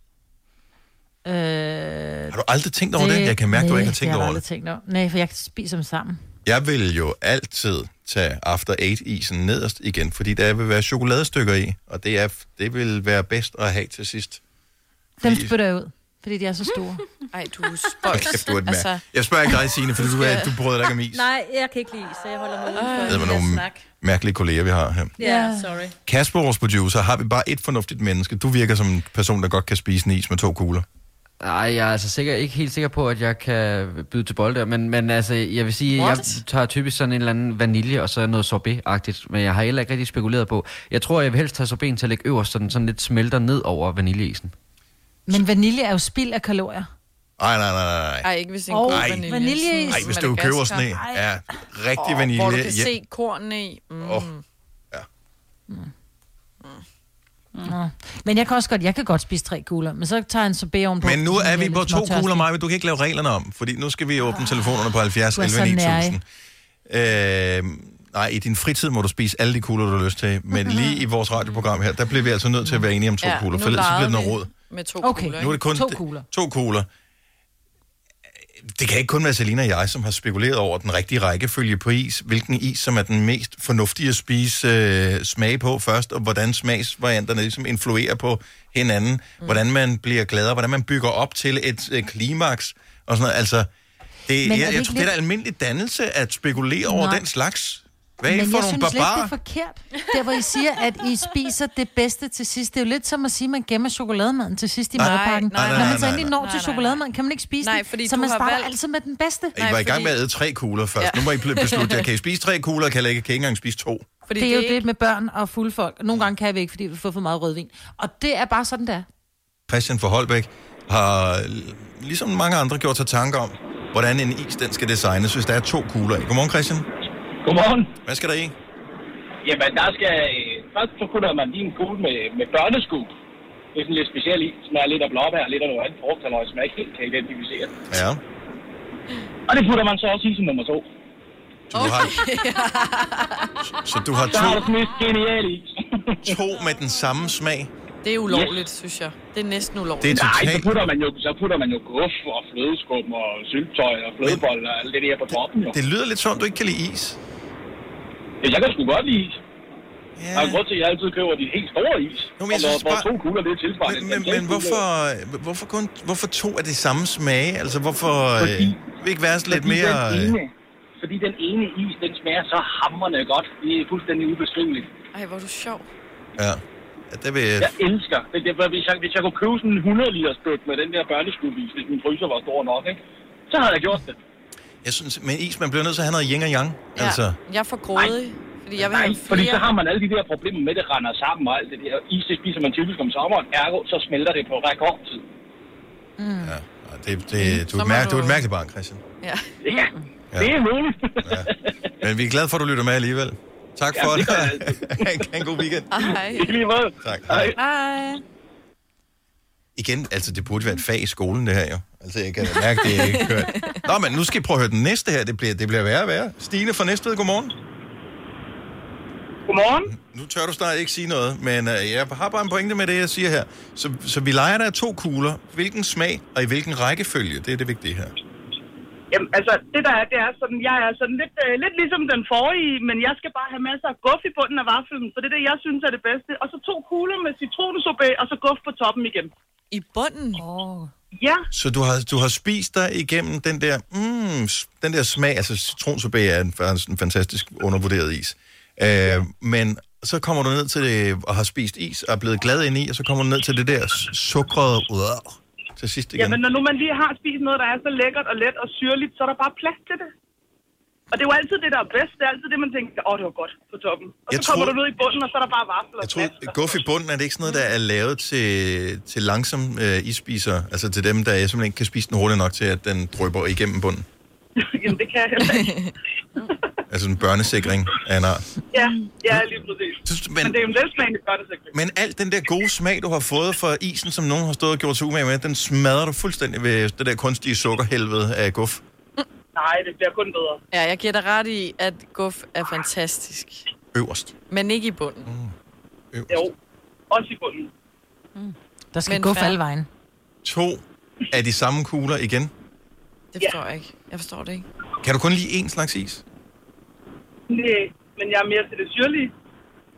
Speaker 7: Øh,
Speaker 1: Har du aldrig tænkt over det? Jeg kan mærke, du ikke har tænkt
Speaker 7: jeg
Speaker 1: over
Speaker 7: har aldrig
Speaker 1: det.
Speaker 7: tænkt over. Nej, for jeg spiser dem sammen.
Speaker 1: Jeg vil jo altid tage After Eight-isen nederst igen, fordi der vil være chokoladestykker i, og det, er, det vil være bedst at have til sidst.
Speaker 7: Dem spytter jeg ud, fordi de er så store.
Speaker 3: <laughs> Ej, du er
Speaker 1: Hold kæft, du er et altså... Jeg spørger ikke dig, Signe, for du, er- du prøver dig ikke om is.
Speaker 6: Nej, jeg kan ikke lide, så jeg holder mig uden
Speaker 1: Det
Speaker 6: for
Speaker 1: er
Speaker 6: den
Speaker 1: nogle-
Speaker 6: der snak.
Speaker 1: Mærkelige kolleger, vi har her.
Speaker 6: Ja, sorry.
Speaker 1: Kasper, vores producer, har vi bare et fornuftigt menneske. Du virker som en person, der godt kan spise en is med to kugler.
Speaker 14: Nej, jeg er altså sikker, ikke helt sikker på, at jeg kan byde til bold der, men, men altså, jeg vil sige, at jeg
Speaker 21: What?
Speaker 14: tager typisk sådan en eller anden vanilje og så noget sorbet-agtigt, men jeg har heller ikke rigtig spekuleret på. Jeg tror, jeg vil helst tage sorbeten til at lægge øverst, så den sådan lidt smelter ned over vaniljeisen.
Speaker 7: Men vanilje er jo spild af kalorier.
Speaker 1: Nej, nej, nej, nej.
Speaker 3: Ej, ikke hvis det er en
Speaker 7: Og
Speaker 3: god vanilje.
Speaker 7: vaniljeis.
Speaker 1: Ej, hvis du køber sådan en. Ja, rigtig oh, vanilje.
Speaker 3: Hvor du kan
Speaker 1: ja.
Speaker 3: se kornene i. Mm.
Speaker 1: Åh.
Speaker 7: Nå. Men jeg kan også godt, jeg kan godt spise tre kugler, men så tager jeg en sorbet ovenpå.
Speaker 1: Men nu
Speaker 7: fordi
Speaker 1: er
Speaker 7: jeg
Speaker 1: vi
Speaker 7: lidt
Speaker 1: på to
Speaker 7: småtørstig.
Speaker 1: kugler, Maja, du kan ikke lave reglerne om, fordi nu skal vi åbne telefonerne på 70
Speaker 7: Du er så
Speaker 1: 11
Speaker 7: nær,
Speaker 1: 9000. Øh, nej, i din fritid må du spise alle de kugler, du har lyst til, men lige i vores radioprogram her, der bliver vi altså nødt til at være enige om to
Speaker 3: Ja,
Speaker 1: kugler,
Speaker 3: nu
Speaker 1: for ellers så bliver
Speaker 3: legede
Speaker 1: det noget
Speaker 3: vi
Speaker 1: råd.
Speaker 3: Med to
Speaker 7: Okay.
Speaker 3: kugler.
Speaker 1: Nu er det kun
Speaker 7: To kugler.
Speaker 1: To kugler. Det kan ikke kun være Selina og jeg, som har spekuleret over den rigtige rækkefølge på is. Hvilken is, som er den mest fornuftige at spise øh, smag på først, og hvordan smagsvarianterne ligesom influerer på hinanden. Mm. Hvordan man bliver gladere, hvordan man bygger op til et øh, klimaks og sådan noget. Altså, det,
Speaker 7: Men er
Speaker 1: jeg,
Speaker 7: det
Speaker 1: jeg
Speaker 7: ikke
Speaker 1: tror, det er da
Speaker 7: lidt-
Speaker 1: almindelig dannelse at spekulere over
Speaker 7: Nej.
Speaker 1: den slags. Hvad er I
Speaker 7: Men
Speaker 1: for
Speaker 7: jeg
Speaker 1: nogle
Speaker 7: synes lidt, det er
Speaker 1: barbarer?
Speaker 7: forkert. Der, hvor I siger, at I spiser det bedste til sidst. Det er jo lidt som at sige, at man gemmer chokolademaden til sidst i
Speaker 1: Nej,
Speaker 7: madpakken.
Speaker 1: nej, nej,
Speaker 7: Når
Speaker 1: nej,
Speaker 7: man så
Speaker 1: nej,
Speaker 7: endelig
Speaker 1: nej.
Speaker 7: når til chokolademaden, kan man ikke spise
Speaker 3: Nej,
Speaker 7: den.
Speaker 3: fordi
Speaker 7: så
Speaker 3: du
Speaker 7: man
Speaker 3: har
Speaker 7: starter
Speaker 3: valgt-
Speaker 7: altid med den bedste.
Speaker 1: I var i gang med at æde tre kugler først.
Speaker 7: Ja.
Speaker 1: Nu må I
Speaker 7: <laughs>
Speaker 1: ble- beslutte, jeg kan I spise tre kugler, kan jeg ikke, kan I ikke engang spise to.
Speaker 7: Fordi det er jo det med børn og fulde folk. Nogle gange kan vi ikke, fordi vi får for meget rødvin. Og det er bare sådan, der.
Speaker 1: Christian for Holbæk har ligesom mange andre gjort sig tanker om, hvordan en is den skal designes, hvis der er to kugler i. Godmorgen, Christian.
Speaker 21: Godmorgen.
Speaker 1: Hvad skal der i?
Speaker 21: Jamen, der skal... øh, Først så putter man lige en kugle med, med børneskum. Det er sådan lidt specielt i. Smager lidt af blåbær, lidt af noget andet frugt, eller smager ikke helt kan identificere.
Speaker 1: Ja.
Speaker 21: Og det putter man så også i som nummer to.
Speaker 1: Så du har, så du har
Speaker 21: Der er
Speaker 1: to,
Speaker 21: det mest geniale i.
Speaker 1: to med den samme smag.
Speaker 3: Det er ulovligt, yes. synes jeg. Det er næsten ulovligt.
Speaker 1: Det er
Speaker 21: Nej,
Speaker 1: totalt-
Speaker 21: så putter man jo, så putter man jo guf og flødeskum og syltøj og flødeboller og alt det der på toppen jo.
Speaker 1: Det lyder lidt som, om, du ikke kan lide is.
Speaker 21: Ja, jeg kan sgu godt lide is. Ja. Der er en grund til, at jeg altid køber de helt store is.
Speaker 1: Jo,
Speaker 21: og
Speaker 1: men jeg
Speaker 21: hvor,
Speaker 1: synes
Speaker 21: hvor
Speaker 1: bare-
Speaker 21: to kugler, det er tilsvarende.
Speaker 1: Men, men hvorfor, hvorfor, kun, hvorfor to af det samme smage? Altså, hvorfor øh,
Speaker 21: Fordi-
Speaker 1: vil ikke være sådan lidt
Speaker 21: fordi
Speaker 1: mere...
Speaker 21: Den
Speaker 1: øh,
Speaker 21: ene, fordi den ene is, den smager så hamrende godt. Det er fuldstændig ubeskriveligt.
Speaker 3: Ej, hvor er du sjov.
Speaker 1: Ja, ja det vil jeg...
Speaker 21: Jeg elsker. Det, det, hvis, jeg, hvis jeg kunne købe sådan en 100 liters bøt med den der børneskubis, hvis min fryser var stor nok, ikke? så havde jeg gjort det.
Speaker 1: Jeg synes, men is, man bliver nødt til at have noget yin og yang.
Speaker 21: Ja.
Speaker 1: Altså,
Speaker 3: Jeg er for grådig, fordi jeg vil
Speaker 21: Nej,
Speaker 3: have
Speaker 21: fordi
Speaker 3: flere.
Speaker 21: så har man alle de der problemer med, det render sammen og alt det der. Is, det spiser man typisk om sommeren. Ergo, så smelter det på rekordtid.
Speaker 3: Mm.
Speaker 1: Ja. det, det, du,
Speaker 21: Så
Speaker 1: er et
Speaker 21: må
Speaker 1: mær- du...
Speaker 21: du-
Speaker 1: er et mærkeligt barn, Christian.
Speaker 3: Ja. Mm.
Speaker 21: ja. Det er muligt.
Speaker 1: Men vi er glade for, at du lytter med alligevel. Tak
Speaker 21: Ja,
Speaker 1: for
Speaker 21: det
Speaker 1: det.
Speaker 21: gør jeg
Speaker 1: <laughs> ha' en god weekend.
Speaker 3: Ah, Hej.
Speaker 21: Ikke lige måde.
Speaker 1: Tak. Hej.
Speaker 3: Hej.
Speaker 1: Igen, altså det burde være et fag i skolen, det her jo. Altså jeg kan da mærke, det er ikke kørt. Nå, men nu skal I prøve at høre den næste her. Det bliver, det bliver værre og værre. Stine fra Næstved, godmorgen.
Speaker 21: Godmorgen.
Speaker 1: Nu tør du snart ikke sige noget, men øh, jeg har bare en pointe med det, jeg siger her. Så, så vi leger, der er to kugler. Hvilken smag og i hvilken rækkefølge? Det er det vigtige her.
Speaker 22: Jamen, altså, det der er, det er sådan, jeg er sådan lidt, øh, lidt ligesom den forrige, men jeg skal bare have masser af guf i bunden af vaflen, for det er det, jeg synes er det bedste. Og så to kugler med citronsorbet, og så guf på toppen igen.
Speaker 3: I bunden?
Speaker 22: Oh. Ja,
Speaker 1: Så du har, du har spist dig igennem den der, mm, s- den der smag, altså citronsorbet er en, er en fantastisk undervurderet is. Øh, men så kommer du ned til det, og har spist is, og er blevet glad ind i, og så kommer du ned til det der s- sukrede, øh, til sidst igen.
Speaker 22: jamen, når nu man lige har spist noget, der er så lækkert og let og syrligt, så er der bare plads til det. Og det er jo altid det, der er bedst. Det er altid det, man tænker, åh, oh, det var godt på toppen. Og
Speaker 1: Jeg
Speaker 22: så kommer
Speaker 1: troede-
Speaker 22: du ned i bunden, og så er der bare vafler.
Speaker 1: Jeg tror, guff i bunden er det ikke sådan noget, der er lavet til, til langsom øh, isspiser, altså til dem, der simpelthen ikke kan spise den hurtigt nok til, at den drøber igennem bunden.
Speaker 22: <laughs> Jamen, det kan jeg heller
Speaker 1: <laughs>
Speaker 22: ikke.
Speaker 1: Altså en børnesikring af en art.
Speaker 22: Ja, ja, lige præcis.
Speaker 1: Men,
Speaker 22: men det er jo en letsmagende børnesækning.
Speaker 1: Men alt den der gode smag, du har fået fra isen, som nogen har stået og gjort sig umage med, den smadrer du fuldstændig ved det der kunstige sukkerhelvede af guf.
Speaker 22: Nej, det bliver kun bedre.
Speaker 3: Ja, jeg giver dig ret i, at guf er fantastisk.
Speaker 1: Øverst.
Speaker 3: Men ikke i bunden.
Speaker 1: Mm.
Speaker 22: Jo, også i bunden.
Speaker 7: Der skal
Speaker 3: Men
Speaker 7: gå
Speaker 3: fair.
Speaker 7: alle vejen.
Speaker 1: To af de samme kugler igen.
Speaker 3: Det forstår jeg ikke. Jeg forstår det ikke.
Speaker 1: Kan du kun lide én slags is?
Speaker 22: Nej, men jeg er mere til det syrlige.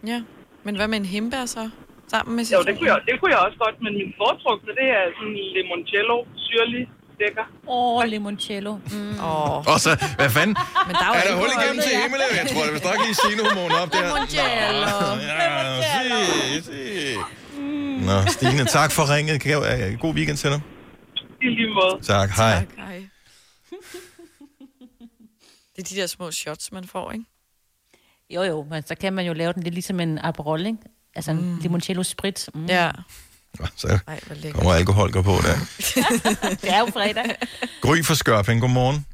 Speaker 3: Ja. Men hvad med en himbær så? Sammen med
Speaker 22: Jo,
Speaker 3: citron?
Speaker 22: det kunne, jeg, det kunne jeg også godt, men min foretrukne, det er sådan limoncello, syrlig, lækker.
Speaker 6: Åh, oh, limoncello. Mm.
Speaker 3: Oh.
Speaker 1: Og så, hvad fanden?
Speaker 6: Men
Speaker 3: der
Speaker 6: er jo
Speaker 1: er der
Speaker 6: ikke
Speaker 1: hul
Speaker 6: noget
Speaker 1: igennem
Speaker 6: hul,
Speaker 1: til
Speaker 6: ja.
Speaker 1: himlen? Jeg tror, det vil nok lige sine hormoner op der.
Speaker 3: Limoncello.
Speaker 1: Nå, Ja, se, se.
Speaker 6: Mm.
Speaker 1: Nå, Stine, tak for ringet. Kan jeg- øh, God weekend til dig.
Speaker 22: I lige måde.
Speaker 1: Tak, hej.
Speaker 3: Tak, hej. Det er de der små shots, man får, ikke?
Speaker 6: Jo, jo, men så kan man jo lave den lidt ligesom en Aperol, ikke? Altså en mm. limoncello sprit. Mm.
Speaker 3: Ja.
Speaker 1: Så
Speaker 3: Ej, hvor lækkert.
Speaker 1: kommer alkohol går på der.
Speaker 6: <laughs> det er jo
Speaker 3: <laughs>
Speaker 6: fredag.
Speaker 1: Gry for Skørping, godmorgen.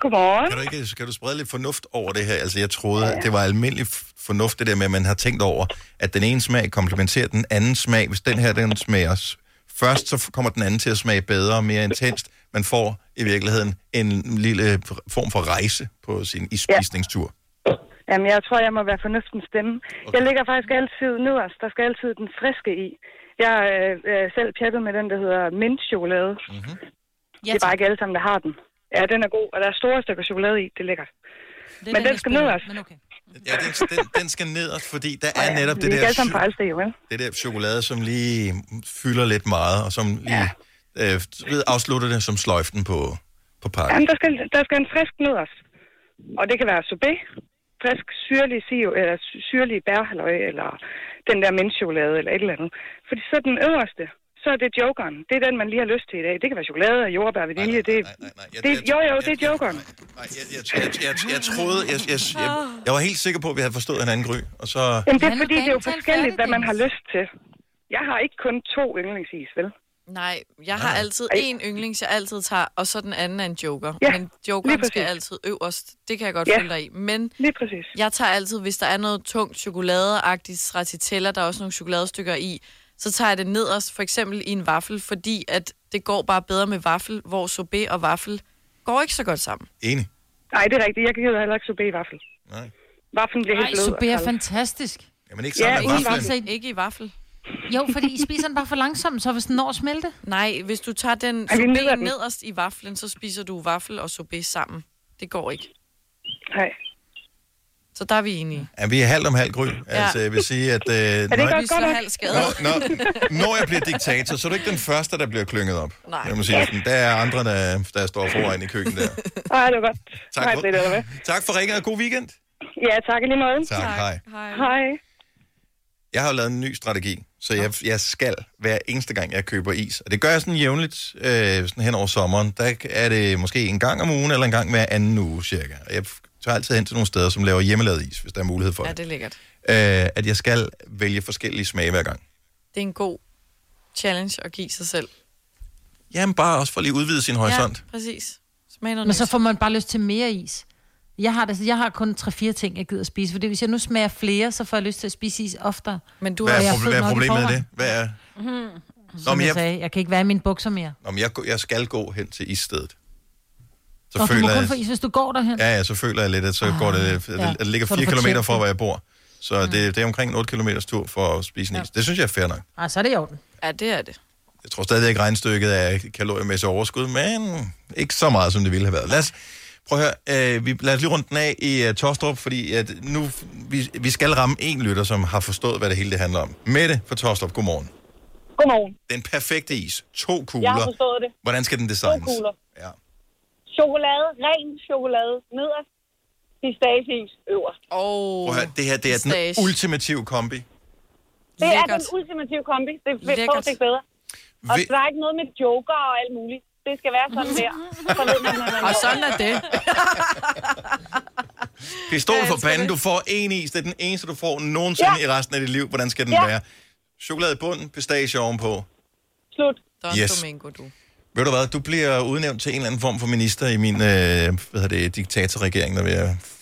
Speaker 22: Godmorgen.
Speaker 1: Kan du, ikke, kan du sprede lidt fornuft over det her? Altså, jeg troede, ja. det var almindelig f- fornuft, det der med, at man har tænkt over, at den ene smag komplementerer den anden smag. Hvis den her, den smager s- først, så f- kommer den anden til at smage bedre og mere intenst. Man får i virkeligheden en lille f- form for rejse på sin ispisningstur.
Speaker 23: Jamen, jeg tror, jeg må være fornuftens stemme. Okay. Jeg ligger faktisk altid nederst. Der skal altid den friske i. Jeg øh, øh, selv pjattet med den, der hedder mintchokolade.
Speaker 1: Mhm.
Speaker 23: Mm-hmm. det er bare ikke alle sammen, der har den. Ja, den er god, og der er store stykker chokolade i. Det er lækkert.
Speaker 6: er
Speaker 23: Men
Speaker 6: den,
Speaker 23: den, den
Speaker 6: jeg
Speaker 23: skal
Speaker 6: spiller,
Speaker 23: nederst.
Speaker 6: men
Speaker 1: Ja, den, den, den skal nederst, fordi der er netop
Speaker 23: Vi
Speaker 1: det
Speaker 23: er ikke
Speaker 1: der,
Speaker 23: alle sammen
Speaker 1: cho-
Speaker 23: frelste, jo, vel?
Speaker 1: det der chokolade, som lige fylder lidt meget, og som lige ja. øh, ved- afslutter det som sløjften på, på pakken.
Speaker 23: Jamen, der skal, der skal en frisk nederst. Og det kan være sorbet. frisk syrlig, siv, eller sy- syrlig bærhalløj, eller den der mintchokolade, eller et eller andet. Fordi så den øverste, så er det jokeren. Det er den, man lige har lyst til i dag. Det kan være chokolade og jordbær ved vilje. Det, det, jo, jo, det er jokeren.
Speaker 1: Jeg, jeg, jeg, jeg troede, jeg, jeg, jeg, jeg var helt sikker på, at vi havde forstået hinanden gry, og så...
Speaker 23: Jamen, det er fordi, det er jo forskelligt, hvad man har lyst til. Jeg har ikke kun to yndlingsis, vel?
Speaker 3: Nej, jeg
Speaker 23: Ah.
Speaker 3: har altid en yndlings, jeg altid tager, og så den anden er en joker.
Speaker 23: Ja,
Speaker 3: Men
Speaker 23: lige
Speaker 3: jokeren
Speaker 23: præcis.
Speaker 3: skal altid øverst. Det kan jeg godt
Speaker 23: Ja,
Speaker 3: følge dig i. Men
Speaker 23: lige præcis.
Speaker 3: jeg tager altid, hvis der er noget tungt chokoladeagtigt stracciatella, der er også nogle chokoladestykker i, så tager jeg det nederst, for eksempel i en vaffel, fordi at det går bare bedre med vaffel, hvor sorbet og vaffel går ikke så godt sammen.
Speaker 1: Enig.
Speaker 23: Nej, det er rigtigt. Jeg kan heller ikke sorbet i vaffel.
Speaker 1: Nej.
Speaker 23: Vaffelen bliver helt
Speaker 7: Ej,
Speaker 23: blød.
Speaker 7: så er
Speaker 23: og kold.
Speaker 7: fantastisk.
Speaker 1: Jamen ikke
Speaker 23: Ja,
Speaker 1: sammen med
Speaker 23: ingen
Speaker 1: vaflen.
Speaker 7: Altså,
Speaker 3: ikke i vaffel.
Speaker 7: Jo, fordi I spiser den bare for langsomt, så hvis den når at smelte.
Speaker 3: Nej, hvis du tager den
Speaker 7: Ej, Altså, vi nyder
Speaker 3: sorbet
Speaker 7: den.
Speaker 3: nederst i vaflen, så spiser du vaffel og sorbet sammen. Det går ikke.
Speaker 23: Nej.
Speaker 3: Så der er vi enige.
Speaker 1: Ja, vi er halvt om halvt gry. Altså, jeg vil sige, at... Øh, er
Speaker 3: ikke også godt nok? Vi er så halvt skadet.
Speaker 1: Når, når jeg bliver diktator, så er du ikke den første, der bliver klynget op.
Speaker 23: Nej.
Speaker 1: Jeg må sige, sådan, der er andre, der, der står foran i køkkenet der.
Speaker 23: Ej, det var godt.
Speaker 1: Tak
Speaker 23: Hej,
Speaker 1: for,
Speaker 23: Britt, eller hvad?
Speaker 1: tak for ringen, og god weekend.
Speaker 23: Ja, tak i lige måde.
Speaker 1: Tak, Tak. hej.
Speaker 23: Hej.
Speaker 1: Jeg har jo lavet en ny strategi, så jeg, jeg skal hver eneste gang, jeg køber is. Og det gør jeg sådan jævnligt øh, sådan hen over sommeren. Der er det måske en gang om ugen, eller en gang hver anden uge cirka. Og jeg tager altid hen til nogle steder, som laver hjemmelavet is, hvis der er mulighed for
Speaker 3: Ja,
Speaker 1: det.
Speaker 3: det er lækkert.
Speaker 1: øh, at jeg skal vælge forskellige smage hver gang.
Speaker 3: Det er en god challenge at give sig selv.
Speaker 1: Jamen bare også for lige at udvide sin horisont.
Speaker 3: Ja, præcis. Smag noget
Speaker 7: Men så
Speaker 3: nyt.
Speaker 7: får man bare lyst til mere is. Jeg har, det, jeg har kun 3-4 ting, jeg gider at spise, fordi hvis jeg nu smager flere, så får jeg lyst til at spise is oftere.
Speaker 3: Men
Speaker 1: Hvad er, proble- hvad er problemet med det? Hvad er...
Speaker 7: Mm. Som
Speaker 1: Nå,
Speaker 7: jeg,
Speaker 1: men jeg-
Speaker 7: jeg sagde, jeg kan ikke være i mine bukser mere.
Speaker 1: Nå, men jeg, gå- jeg skal gå hen til isstedet. Så
Speaker 7: Så og du må
Speaker 1: føler
Speaker 7: kun
Speaker 1: jeg,
Speaker 7: få is, hvis du går derhen.
Speaker 1: ja, ja, så føler jeg lidt, at så
Speaker 7: Ah,
Speaker 1: går det, at det,
Speaker 7: ja.
Speaker 1: at det ligger
Speaker 7: Så er du
Speaker 1: 4 km
Speaker 7: fortjent
Speaker 1: fra,
Speaker 7: det.
Speaker 1: hvor jeg bor. Så
Speaker 7: Mm.
Speaker 1: det, det er omkring en 8 km tur for at spise en is. Det synes jeg er fair nok.
Speaker 7: Ej, Ah, så er det i orden.
Speaker 3: Ja, det er det.
Speaker 1: Jeg tror stadig ikke regnstykket er kaloriemæssigt overskud, men ikke så meget, som det ville have været. Lad os, prøv at høre, øh, vi, lad os lige runde den af i uh, Tostrup, fordi at nu, vi, vi skal ramme en lytter, som har forstået, hvad det hele det handler om. Mette fra Tostrup, godmorgen.
Speaker 2: Godmorgen.
Speaker 1: Den perfekte is. To
Speaker 2: Jeg har
Speaker 1: kugler.
Speaker 2: forstået det.
Speaker 1: Hvordan skal den
Speaker 2: To
Speaker 1: designes?
Speaker 2: kugler.
Speaker 1: Ja.
Speaker 2: Chokolade, ren chokolade nederst, pistachieis øverst.
Speaker 3: Oh,
Speaker 1: Prøv at høre, det her det er den ultimative kombi.
Speaker 2: det er
Speaker 1: Lækkert.
Speaker 2: den ultimative kombi. Det vil
Speaker 1: Lækkert.
Speaker 2: få sig bedre. Og
Speaker 1: Vil-
Speaker 2: der er ikke noget med joker og alt muligt. Det skal være sådan der. Så ved man, hvad man
Speaker 3: Og
Speaker 2: laver.
Speaker 3: sådan er det.
Speaker 1: Pistol for panden, du får en is. Det er den eneste, du får nogensinde
Speaker 2: Ja.
Speaker 1: i resten af dit liv. Hvordan skal den
Speaker 2: Ja.
Speaker 1: være? Chokolade i bunden, pistache ovenpå.
Speaker 2: Slut.
Speaker 3: Don
Speaker 1: Yes.
Speaker 3: Domingo, du.
Speaker 1: Ved du hvad, du bliver udnævnt til en eller anden form for minister i min øh, hvad hedder det, diktatorregering, når vi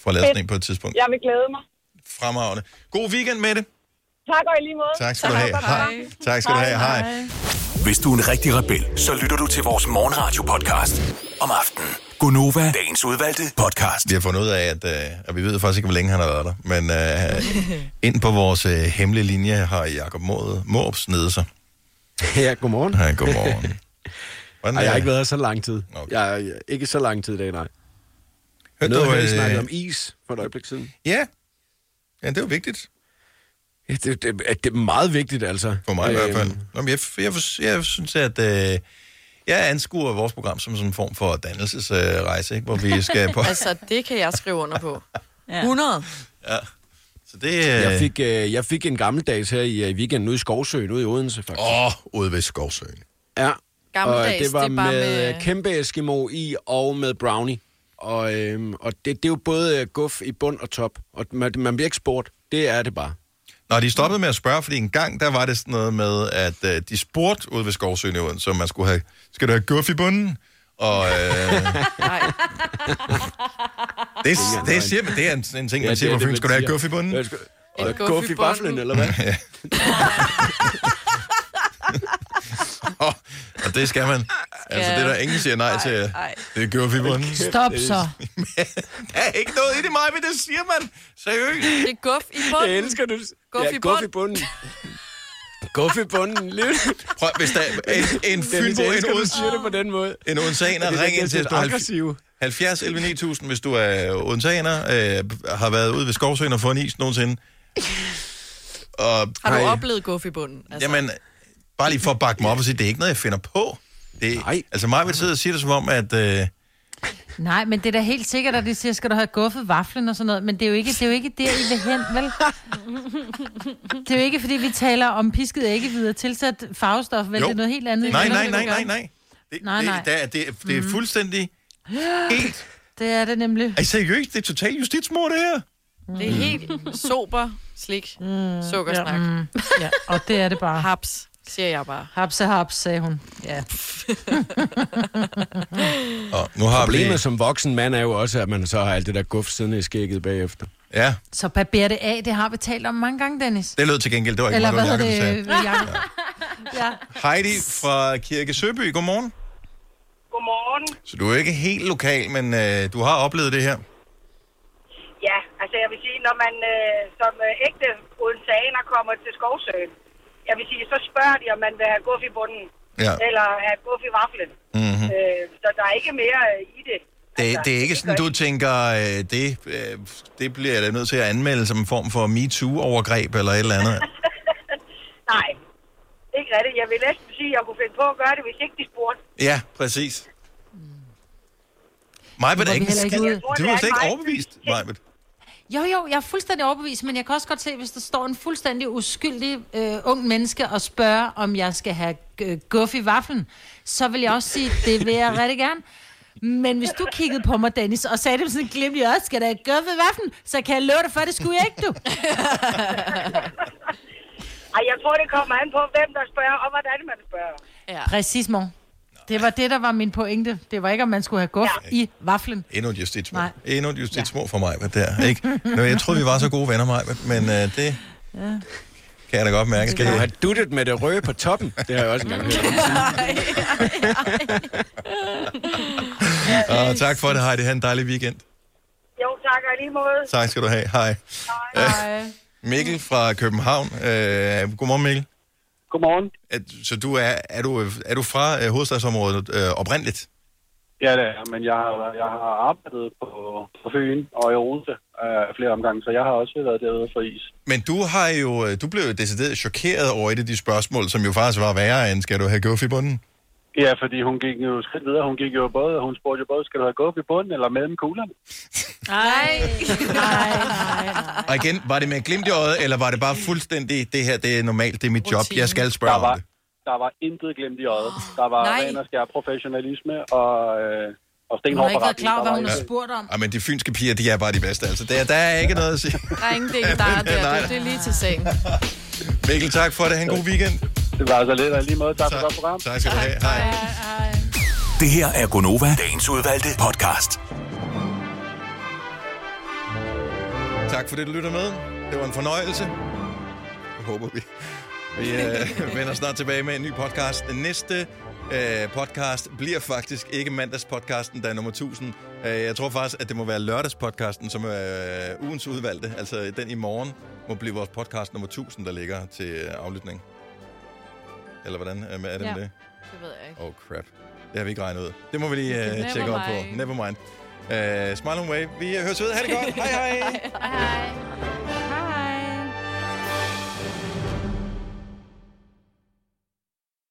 Speaker 1: får lavet sådan en på et tidspunkt.
Speaker 2: Jeg vil glæde mig.
Speaker 1: Fremragende. God weekend med det.
Speaker 2: Tak og i lige måde.
Speaker 1: Tak skal du have. Hej. Tak skal du have. Hej.
Speaker 5: Hvis du er en rigtig rebel, så lytter du til vores morgenradio-podcast om aftenen.
Speaker 1: Gunova.
Speaker 5: Dagens udvalgte podcast.
Speaker 1: Vi har fundet ud af, at, øh, og vi ved faktisk ikke, hvor længe han har været der, men øh, ind på vores øh, hemmelige linje har Jacob Måb, Måb snedet sig.
Speaker 8: Ja, godmorgen.
Speaker 1: Ja, godmorgen.
Speaker 8: <laughs> Ej,
Speaker 1: er
Speaker 8: jeg har
Speaker 1: det?
Speaker 8: ikke været her så lang tid. Okay. Jeg, er- jeg, ikke så lang tid i dag, nej.
Speaker 1: Hørte
Speaker 8: Noget
Speaker 1: du,
Speaker 8: her, I
Speaker 1: øh,
Speaker 8: snakkede om is for et øjeblik siden.
Speaker 1: Ja. Ja, det er jo vigtigt.
Speaker 8: Ja, det, det, at det er meget vigtigt, altså.
Speaker 1: For mig i hvert fald. Nå, men jeg, jeg, jeg, jeg synes, at øh, jeg anskuer vores program som sådan en form for dannelsesrejse, øh, rejse, ikke? hvor vi skal på...
Speaker 3: <laughs> altså, det kan jeg skrive under på. 100.
Speaker 1: Ja. Så det, øh,
Speaker 8: Jeg fik, øh, jeg fik en gammeldags her i, øh, i weekenden ude i Skovsøen, ude i Odense, faktisk.
Speaker 1: Åh, oh, ude ved Skovsøen.
Speaker 8: Ja.
Speaker 2: Gammeldags,
Speaker 8: og det var
Speaker 2: det er bare
Speaker 8: med,
Speaker 2: med-
Speaker 8: med kæmpe Eskimo i og med brownie. Og, øhm, og det, det er jo både øh, guf i bund og top. Og man, man bliver ikke spurgt. Det er det
Speaker 1: <laughs>
Speaker 8: bare.
Speaker 1: Nå, de stoppede med at spørge, fordi en gang, der var det sådan noget med, at øh, de spurgte ude ved Skovsøen i Odense, så man skulle have, skal du have guff i bunden? Og øh, det, det, siger man, det er en, en ting,
Speaker 8: Ja,
Speaker 1: man
Speaker 8: det
Speaker 1: siger
Speaker 8: er
Speaker 1: på
Speaker 8: det,
Speaker 1: Fyn.
Speaker 8: man
Speaker 1: Skal du have
Speaker 8: siger.
Speaker 1: guff i bunden?
Speaker 8: Ja, skal- Og guf i vaflen, eller hvad?
Speaker 1: <laughs> Ja. og, og det skal man. Altså, det er der ingen siger nej til. Det er guff i bunden.
Speaker 7: Stop så.
Speaker 1: <laughs> Der er ikke noget i det, Maja, men det siger man. Seriøst.
Speaker 3: Det er guf i bunden.
Speaker 8: Jeg elsker det.
Speaker 3: Guf
Speaker 8: ja,
Speaker 3: i
Speaker 8: guf
Speaker 3: bunden.
Speaker 8: i bunden. guf i bunden. Lidt.
Speaker 1: Prøv, hvis der er en, en
Speaker 8: Dennis,
Speaker 1: fynbo,
Speaker 8: jeg
Speaker 1: en
Speaker 8: elsker, du
Speaker 1: Odense-
Speaker 8: siger det på den måde.
Speaker 1: En
Speaker 8: Det er
Speaker 1: odenseaner,
Speaker 8: den
Speaker 1: ring
Speaker 8: der
Speaker 1: ind til
Speaker 8: lidt
Speaker 1: os. Du er
Speaker 8: aggressive.
Speaker 1: 70 11 9000, hvis du er odenseaner, øh, har været ude ved Skovsøen og fået en is nogensinde. Og,
Speaker 3: Har du oplevet guf i bunden? Altså,
Speaker 1: Jamen, bare lige for at bakke mig op og sige, det er ikke noget, jeg finder på. Det, Nej. Altså mig vil sidde og sige det som om, at... Øh,
Speaker 7: Nej, men det er da helt sikkert, at de siger, skal du have guffet vaflen og sådan noget, men det er jo ikke, det er jo ikke der, I vil hen, vel? Det er jo ikke, fordi vi taler om pisket æggehvide og tilsat farvestof, vel?
Speaker 1: Jo.
Speaker 7: Det er noget helt andet.
Speaker 1: Nej,
Speaker 7: I vil
Speaker 1: nej,
Speaker 7: hen,
Speaker 1: nej,
Speaker 7: du gør.
Speaker 1: nej, nej. Det,
Speaker 7: Nej, nej. Mm.
Speaker 1: Det, det, er, det, er- det er fuldstændig...
Speaker 7: <gasps>
Speaker 1: Helt.
Speaker 7: Det er det nemlig.
Speaker 1: Ej, seriøst, det er totalt justitsmord, det her.
Speaker 3: Det er
Speaker 1: Mm.
Speaker 3: helt sober slik mm. sukkersnak.
Speaker 7: Ja. Mm. ja, og det er det bare.
Speaker 3: Haps, siger jeg bare.
Speaker 7: Hapse, haps, sagde hun.
Speaker 3: <laughs>
Speaker 7: Ja.
Speaker 1: Og nu har
Speaker 8: Problemet
Speaker 1: vi-
Speaker 8: som voksen mand er jo også, at man så har alt det der guf siddende i skægget bagefter.
Speaker 1: Ja.
Speaker 7: Så barber det af, det har vi talt om mange gange, Dennis.
Speaker 1: Det lød til gengæld, det var ikke
Speaker 7: Eller
Speaker 1: Eller
Speaker 7: hvad
Speaker 1: Margot Jacob,
Speaker 7: hedder
Speaker 1: sagde.
Speaker 7: det? øh, Jacob? ja.
Speaker 1: Heidi fra Kirke Søby, godmorgen.
Speaker 2: Godmorgen.
Speaker 1: Så du er ikke helt lokal, men øh, du har oplevet det her.
Speaker 2: Ja, altså jeg vil sige, når man øh, som øh, ægte odenseaner kommer til Skovsøen, jeg vil sige, så spørger de, om man vil have guff i bunden,
Speaker 1: Ja.
Speaker 2: eller have guff i vaflen.
Speaker 1: Mhm.
Speaker 2: Øh, så der er ikke mere øh, i det.
Speaker 1: Det, det er ikke sådan, du tænker, øh, det, øh, det bliver jeg da nødt til at anmelde som en form for MeToo-overgreb eller et eller andet.
Speaker 2: Nej, ikke rigtigt. Jeg vil næsten sige, at jeg kunne finde på at gøre det, hvis ikke de spurgte.
Speaker 1: Ja, præcis. Majbet
Speaker 7: Nu
Speaker 1: er
Speaker 7: var vi
Speaker 1: ikke en
Speaker 7: heller ikke
Speaker 1: skid.
Speaker 7: ude.
Speaker 1: Du er slet ikke overbevist, Majbet.
Speaker 7: Jo, jo, jeg er fuldstændig overbevist, men jeg kan også godt se, hvis der står en fuldstændig uskyldig øh, ung menneske og spørger, om jeg skal have øh, guff i vaflen, så vil jeg også sige, det vil jeg rigtig gerne. Men hvis du kiggede på mig, Dennis, og sagde det med sådan en glimt i øjet, skal der have guff i vaflen, så kan jeg love dig for, det skulle jeg <laughs> ikke, du.
Speaker 2: Ej, jeg tror, det kommer an på, hvem der spørger, og hvordan man spørger.
Speaker 3: Ja.
Speaker 7: Præcis, mor. Det var det, der var min pointe. Det var ikke, om man skulle have guff ja. i vaflen.
Speaker 1: Endnu et justitsmord.
Speaker 7: Nej.
Speaker 1: Endnu et justitsmord for mig, hvad der, ikke? Nå, jeg troede, vi var så gode venner, mig, men øh, det
Speaker 7: Ja.
Speaker 1: kan jeg da godt mærke.
Speaker 8: Skal du have duttet med det røde på
Speaker 1: <laughs>
Speaker 8: toppen? Det har jeg
Speaker 7: <laughs>
Speaker 8: også engang hørt.
Speaker 2: <laughs>
Speaker 1: Og tak for det, Heidi. Ha' en dejlig weekend.
Speaker 2: Jo, tak, og i lige måde.
Speaker 1: Tak skal du have. Hej.
Speaker 2: Hej.
Speaker 1: Mikkel fra København. Øh, godmorgen, Mikkel.
Speaker 9: Godmorgen.
Speaker 1: At, så du er, er, du, er du fra øh, hovedstadsområdet øh, oprindeligt?
Speaker 9: Ja, det er, jeg, men jeg har, jeg har arbejdet på, på Fyn og i Odense øh, flere omgange, så jeg har også været derude for is.
Speaker 1: Men du har jo, øh, du blev jo decideret chokeret over et af de spørgsmål, som jo faktisk var værre end, skal du have guff i bunden?
Speaker 9: Ja, fordi hun gik jo skridt videre. Hun gik jo både, hun spurgte jo både, skal du have gået i bunden eller mellem kuglerne?
Speaker 3: Nej.
Speaker 7: Nej.
Speaker 1: Og igen, var det med et glimt i øjet, eller var det bare fuldstændig, det her, det er normalt, det er mit job, jeg skal spørge
Speaker 9: der var,
Speaker 1: om det?
Speaker 9: Der var intet glemt i øjet. Der var
Speaker 7: Nej.
Speaker 9: ren og skær professionalisme og, øh, og
Speaker 7: Hun
Speaker 9: stenhård
Speaker 7: har ikke været
Speaker 9: forretning.
Speaker 7: klar over, hvad
Speaker 9: Der var
Speaker 7: hun har
Speaker 9: ikke-
Speaker 7: spurgt om.
Speaker 1: Ej, men de fynske piger, de er bare de bedste, altså. Der, der er ikke noget at
Speaker 9: <laughs>
Speaker 1: sige.
Speaker 3: Der er ingen ding, der
Speaker 1: <laughs>
Speaker 3: er der. Det- Det er lige til sagen.
Speaker 1: Mikkel, tak for det. Ha' en god weekend.
Speaker 9: Det var så lidt, og i lige måde tak for godt program.
Speaker 1: Tak skal du have. Hej.
Speaker 5: Det her er Gonova, dagens udvalgte podcast.
Speaker 1: Tak for det, du lytter med. Det var en fornøjelse. Jeg håber vi. Vi øh, vender snart tilbage med en ny podcast. Den næste øh, podcast bliver faktisk ikke mandagspodcasten, der er nummer 1000. Øh, jeg tror faktisk, at det må være lørdagspodcasten, som er øh, ugens udvalgte. Altså den i morgen må blive vores podcast nummer 1000, der ligger til øh, aflytning. Eller hvordan øh, er det
Speaker 3: Ja.
Speaker 1: med det?
Speaker 3: Det ved jeg ikke.
Speaker 1: Oh crap. Det har vi ikke regnet ud. Det må vi lige øh,
Speaker 3: Never
Speaker 1: tjekke op på.
Speaker 3: mind.
Speaker 1: øh,
Speaker 3: <laughs>
Speaker 1: Nevermind. Uh, smile and wave. Vi øh, høres ved. Ha' det godt. Hej hej.
Speaker 3: hej, hej.